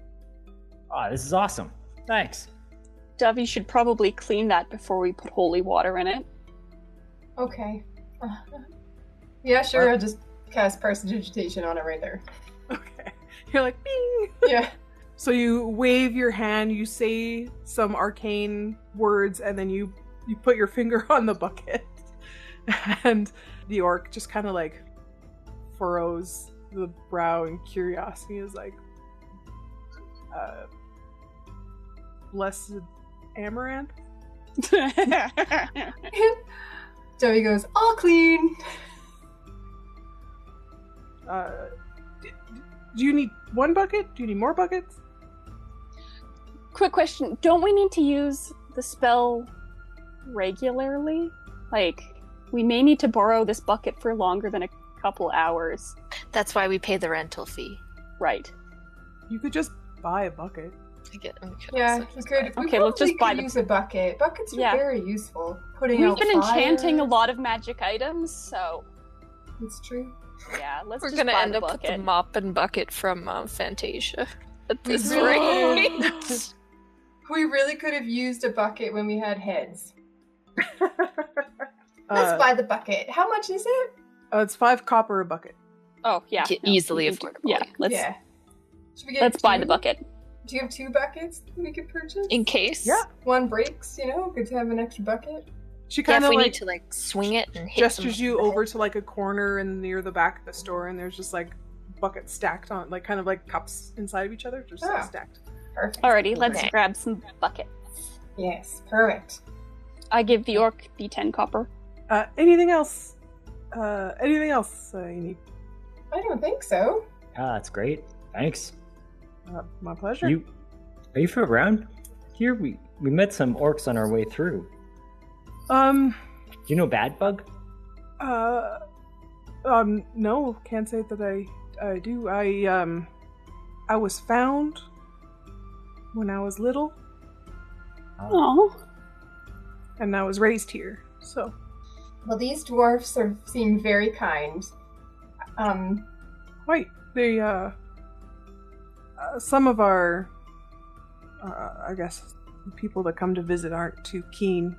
S1: *laughs*
S7: Oh, this is awesome. Thanks.
S6: Dovey should probably clean that before we put holy water in it.
S4: Okay. *laughs* yeah, sure. I'll just cast prestidigitation on it right there. *laughs*
S1: Okay, you're like bing.
S4: Yeah. *laughs*
S1: So you wave your hand, you say some arcane words, and then you you put your finger *laughs* on the bucket, and the orc just kind of like furrows the brow in curiosity. Is like, uh, blessed amaranth.
S7: *laughs*
S4: Joey goes, all clean.
S1: Uh, d- d- do you need one bucket? Do you need more buckets?
S6: Quick question: Don't we need to use the spell regularly? Like We may need to borrow this bucket for longer than a couple hours.
S5: That's why we pay the rental fee.
S6: Right.
S1: You could just buy a
S5: *laughs*
S1: bucket.
S5: I get, we could
S4: Yeah,
S5: also
S4: we
S5: just
S4: could.
S5: buy-
S4: We
S6: Okay, let's
S4: probably
S6: just buy
S4: could
S6: the-
S4: use a bucket. Buckets are
S6: Yeah.
S4: very useful. Putting
S6: We've
S4: out
S6: been enchanting a
S4: fires.
S6: lot of magic items, so
S4: It's true.
S6: yeah, let's
S5: We're
S6: just
S5: gonna
S6: buy
S5: end
S6: the
S5: up with the
S6: bucket.
S5: mop and bucket from um, Fantasia at
S4: We
S5: this
S4: really-
S5: *laughs* rate.
S4: We really could have used a bucket when we had heads. Let's
S1: Uh,
S4: buy the bucket. How much is it?
S1: uh, it's five copper a bucket.
S6: oh yeah,
S5: Get
S6: no,
S5: easily
S6: we can do-
S5: affordable.
S6: Yeah, let's
S4: yeah. Should we get
S6: let's buy
S4: two?
S6: the bucket.
S4: Do you have two buckets that we could purchase?
S5: In case,
S1: Yeah.
S4: One breaks, you know, good to have an extra bucket.
S1: She
S5: Yeah,
S1: kind
S5: if
S1: of
S5: we
S1: like
S5: need to like swing it and hit
S1: gestures
S5: them.
S1: you over to like a corner and near the back of the store, and there's just like buckets stacked on, like kind of like cups inside of each other, just like,
S4: Oh.
S1: stacked.
S4: Perfect.
S6: Alrighty, let's
S5: Okay.
S6: grab some buckets.
S4: Yes, perfect.
S6: I give the orc the ten copper.
S1: Uh, anything else? Uh, anything else uh, you need?
S4: I don't think so.
S7: Ah, that's great. Thanks.
S1: Uh, my pleasure.
S7: You are you from around here? We we met some orcs on our way through.
S1: Um,
S7: Do you know Bad Bug?
S1: uh, um, no, can't say that I, I do. I, um, I was found when I was little,
S7: Uh,
S6: Oh,
S1: and I was raised here. So,
S4: Well, these dwarfs are, seem very kind. Um,
S1: quite they, uh, uh, some of our, uh, I guess, people that come to visit aren't too keen,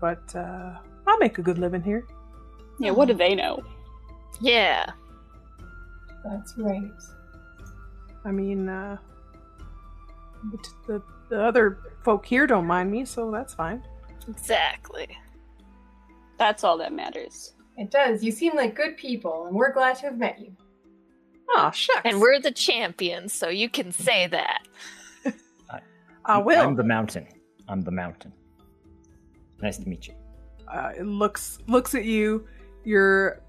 S1: but uh, I make a good living here.
S6: yeah. What do they know?
S5: Yeah.
S4: that's right.
S1: I mean, uh, the, the the other folk here don't mind me, so that's fine.
S5: Exactly.
S6: That's all that matters.
S4: It does. You seem like good people, and we're glad to have met you.
S1: Oh shucks.
S5: And we're the champions, so you can say that.
S1: I will.
S7: I'm the mountain. I'm the mountain. Nice to meet you.
S1: uh, it looks looks at you. You're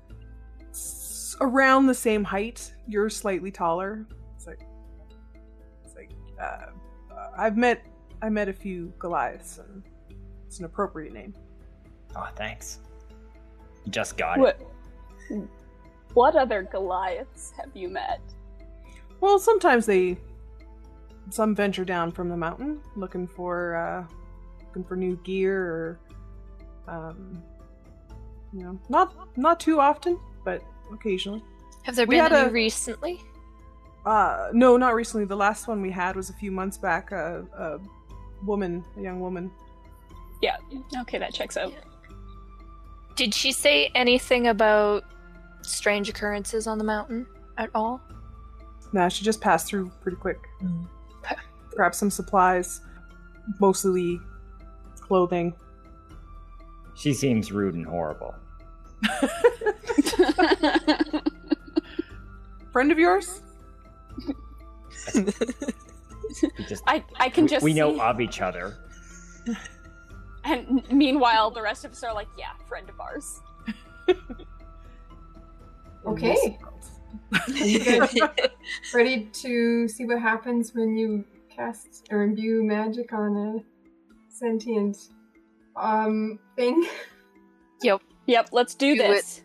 S1: s- around the same height. You're slightly taller. It's like it's like uh, uh, I've met I met a few Goliaths, and it's an appropriate name.
S7: Oh, thanks. You just got it.
S6: What? What other Goliaths have you met?
S1: Well, sometimes they some venture down from the mountain looking for uh, looking for new gear or um, you know not not too often, but occasionally.
S5: Have there
S1: We
S5: been
S1: had
S5: any
S1: a-
S5: recently?
S1: Uh, no, not recently. The last one we had was a few months back. A, a woman, a young woman.
S6: Yeah. Okay, that checks
S5: *laughs*
S6: out.
S5: Did she say anything about strange occurrences on the mountain at all?
S1: Nah, she just passed through pretty quick. Grabbed some supplies, mostly clothing.
S7: She seems rude and horrible.
S1: Friend of yours?
S7: We just
S6: I I can
S7: we-
S6: just
S7: we know
S6: see-
S7: of each other.
S6: And meanwhile, the rest of us are like, yeah, friend of ours.
S4: Okay. Ready to see what happens when you cast or imbue magic on a sentient um thing? *laughs*
S5: yep.
S6: Yep, let's do,
S5: Do
S6: this.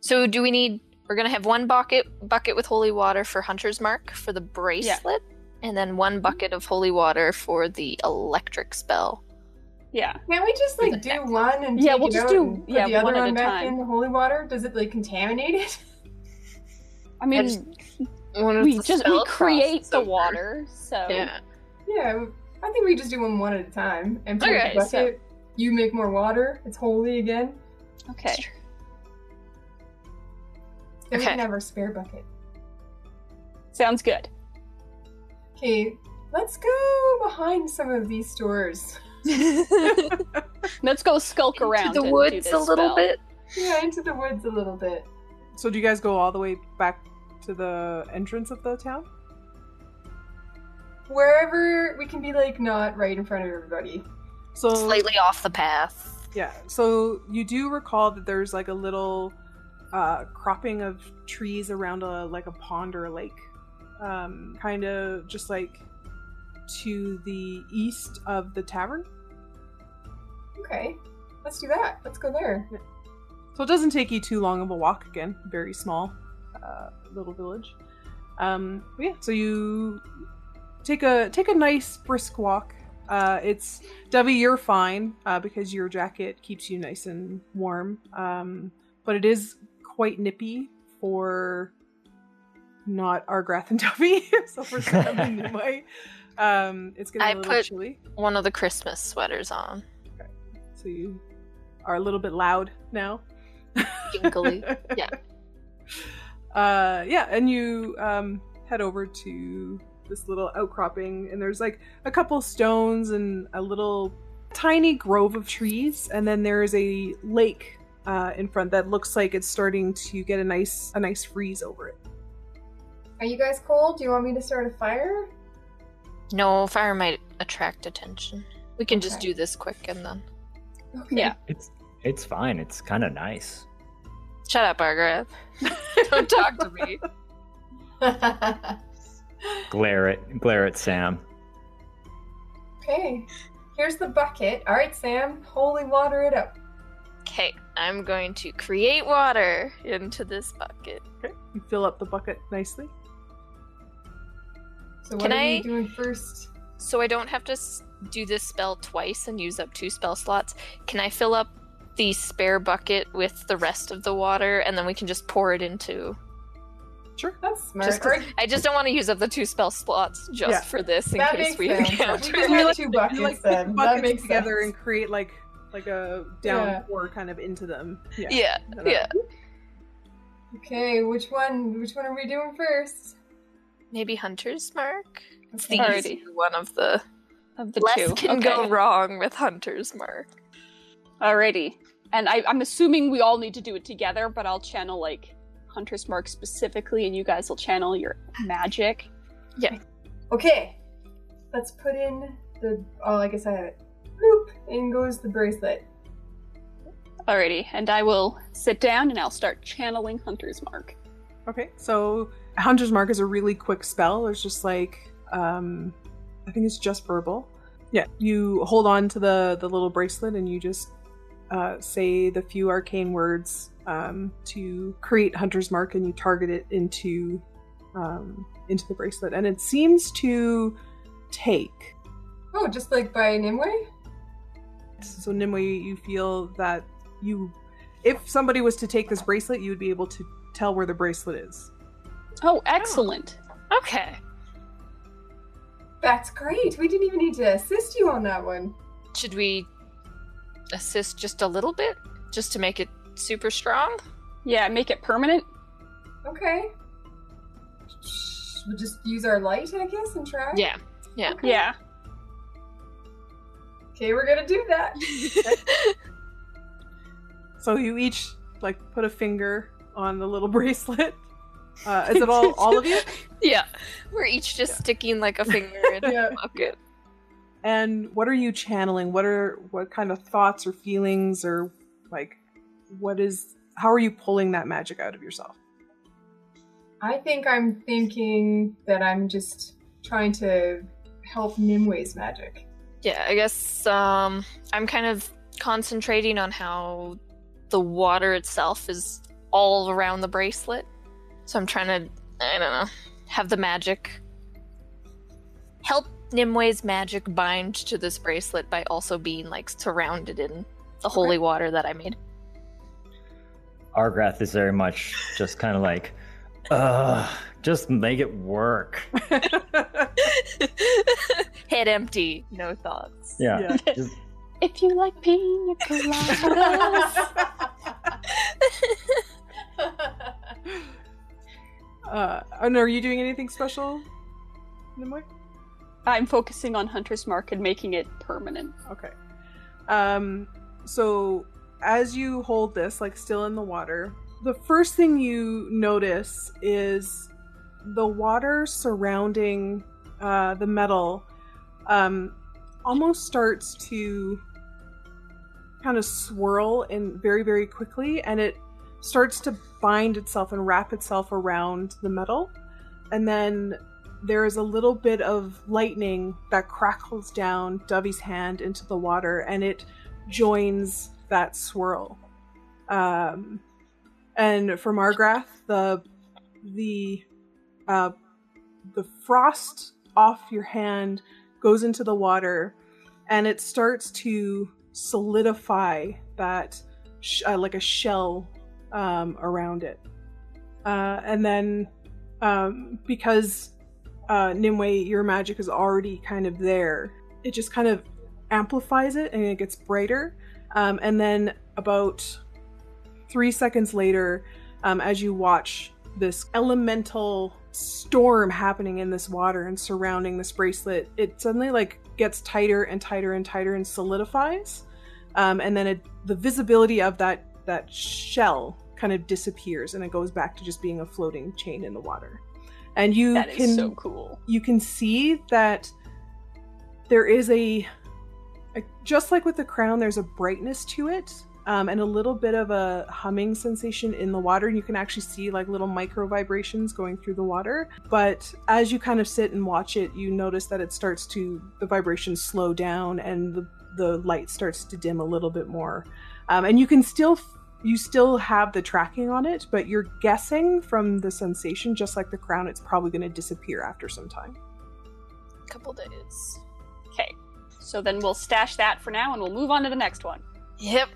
S5: So do we need? We're gonna have one bucket bucket with holy water for Hunter's Mark for the bracelet, and then one bucket of holy water for the electric spell.
S6: Yeah.
S4: Can't we just like do one and
S6: Yeah,
S4: take
S6: we'll
S4: it
S6: just
S4: out
S6: do-
S4: and put
S6: yeah,
S4: the other
S6: one at
S4: one
S6: a
S4: back
S6: time.
S4: in the holy water? Does it like contaminate it? *laughs*
S6: I mean,
S5: just- One
S6: we just we create the water, so
S5: Yeah.
S4: yeah, I think we just do them one at a time and put
S5: Okay,
S4: the bucket. You make more water. It's holy again.
S6: okay.
S4: Then we
S5: Okay.
S4: can have our spare bucket.
S6: Sounds good.
S4: Okay, let's go behind some of these stores.
S6: Let's go skulk around
S5: the
S6: and do
S5: woods
S6: this
S5: a little
S6: spell.
S5: bit.
S4: *laughs* Yeah, into the woods a little bit.
S1: *laughs* So do you guys go all the way back to the entrance of the town?
S4: Wherever we can be like not right in front of everybody.
S1: So
S5: Slightly off the path.
S1: Yeah. So you do recall that there's like a little uh, cropping of trees around a like a pond or a lake, um, kind of just like to the east of the tavern.
S4: Okay, let's do that. Let's go there.
S1: So it doesn't take you too long of a walk again. Very small uh, little village. Um, but yeah, so you take a take a nice brisk walk. Uh, it's Debbie, you're fine uh, because your jacket keeps you nice and warm. Um, but it is quite nippy for not Argrath and *laughs* Debbie. so for Sam and Nimue, um, it's getting
S5: I
S1: a little
S5: put-
S1: chilly.
S5: One of the Christmas sweaters on.
S1: So you are a little bit loud now.
S5: Jingly.
S6: *laughs*
S1: *laughs*
S5: Yeah.
S1: Uh, yeah, and you um, head over to this little outcropping, and there's like a couple stones and a little tiny grove of trees, and then there is a lake uh, in front that looks like it's starting to get a nice a nice freeze over it.
S4: Are you guys cold? Do you want me to start a fire?
S5: No, fire might attract attention. We can just
S4: Okay.
S5: do this quick and then.
S4: Okay.
S6: Yeah.
S7: It's it's fine. It's kind of nice.
S5: Shut up,
S6: *laughs*
S5: Argrath. Don't talk to me.
S7: Glare at glare at Sam.
S4: okay. Here's the bucket. All right, Sam. Holy water it up.
S5: Okay, I'm going to create water into this bucket.
S1: You fill up the bucket nicely.
S4: So what
S5: Can
S4: are
S5: I-
S4: you doing first?
S5: So I don't have to s- do this spell twice and use up two spell slots. Can I fill up the spare bucket with the rest of the water and then we can just pour it into.
S1: Sure.
S4: That's smart.
S5: Just 'cause-
S4: Or-
S5: *laughs* I just don't want to use up the two spell slots just
S1: Yeah.
S5: for this in
S4: that
S5: case
S4: makes
S5: we
S4: sense.
S5: encounter.
S4: We just
S1: You
S4: have
S1: like-
S4: two buckets
S1: You like put
S4: then. That
S1: buckets
S4: makes
S1: together and
S4: sense.
S1: create like like a
S4: Yeah.
S1: downpour kind of into them. Yeah.
S5: *laughs* Yeah,
S1: And then
S5: yeah.
S4: Okay, which one? Which one are we doing first?
S5: Maybe Hunter's Mark? It's the
S4: Okay.
S6: Alrighty.
S5: easier one of the.
S6: Of the
S5: Less
S6: two.
S5: can
S6: okay.
S5: go wrong with Hunter's Mark.
S6: Alrighty. And I, I'm assuming we all need to do it together, but I'll channel like Hunter's Mark specifically, and you guys will channel your magic.
S4: Okay, let's put in the. Oh, I guess I have it. Bloop! In goes the bracelet.
S6: Alrighty. And I will sit down and I'll start channeling Hunter's Mark.
S1: Okay, so Hunter's Mark is a really quick spell. There's just like, um, I think it's just verbal. Yeah, you hold on to the the little bracelet and you just uh, say the few arcane words um, to create Hunter's Mark, and you target it into um, into the bracelet, and it seems to take
S4: Oh, just like by Nimue?
S1: so Nimue, you feel that you, if somebody was to take this bracelet, you would be able to tell where the bracelet is.
S6: Oh, excellent.
S5: Okay.
S4: That's great. We didn't even need to assist you on that one.
S5: Should we assist just a little bit? Just to make it super strong?
S6: Yeah, make it permanent.
S4: Okay. Shh, We'll just use our light, I guess, and try.
S5: *laughs* Yeah.
S4: Okay.
S6: Yeah.
S4: Okay, we're gonna do that.
S1: So you each like put a finger on the little *laughs* bracelet. Uh, is it all all of you?
S5: yeah. We're each just sticking like a finger in a
S4: Yeah.
S5: bucket.
S1: And what are you channeling? What are what kind of thoughts or feelings or like what is how are you pulling that magic out of yourself? *laughs*
S4: I think I'm thinking that I'm just trying to help Nimue's magic.
S5: Yeah, I guess um I'm kind of concentrating on how the water itself is all around the bracelet. So I'm trying to I don't know, have the magic help Nimue's magic bind to this bracelet by also being like surrounded in the holy water that I made. *laughs*
S7: Argrath is very much just kind of like, uh, just make it work.
S5: Head empty, no thoughts.
S7: Yeah.
S1: Yeah.
S7: Just-
S6: If you like pina coladas.
S5: *laughs*
S1: Uh, and are you doing anything special? Nimue?
S6: I'm focusing on Hunter's Mark and making it permanent.
S1: Okay. Um so as you hold this like still in the water, the first thing you notice is the water surrounding uh the metal um almost starts to kind of swirl in very very quickly and it starts to bind itself and wrap itself around the metal and then there is a little bit of lightning that crackles down Dovey's hand into the water and it joins that swirl. Um, and for Margrath, the the uh, the frost off your hand goes into the water, and it starts to solidify that sh- uh, like a shell um, around it. Uh, and then um, because uh, Nimue, your magic is already kind of there, it just kind of amplifies it and it gets brighter. Um, and then about three seconds later, um, as you watch this elemental storm happening in this water and surrounding this bracelet, it suddenly like gets tighter and tighter and tighter and solidifies. Um, and then it, the visibility of that that shell kind of disappears and it goes back to just being a floating chain in the water. And you
S6: That is
S1: can
S6: so cool.
S1: you can see that there is a, a just like with the crown there's a brightness to it um, and a little bit of a humming sensation in the water and you can actually see like little micro vibrations going through the water but as you kind of sit and watch it you notice that it starts to the vibrations slow down and the, the light starts to dim a little bit more um, and you can still you still have the tracking on it but you're guessing from the sensation just like the crown it's probably going to disappear after some time
S8: couple days.
S6: Okay. So then we'll stash that for now and we'll move on to the next one.
S5: Yep.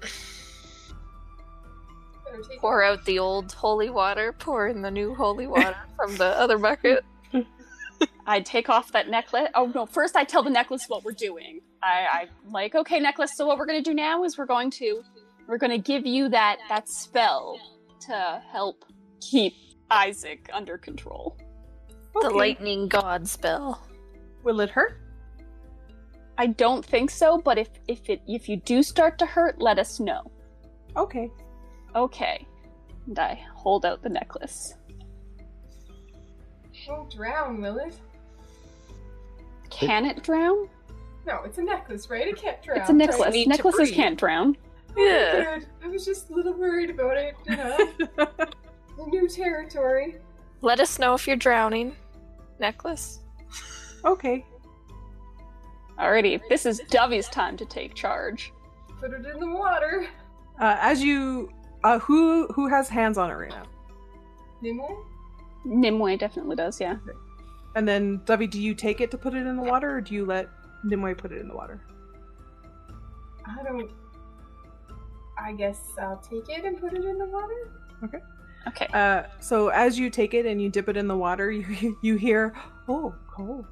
S4: Better take
S5: Pour out the old holy water, pour in the new holy water *laughs* from the other bucket.
S6: I take off that necklace. Oh no, first I tell the necklace what we're doing. I, I'm like, okay, necklace, so what we're gonna do now is we're going to we're gonna give you that that spell to help keep Isaac under control.
S5: The lightning god spell.
S1: will it hurt
S6: I don't think so, but if if it if you do start to hurt, let us know.
S1: okay *laughs*
S6: Okay. And I hold out the necklace.
S4: Won't drown, will it?
S6: Can it drown?
S4: No, it's a necklace, right? It can't drown.
S6: It's a necklace.
S5: need to
S6: Necklaces
S5: breathe.
S6: can't drown.
S5: Yeah.
S4: Dude, I was just a little worried about it, you
S6: *laughs*
S4: know? the new territory.
S5: Let us know if you're drowning. *laughs* Necklace.
S1: okay
S6: Alrighty, this is Dovey's time to take charge.
S4: Put it in the water.
S1: uh, as you uh, who who has hands on it right now
S4: Nimue?
S6: Nimue definitely does, yeah.
S1: and then Dovey, do you take it to put it in the water or do you let nimue put it in the water
S4: I don't. I guess I'll take it and put it in the water?
S6: Okay.
S1: uh, so as you take it and you dip it in the water *laughs* you you hear oh cold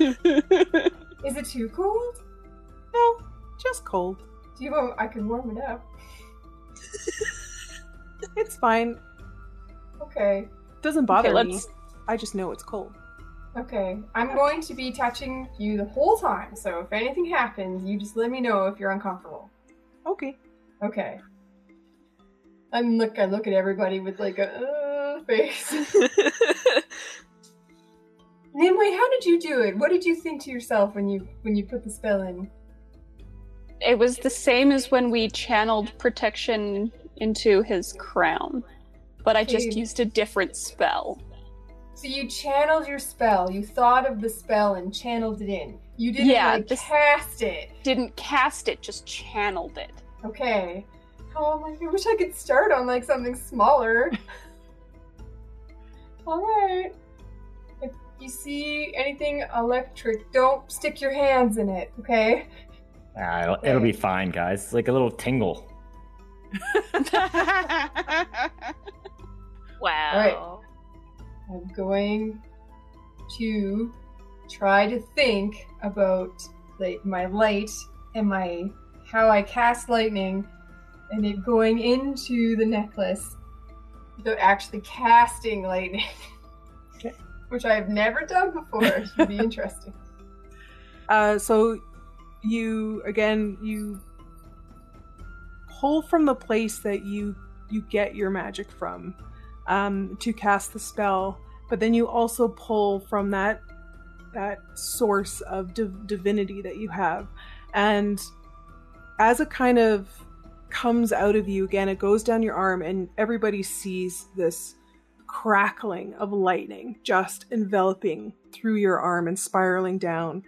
S4: Is it too cold?
S1: no just cold
S4: Do you want. I can warm it up.
S1: it's fine
S4: Okay.
S1: doesn't bother
S6: okay,
S1: me
S6: let's
S1: i just know it's cold
S4: Okay. I'm going to be touching you the whole time, so if anything happens, you just let me know if you're uncomfortable.
S1: okay *laughs*
S4: Okay. I'm look. I look at everybody with like a uh, face. *laughs* Nimue, how did you do it? What did you think to yourself when you when you put the spell in?
S6: it was the same as when we channeled protection into his crown. But I just
S4: Okay.
S6: used a different spell.
S4: So you channeled your spell. You thought of the spell and channeled it in. You didn't
S6: Yeah,
S4: like,
S6: this-
S4: cast it.
S6: Didn't cast it, just
S1: *laughs*
S6: channeled it.
S4: Okay. Oh my! I wish I could start on like something smaller. All right. If you see anything electric, don't stick your hands in it. Okay.
S7: Ah, it'll, it'll be fine, guys. It's like a little tingle.
S5: Wow.
S4: I'm going to try to think about like my light and my how I cast lightning and it going into the necklace without actually casting lightning.
S1: Okay.
S4: *laughs* Which I've never done before. It should *laughs* be interesting.
S1: Uh, so you again you pull from the place that you you get your magic from um, to cast the spell, but then you also pull from that that source of div- divinity that you have, and as it kind of comes out of you again, it goes down your arm, and everybody sees this crackling of lightning just enveloping through your arm and spiraling down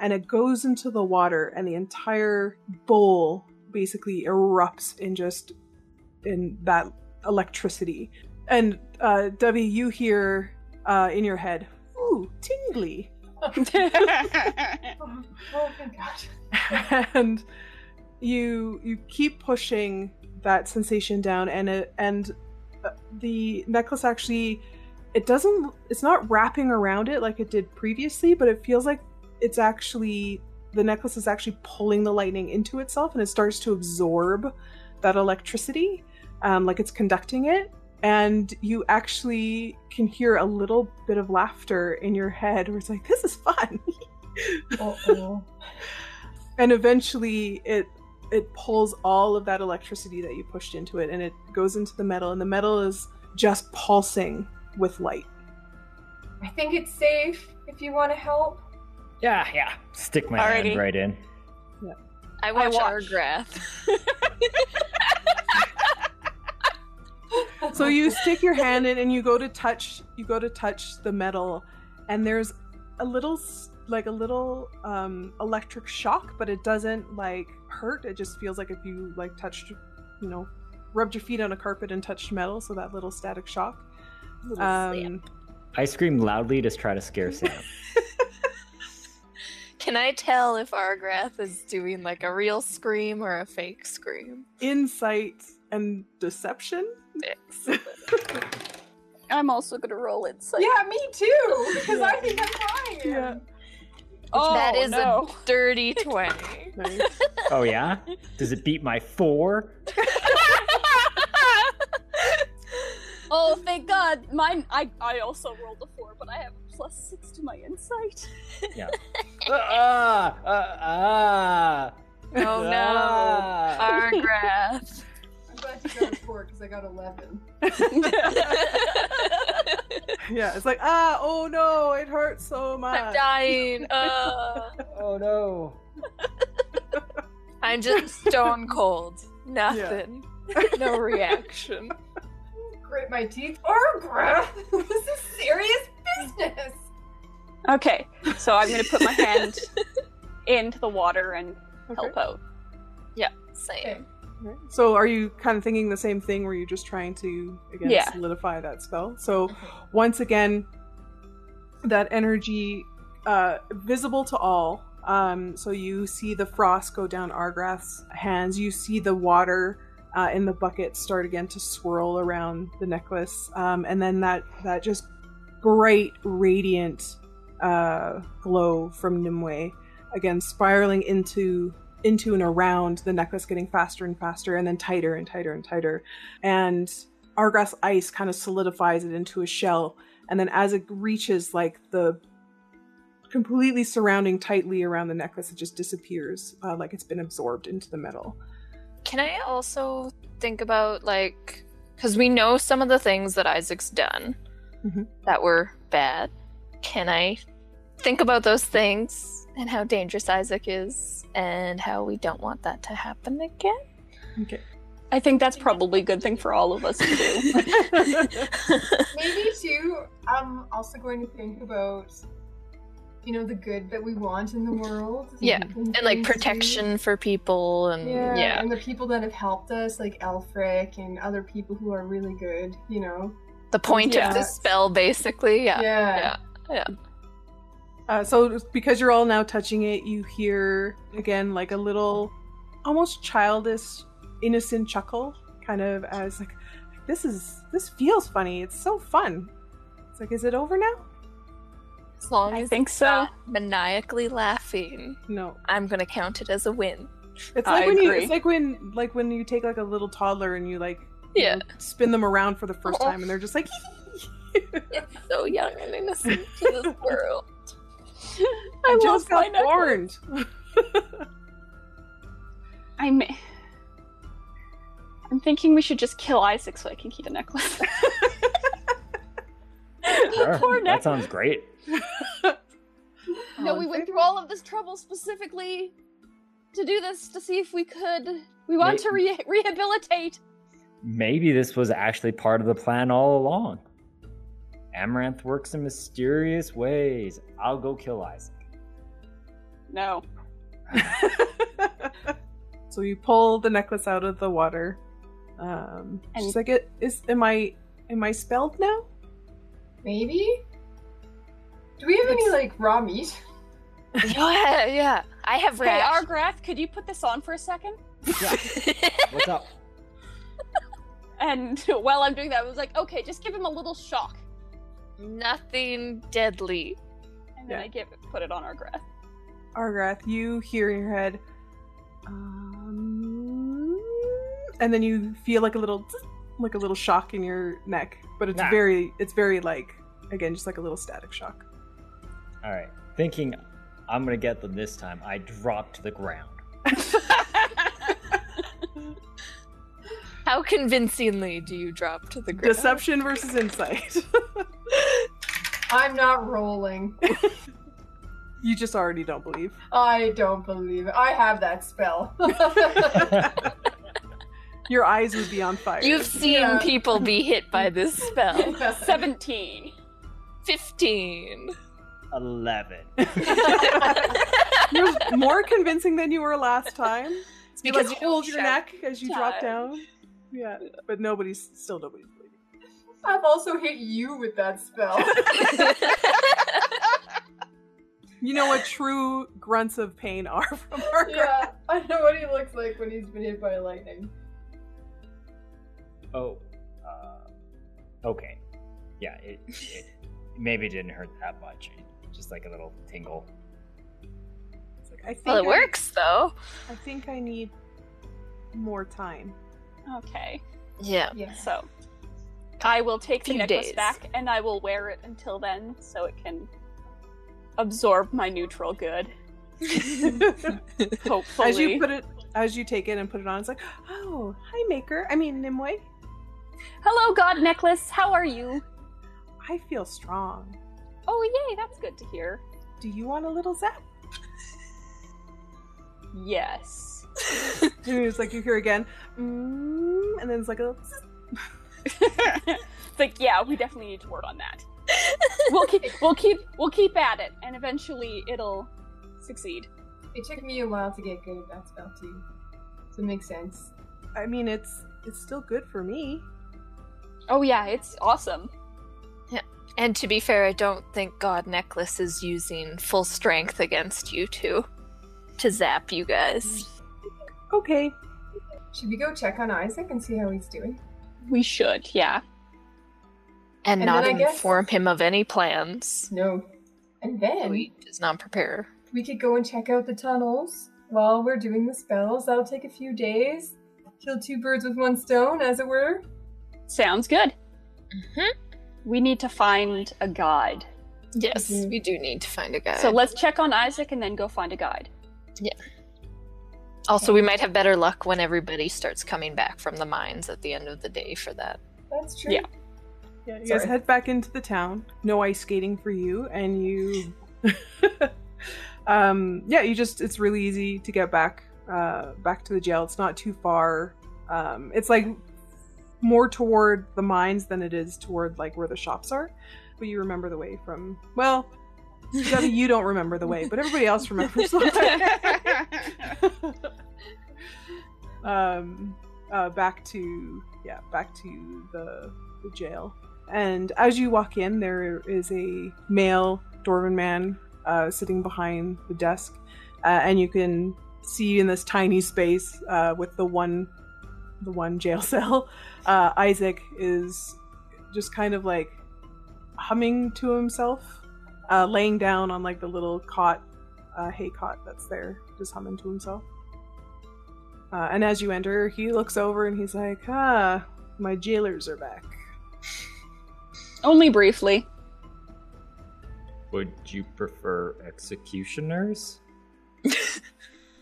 S1: and it goes into the water and the entire bowl basically erupts in just in that electricity. And uh, Debbie, you hear uh, in your head, "Ooh, tingly,"
S4: Oh, oh, thank God.
S1: *laughs* and you you keep pushing that sensation down, and it and uh, the necklace actually it doesn't it's not wrapping around it like it did previously, but it feels like it's actually the necklace is actually pulling the lightning into itself, and it starts to absorb that electricity, um, like it's conducting it, and you actually can hear a little bit of laughter in your head where it's like this is fun *laughs*
S4: Uh-oh.
S1: and eventually it it pulls all of that electricity that you pushed into it and it goes into the metal and the metal is just pulsing with light
S4: I think it's safe if you want to help.
S3: Yeah, yeah. Stick my
S5: Alrighty.
S3: hand right in.
S5: I watch,
S6: watch. *laughs*
S5: Argrath.
S1: Um, so you stick your hand in and you go to touch you go to touch the metal and there's a little s- like a little um electric shock but it doesn't like hurt it just feels like if you like touched you know rubbed your feet on a carpet and touched metal so that little static shock
S8: Little slap.
S1: um
S7: I scream loudly to try to scare Sam.
S5: Can I tell if Argrath is doing like a real scream or a fake scream?
S1: insight and deception
S6: I'm also gonna roll insight.
S4: Yeah, me too. Because I think I'm lying.
S1: Yeah.
S6: Oh,
S5: that is
S6: no.
S5: a *laughs* dirty 20.
S7: oh yeah? Does it beat my four?
S6: Oh, thank God. Mine. I I also rolled a four, but I have a plus six to my insight.
S7: Ah, ah, ah.
S5: oh no.
S7: Ah.
S5: Argrath.
S4: I'm glad you got a four because I got 11.
S1: Yeah, it's like, ah, oh no, it hurts so
S5: I'm
S1: much.
S5: *laughs* dying. Uh,
S7: Oh no.
S5: I'm just *laughs* stone cold. Nothing. *laughs* No reaction.
S4: Grate my teeth. Or breath. *laughs* this is serious business.
S6: okay, so I'm gonna put
S1: *laughs*
S6: my hand into the water and help out.
S4: Okay.
S5: Same.
S1: So, are you kind of thinking the same thing where you're just trying to, again,
S6: Yeah.
S1: solidify that spell? So, once again, that energy uh, visible to all. Um, so, you see the frost go down Argrath's hands, you see the water. Uh, in the bucket start again to swirl around the necklace um, and then that that just bright radiant uh, glow from nimue again spiraling into into and around the necklace getting faster and faster and then tighter and tighter and tighter and argrass ice kind of solidifies it into a shell and then as it reaches like the completely surrounding tightly around the necklace it just disappears uh, like it's been absorbed into the metal
S5: Can I also think about like because we know some of the things that Isaac's done
S1: Mhm.
S5: that were bad. Can I think about those things and how dangerous Isaac is and how we don't want that to happen *laughs* again?
S1: okay
S6: I think that's probably a good thing for all of us to do.
S1: *laughs*
S4: Maybe too, I'm also going to think about, you know, the good that we want in the world.
S5: Yeah, and like
S4: things
S5: protection for people
S4: too.
S5: and
S4: Yeah,
S5: Mm-hmm. yeah.
S4: and the people that have helped us, like Elfric and other people who are really good, you know.
S5: The point
S6: Yeah.
S5: of the spell basically, yeah.
S4: yeah.
S1: Uh, so because you're all now touching it, you hear again like a little, almost childish, innocent chuckle, kind of as like, this is this feels funny. It's so fun. It's like, is it over now?
S5: As long
S6: *laughs* I
S5: as
S6: think
S5: it's
S6: so.
S5: not maniacally laughing,
S1: No.
S5: I'm gonna count it as a win.
S1: It's
S6: I
S1: like when you
S6: agree.
S1: it's like when like when you take like a little toddler and you like you
S5: Yeah.
S1: know, spin them around for the first
S6: Oh.
S5: Aw.
S1: time and they're just
S6: *laughs*
S1: like *laughs*
S5: It's so young and innocent to *laughs* this world.
S1: I,
S6: I
S1: just
S6: lost my
S1: got
S6: necklace.
S1: warned.
S6: I'm. I'm thinking we should just kill Isaac so I can keep the necklace.
S7: Sure.
S6: Poor
S7: That
S6: necklace.
S7: sounds great.
S6: Oh,
S8: No, we went through all of this trouble specifically to do this to see if we could. We want to re- rehabilitate.
S7: Maybe this was actually part of the plan all along. Amaranth works in mysterious ways. I'll go kill Isaac.
S6: no.
S1: *laughs* So you pull the necklace out of the water. Um,
S6: And-
S1: she's like, "It- "Is am I am I spelled now?"
S4: Maybe? Do we have any, like, raw meat?
S5: yeah, yeah. I have
S6: Hey,
S5: rash.
S6: Argrath, could you put this on for a second?
S5: *laughs*
S7: What's up?
S6: And *laughs* while I'm doing that, I was like, okay, just give him a little shock.
S5: Nothing deadly.
S6: And then
S1: Yeah.
S6: I give it, put it on Argrath.
S1: Argrath, you hear in your head, um, and then you feel like a little, tsk, like a little shock in your neck, but it's
S7: Nah.
S1: very, it's very like, again, just like a little static shock.
S7: *laughs* All right. Thinking I'm going to get them this time, I drop to the *laughs* ground.
S5: How convincingly do you drop to the ground?
S1: Deception versus insight. *laughs*
S4: I'm not rolling.
S1: you just already don't believe.
S4: I don't believe it. I have that
S5: *laughs*
S4: spell. *laughs*
S1: Your eyes would be on fire.
S5: You've seen
S4: Yeah.
S5: people be hit by this *laughs* spell.
S6: 17.
S5: 15.
S1: *laughs*
S7: 11.
S1: You're more convincing than you were last time.
S5: It's
S1: because you hold your
S5: *laughs*
S1: neck as you drop
S6: time.
S1: down. *laughs* Yeah, but nobody's still nobody's believing.
S4: I've also hit you with that
S8: *laughs*
S4: spell.
S1: You know *laughs* what true grunts of pain are *laughs* from our
S4: yeah, I know what he looks like when he's been hit by lightning.
S7: Oh, uh, okay. Yeah, it, it maybe didn't hurt that much. Just like a little tingle.
S1: It's like, I think
S5: well, it
S1: I-
S5: works though.
S1: I think I need more *laughs* time.
S6: Okay,
S5: Yeah.
S4: Yes.
S6: so I will take the
S5: Few
S6: necklace
S5: days.
S6: back and I will wear it until then so it can absorb my neutral good,
S1: *laughs*
S6: hopefully.
S1: as you put it, as you take it and put it on, it's like, oh, hi, Maker. I mean, Nimue.
S6: Hello, God Necklace, how are you?
S1: I feel strong.
S6: Oh, yay, that's good to hear.
S1: Do you want a little zap? *laughs*
S6: Yes. *laughs*
S1: And it's like you hear again, mm, and then it's like a.
S6: it's like, yeah, we definitely need to work on that. We'll keep, we'll keep, we'll keep at it, and eventually it'll succeed.
S4: It took me a while to get good at that spell too. So it makes sense.
S1: I mean, it's it's still good for me.
S6: Oh yeah, it's awesome.
S5: And to be fair, I don't think God Necklace is using full strength against you two to zap you guys.
S1: Okay,
S4: Should we go check on Isaac and see how he's doing?
S6: We should, yeah.
S5: And,
S4: And
S5: not
S4: then I guess-
S5: inform him of any plans.
S4: No. And then
S5: So he does not prepare.
S4: we could go and check out the tunnels while we're doing the spells. That'll take a few days. Kill two birds with one stone, as it were.
S6: Sounds good.
S4: Mm-hmm.
S5: Mhm.
S6: We need to find a guide.
S5: Yes,
S4: Mhm.
S5: we do need to find a guy.
S6: So let's check on Isaac and then go find a guide.
S5: also, we might have better luck when everybody starts coming back from the mines at the end of the day for that.
S4: That's true.
S6: Yeah.
S1: Yeah, you guys
S4: Sorry.
S1: head back into the town. No ice skating for you, and you. *laughs* um, yeah, you just it's really easy to get back uh, back to the jail. It's not too far. Um, it's like more toward the mines than it is toward like where the shops are. But you remember the way from well, Debbie, you don't remember the way, but everybody else remembers. um, uh, back to yeah, back to the the jail. And as you walk in, there is a male Dwarven man uh, sitting behind the desk, uh, and you can see in this tiny space uh, with the one the one jail *laughs* cell, uh, Isaac is just kind of like humming to himself, uh, laying down on like the little cot, uh, hay cot that's there, just humming to himself. Uh, and as you enter, he looks over and he's like, "Ah, my jailers are back."
S6: Only briefly.
S7: Would you prefer executioners?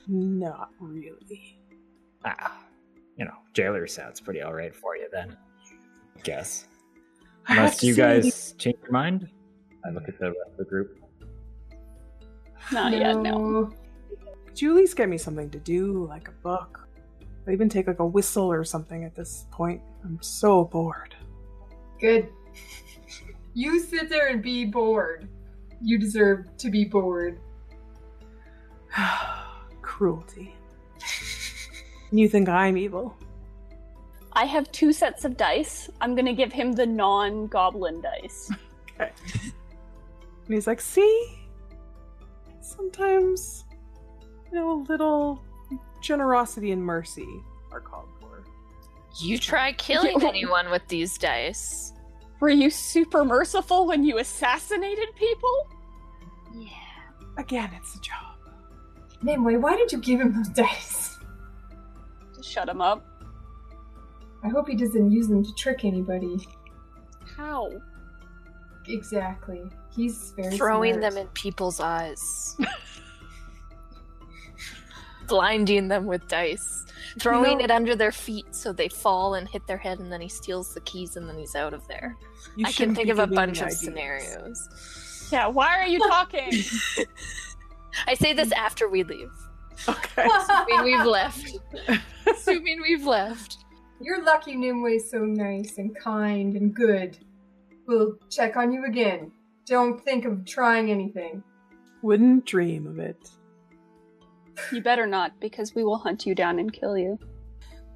S1: Not really.
S7: Ah, you know, jailer sounds pretty all right for you then. Guess. Unless
S1: *laughs*
S7: you guys change your mind. I look at the rest of the group.
S6: Not yet, no.
S1: Could you at least get me something to do, like a book? Or even take like a whistle or something at this point. I'm so bored.
S4: Good. *laughs* You sit there and be bored. You deserve to be bored.
S1: *sighs* Cruelty. You think I'm evil?
S6: I have two sets of dice. I'm gonna give him the
S4: *laughs*
S6: non-goblin dice.
S1: And he's like, see? Sometimes, you know, a little generosity and mercy are called for.
S5: You try *laughs* killing anyone with these dice.
S6: Were you super merciful when you assassinated people?
S5: Yeah.
S1: Again, it's a job.
S4: Namway, why did you give him those *laughs* dice?
S6: Just shut him up.
S4: I hope he doesn't use them to trick anybody.
S6: How?
S4: Exactly. He's very
S5: Throwing
S4: smart.
S5: them in people's eyes. Blinding them with dice. Throwing
S1: No.
S5: it under their feet so they fall and hit their head, and then he steals the keys and then he's out of there.
S1: You
S5: I can
S1: shouldn't
S5: think
S1: be
S5: of a
S1: giving
S5: bunch
S1: me
S5: of
S1: ideas.
S5: scenarios.
S6: Yeah, why are you
S4: *laughs*
S6: talking?
S5: I say this after we leave.
S1: *laughs* Okay.
S4: *laughs*
S5: Assuming we've left. Assuming we've left.
S4: You're lucky Nimway's so nice and kind and good. We'll check on you again. Don't think of trying anything.
S1: Wouldn't dream of it.
S6: you better not, because we will hunt you down and kill you.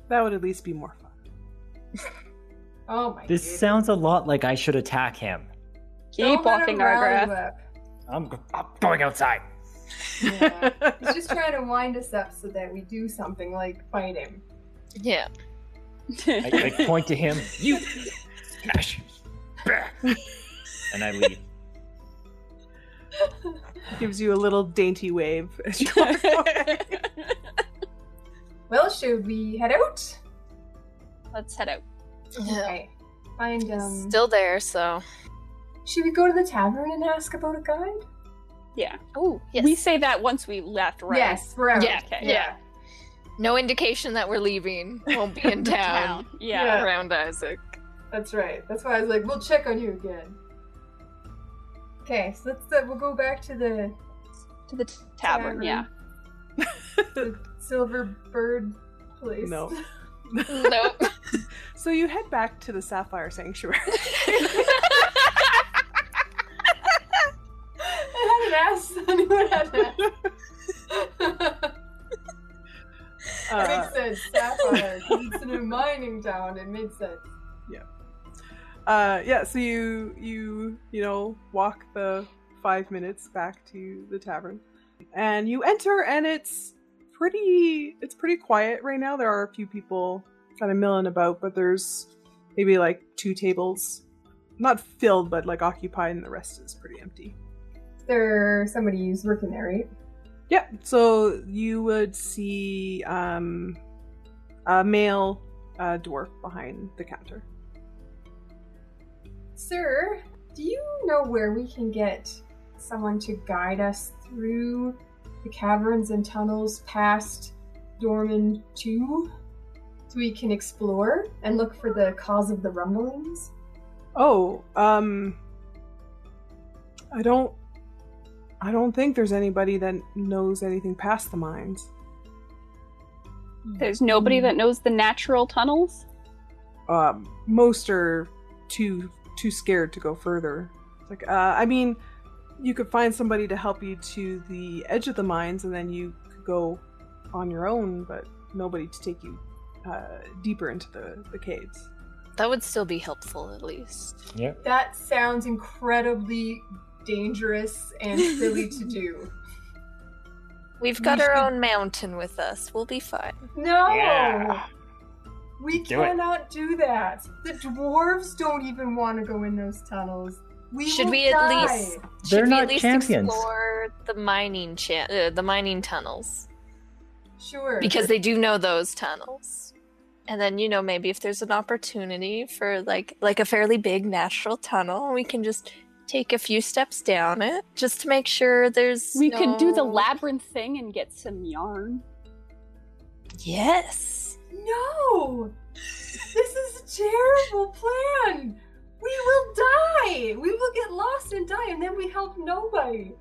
S1: That would at least be more fun.
S4: Oh my
S7: This
S4: goodness.
S7: sounds a lot like I should attack him.
S6: Keep
S4: Don't let
S6: walking,
S4: him rile
S6: Argra.
S4: you up.
S7: I'm, g- I'm going outside.
S4: Yeah. He's just trying to wind us up so that we do something like fight him.
S5: Yeah.
S6: *laughs*
S7: I,
S4: *laughs*
S7: I point to him. *laughs* You smash back, and I leave.
S1: *laughs* Gives you a little dainty
S5: *laughs*
S1: wave *laughs* as you walk away.
S4: Well, should we head out?
S6: Let's head out.
S4: Okay. Find um.
S5: Still there, so.
S4: Should we go to the tavern and ask about a guide?
S6: Yeah.
S5: Oh, yes.
S6: We say that once we left, right?
S4: Yes, we're out.
S5: Yeah,
S6: Okay.
S5: yeah. No indication that we're leaving. Won't
S6: *laughs*
S5: be in town.
S6: Town. Yeah.
S4: Yeah.
S5: Around Isaac.
S4: That's right. That's why I was like, we'll check on you again. Okay, so let's uh, we'll go back to the,
S6: To the t- tavern.
S4: Tavern.
S5: *laughs*
S6: Yeah.
S4: the silver bird place.
S1: No.
S5: Nope.
S1: So you head back to the Sapphire Sanctuary.
S4: I had an ass. *laughs* Anyone had an *laughs* ass?
S1: Uh,
S4: makes sense. Sapphire. 'cause it's in a mining town. It made sense.
S1: uh, yeah, so you you you know walk the five minutes back to the tavern, and you enter, and it's pretty it's pretty quiet right now. There are a few people kind of milling about, but there's maybe like two tables, not filled but like occupied, and the rest is pretty empty.
S4: There, somebody who's working there, right?
S1: Yeah, so you would see um, a male uh, dwarf behind the counter.
S4: Sir, do you know where we can get someone to guide us through the caverns and tunnels past Dorman 2? So we can explore and look for the cause of the rumblings?
S1: Oh, um, I don't, I don't think there's anybody that knows anything past the mines.
S6: There's nobody that knows the natural tunnels.
S1: Um, most are too too scared to go further. It's like, uh, I mean, you could find somebody to help you to the edge of the mines, and then you could go on your own, but nobody to take you uh, deeper into the the caves.
S5: that would still be helpful, at least.
S4: That sounds incredibly dangerous *laughs* and silly to do.
S5: We've
S4: We
S5: got our
S4: should-
S5: own mountain with us. We'll be fine.
S4: No!
S7: Yeah.
S4: We
S7: Do it.
S4: cannot do that. The dwarves don't even want to go in those tunnels. We
S5: Should
S4: will
S5: we at
S4: die.
S5: least-
S7: They're
S5: Should we
S7: not
S5: at least
S7: champions.
S5: explore the mining cha- uh, the mining tunnels
S4: Sure.
S5: because they do know those tunnels. And then you know maybe if there's an opportunity for like like a fairly big natural tunnel, we can just take a few steps down it just to make sure there's
S6: We could do the
S5: no-
S6: labyrinth thing and get some yarn.
S5: Yes.
S4: No! This is a terrible plan! We will die! We will get lost and die, and then we help nobody.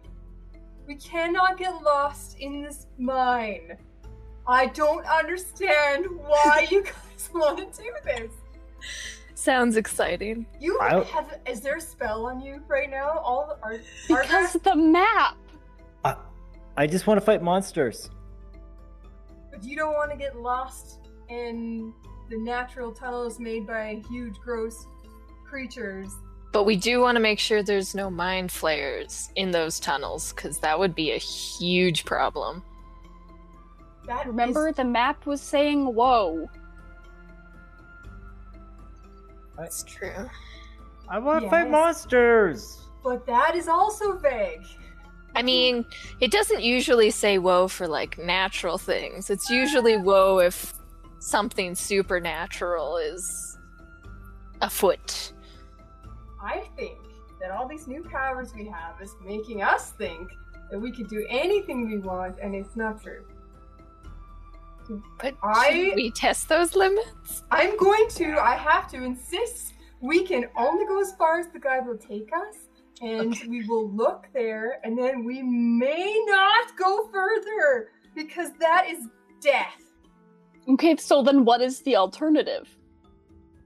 S4: We cannot get lost in this mine. I don't understand why you *laughs* guys want to do this.
S5: Sounds exciting.
S4: You
S7: I-
S4: have. Is there a spell on you right now? All the- are, are
S6: Because the map.
S7: I, I just want to fight monsters.
S4: But you don't want to get lost in the natural tunnels made by huge, gross creatures.
S5: But we do want to make sure there's no mind flayers in those tunnels, because that would be a huge problem.
S4: That
S6: Remember, the map was saying whoa.
S5: That's true.
S7: I want to fight
S4: Yes.
S7: monsters.
S4: But that is also vague.
S5: I mean, it doesn't usually say whoa for like natural things. It's usually whoa if something supernatural is afoot.
S4: I think that all these new powers we have is making us think that we could do anything we want, and it's not true.
S5: But
S4: I-
S5: should we test those limits?
S4: I'm going to, I have to insist we can only go as far as the guide will take us, and we will look there, and then we may not go further because that is death.
S6: Okay, so then what is the alternative?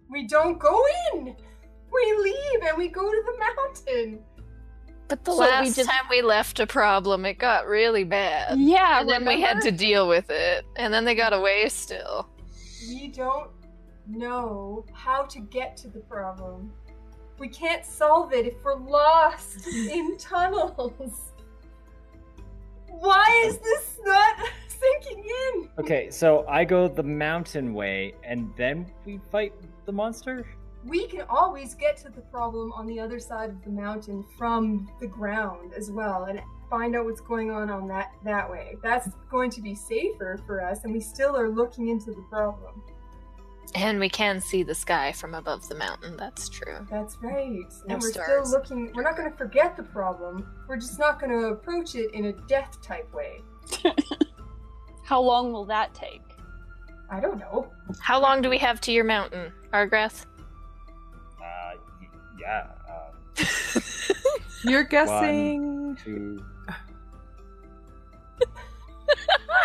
S4: We don't go in! We leave and we go to the mountain!
S5: But the
S6: So we
S5: last
S6: just-
S5: time we left a problem, it got really bad.
S6: Yeah,
S5: and then we had to
S6: remember?
S5: deal with it. And then they got away still.
S4: We don't know how to get to the problem. We can't solve it if we're lost in tunnels. Why is this not *laughs* sinking in?
S7: Okay, so I go the mountain way, and then we fight the monster.
S4: We can always get to the problem on the other side of the mountain from the ground as well and find out what's going on on that that way. That's going to be safer for us and we still are looking into the problem.
S5: And we can see the sky from above the mountain. That's true.
S4: That's right.
S5: No
S4: and we're
S5: stars.
S4: still looking. We're not going to forget the problem. We're just not going to approach it in a death type way.
S6: How long will that take?
S4: I don't know.
S5: How long do we have to your mountain, Argrath?
S7: Uh, y- yeah, uh,
S1: You're guessing.
S7: two,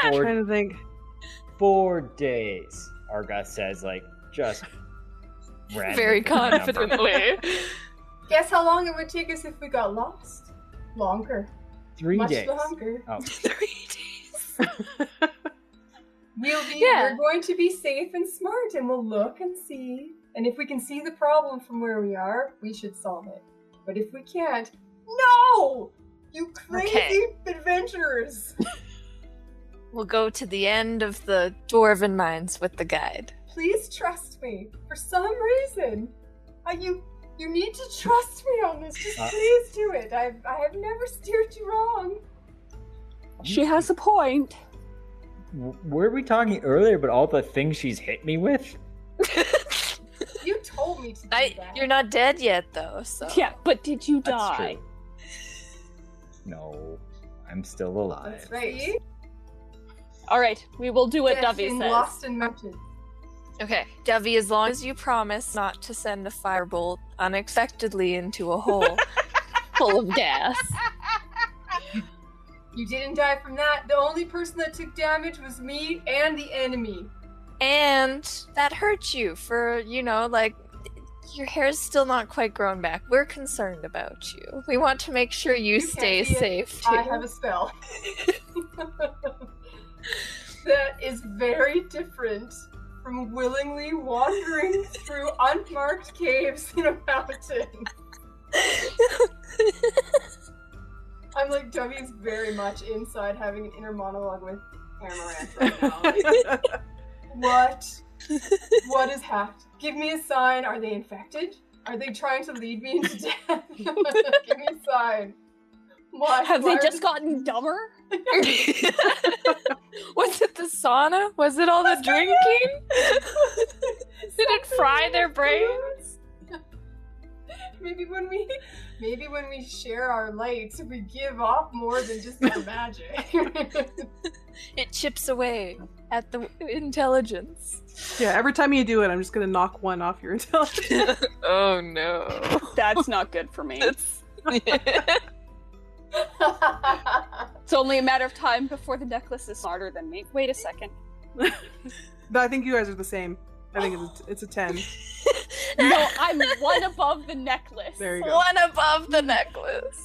S1: I'm
S7: four,
S1: trying to think. *laughs*
S7: four days. Argus says, like, just randomly
S3: *laughs*
S5: Very
S7: pick a number.
S5: confidently.
S4: Guess how long it would take us if we got lost? Longer.
S7: Three
S4: Much
S7: days.
S4: longer.
S7: Oh,
S5: Three days.
S4: We'll be.
S5: Yeah.
S4: We're going to be safe and smart, and we'll look and see. And if we can see the problem from where we are, we should solve it. But if we can't, no! You crazy
S5: Okay.
S4: adventurers!
S5: We'll go to the end of the dwarven mines with the *laughs* guide.
S4: Please trust me. For some reason, I, Uh, you you need to trust me on this. Just
S7: Uh.
S4: please do it. I I have never steered you wrong.
S6: She has a point.
S7: w- were we talking earlier about all the things she's hit me with?
S4: You told me to do
S5: I,
S4: that.
S5: you're not dead yet, though, so.
S6: Yeah, but did you
S7: That's
S6: die? *laughs*
S7: true. No, I'm still alive.
S4: That's right. See?
S6: All right, we will do what
S4: Death
S6: Dovey
S4: in
S6: says.
S4: Lost in Mountain.
S5: Okay, Devi, as long as you promise not to send a firebolt unexpectedly into a hole full of gas.
S4: You didn't die from that. The only person that took damage was me and the enemy.
S5: And that hurts you for, you know, like, your hair's still not quite grown back. We're concerned about you. We want to make sure you,
S4: You can't
S5: stay
S4: see it.
S5: safe,
S4: I
S5: too.
S4: have a spell. *laughs* that is very different from willingly wandering through unmarked caves in a
S6: *laughs*
S4: mountain. I'm like Dovey's very much inside having an inner monologue with Amaranth right now. Like, what? What has happened? Give me a sign. Are they infected? Are they trying to lead me into death? *laughs* Give me a sign. Why?
S6: Have
S4: why
S6: they
S4: are
S6: just gotten
S1: *laughs*
S6: dumber?
S5: was it the sauna? Was it all the drinking? Did it fry
S4: *laughs*
S5: their brains?
S4: Maybe when we, maybe when we share our lights, we give off more than just
S5: *laughs*
S4: our magic.
S5: it chips away at the intelligence.
S1: Yeah, every time you do it, I'm just gonna knock one off your *laughs* intelligence.
S5: oh no.
S6: That's not good for me.
S5: That's
S6: It's only a matter of time before the necklace is smarter than me. Wait a second.
S1: No, I think you guys are the same. I think it's a, it's a ten.
S6: *laughs* No, I'm one above the necklace.
S1: There
S4: *laughs*
S1: you go.
S5: one above the necklace.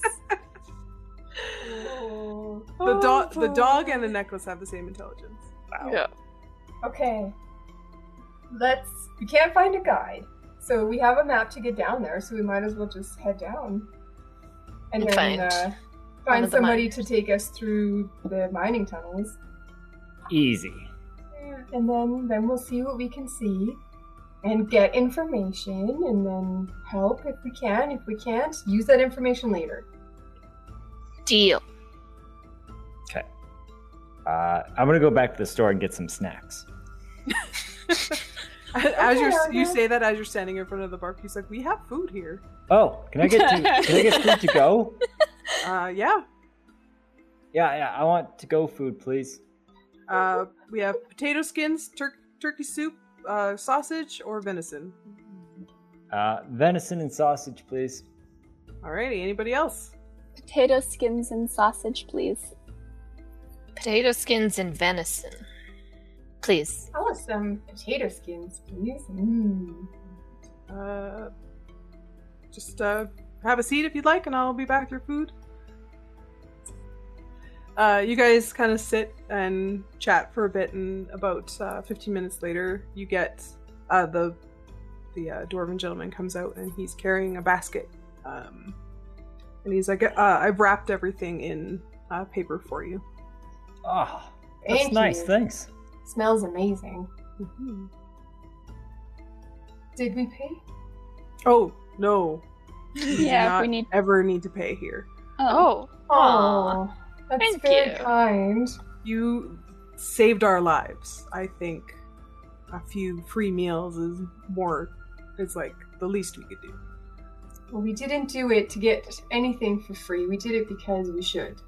S4: Oh. Oh,
S1: The dog, the dog, and the necklace have the same intelligence. *laughs*
S3: Wow.
S5: Yeah.
S4: Okay. Let's. We can't find a guide, so we have a map to get down there. So we might as well just head down and,
S5: And
S4: then
S5: find
S4: uh,
S5: one
S4: find
S5: of the
S4: somebody
S5: miners.
S4: to take us through the mining tunnels,
S7: Easy.
S4: and then then we'll see what we can see, and get information, and then help if we can. If we can't, use that information later.
S5: Deal.
S7: Uh, I'm gonna go back to the store and get some snacks.
S1: As you're,
S4: Okay,
S1: you
S4: okay.
S1: say that as you're standing in front of the bar, he's like, "We have food here."
S7: Oh, can I get to, can I get food to go?
S1: Uh, yeah,
S7: Yeah, yeah. I want to go food, please.
S1: uh, we have potato skins, tur- turkey soup, uh, sausage, or venison.
S7: Uh, venison and sausage, please.
S1: Alrighty, anybody else?
S6: Potato skins and sausage, please.
S5: Potato skins and venison. Please.
S4: Tell us some potato skins, please. Mm.
S1: Uh, just uh, have a seat if you'd like, and I'll be back with your food. Uh, you guys kind of sit and chat for a bit, and about uh, 15 minutes later, you get uh, the the uh, dwarven gentleman comes out, and he's carrying a basket. Um, and he's like, uh, "I've wrapped everything in uh, paper for you."
S7: Ah, that's
S4: Thank
S7: nice.
S4: you.
S7: Thanks.
S4: Smells amazing. Did we pay?
S1: Oh no! You do
S6: Yeah, if we
S1: not
S6: need.
S1: ever need to pay here.
S6: Oh,
S4: Oh,
S5: Oh.
S4: that's
S5: thank
S4: very
S5: you.
S4: kind.
S1: you saved our lives. I think a few free meals is more. It's like the least we could do.
S4: Well, we didn't do it to get anything for free. We did it because we should.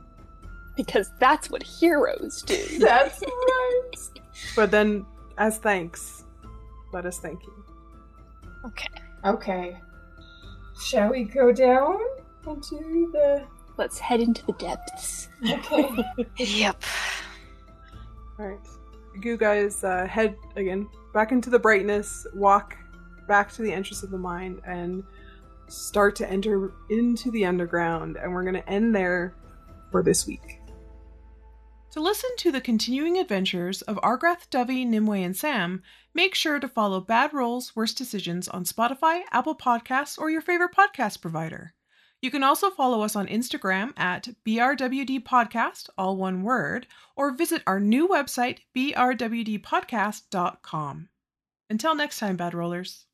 S4: *laughs*
S6: because that's what heroes do. *laughs*
S4: That's right.
S1: But then, as thanks, let us thank you.
S5: Okay.
S4: Okay. Shall we go down into the?
S6: Let's head into the depths.
S4: Okay.
S5: Yep.
S1: All right, you guys uh, head again back into the brightness. Walk back to the entrance of the mine and start to enter into the underground. And we're gonna end there for this week. To listen to the continuing adventures of Argrath, Dovey, Nimue, and Sam, make sure to follow Bad Rolls Worst Decisions on Spotify, Apple Podcasts, or your favorite podcast provider. You can also follow us on Instagram at BRWD Podcast, all one word, or visit our new website, brwdpodcast.com. Until next time, Bad Rollers.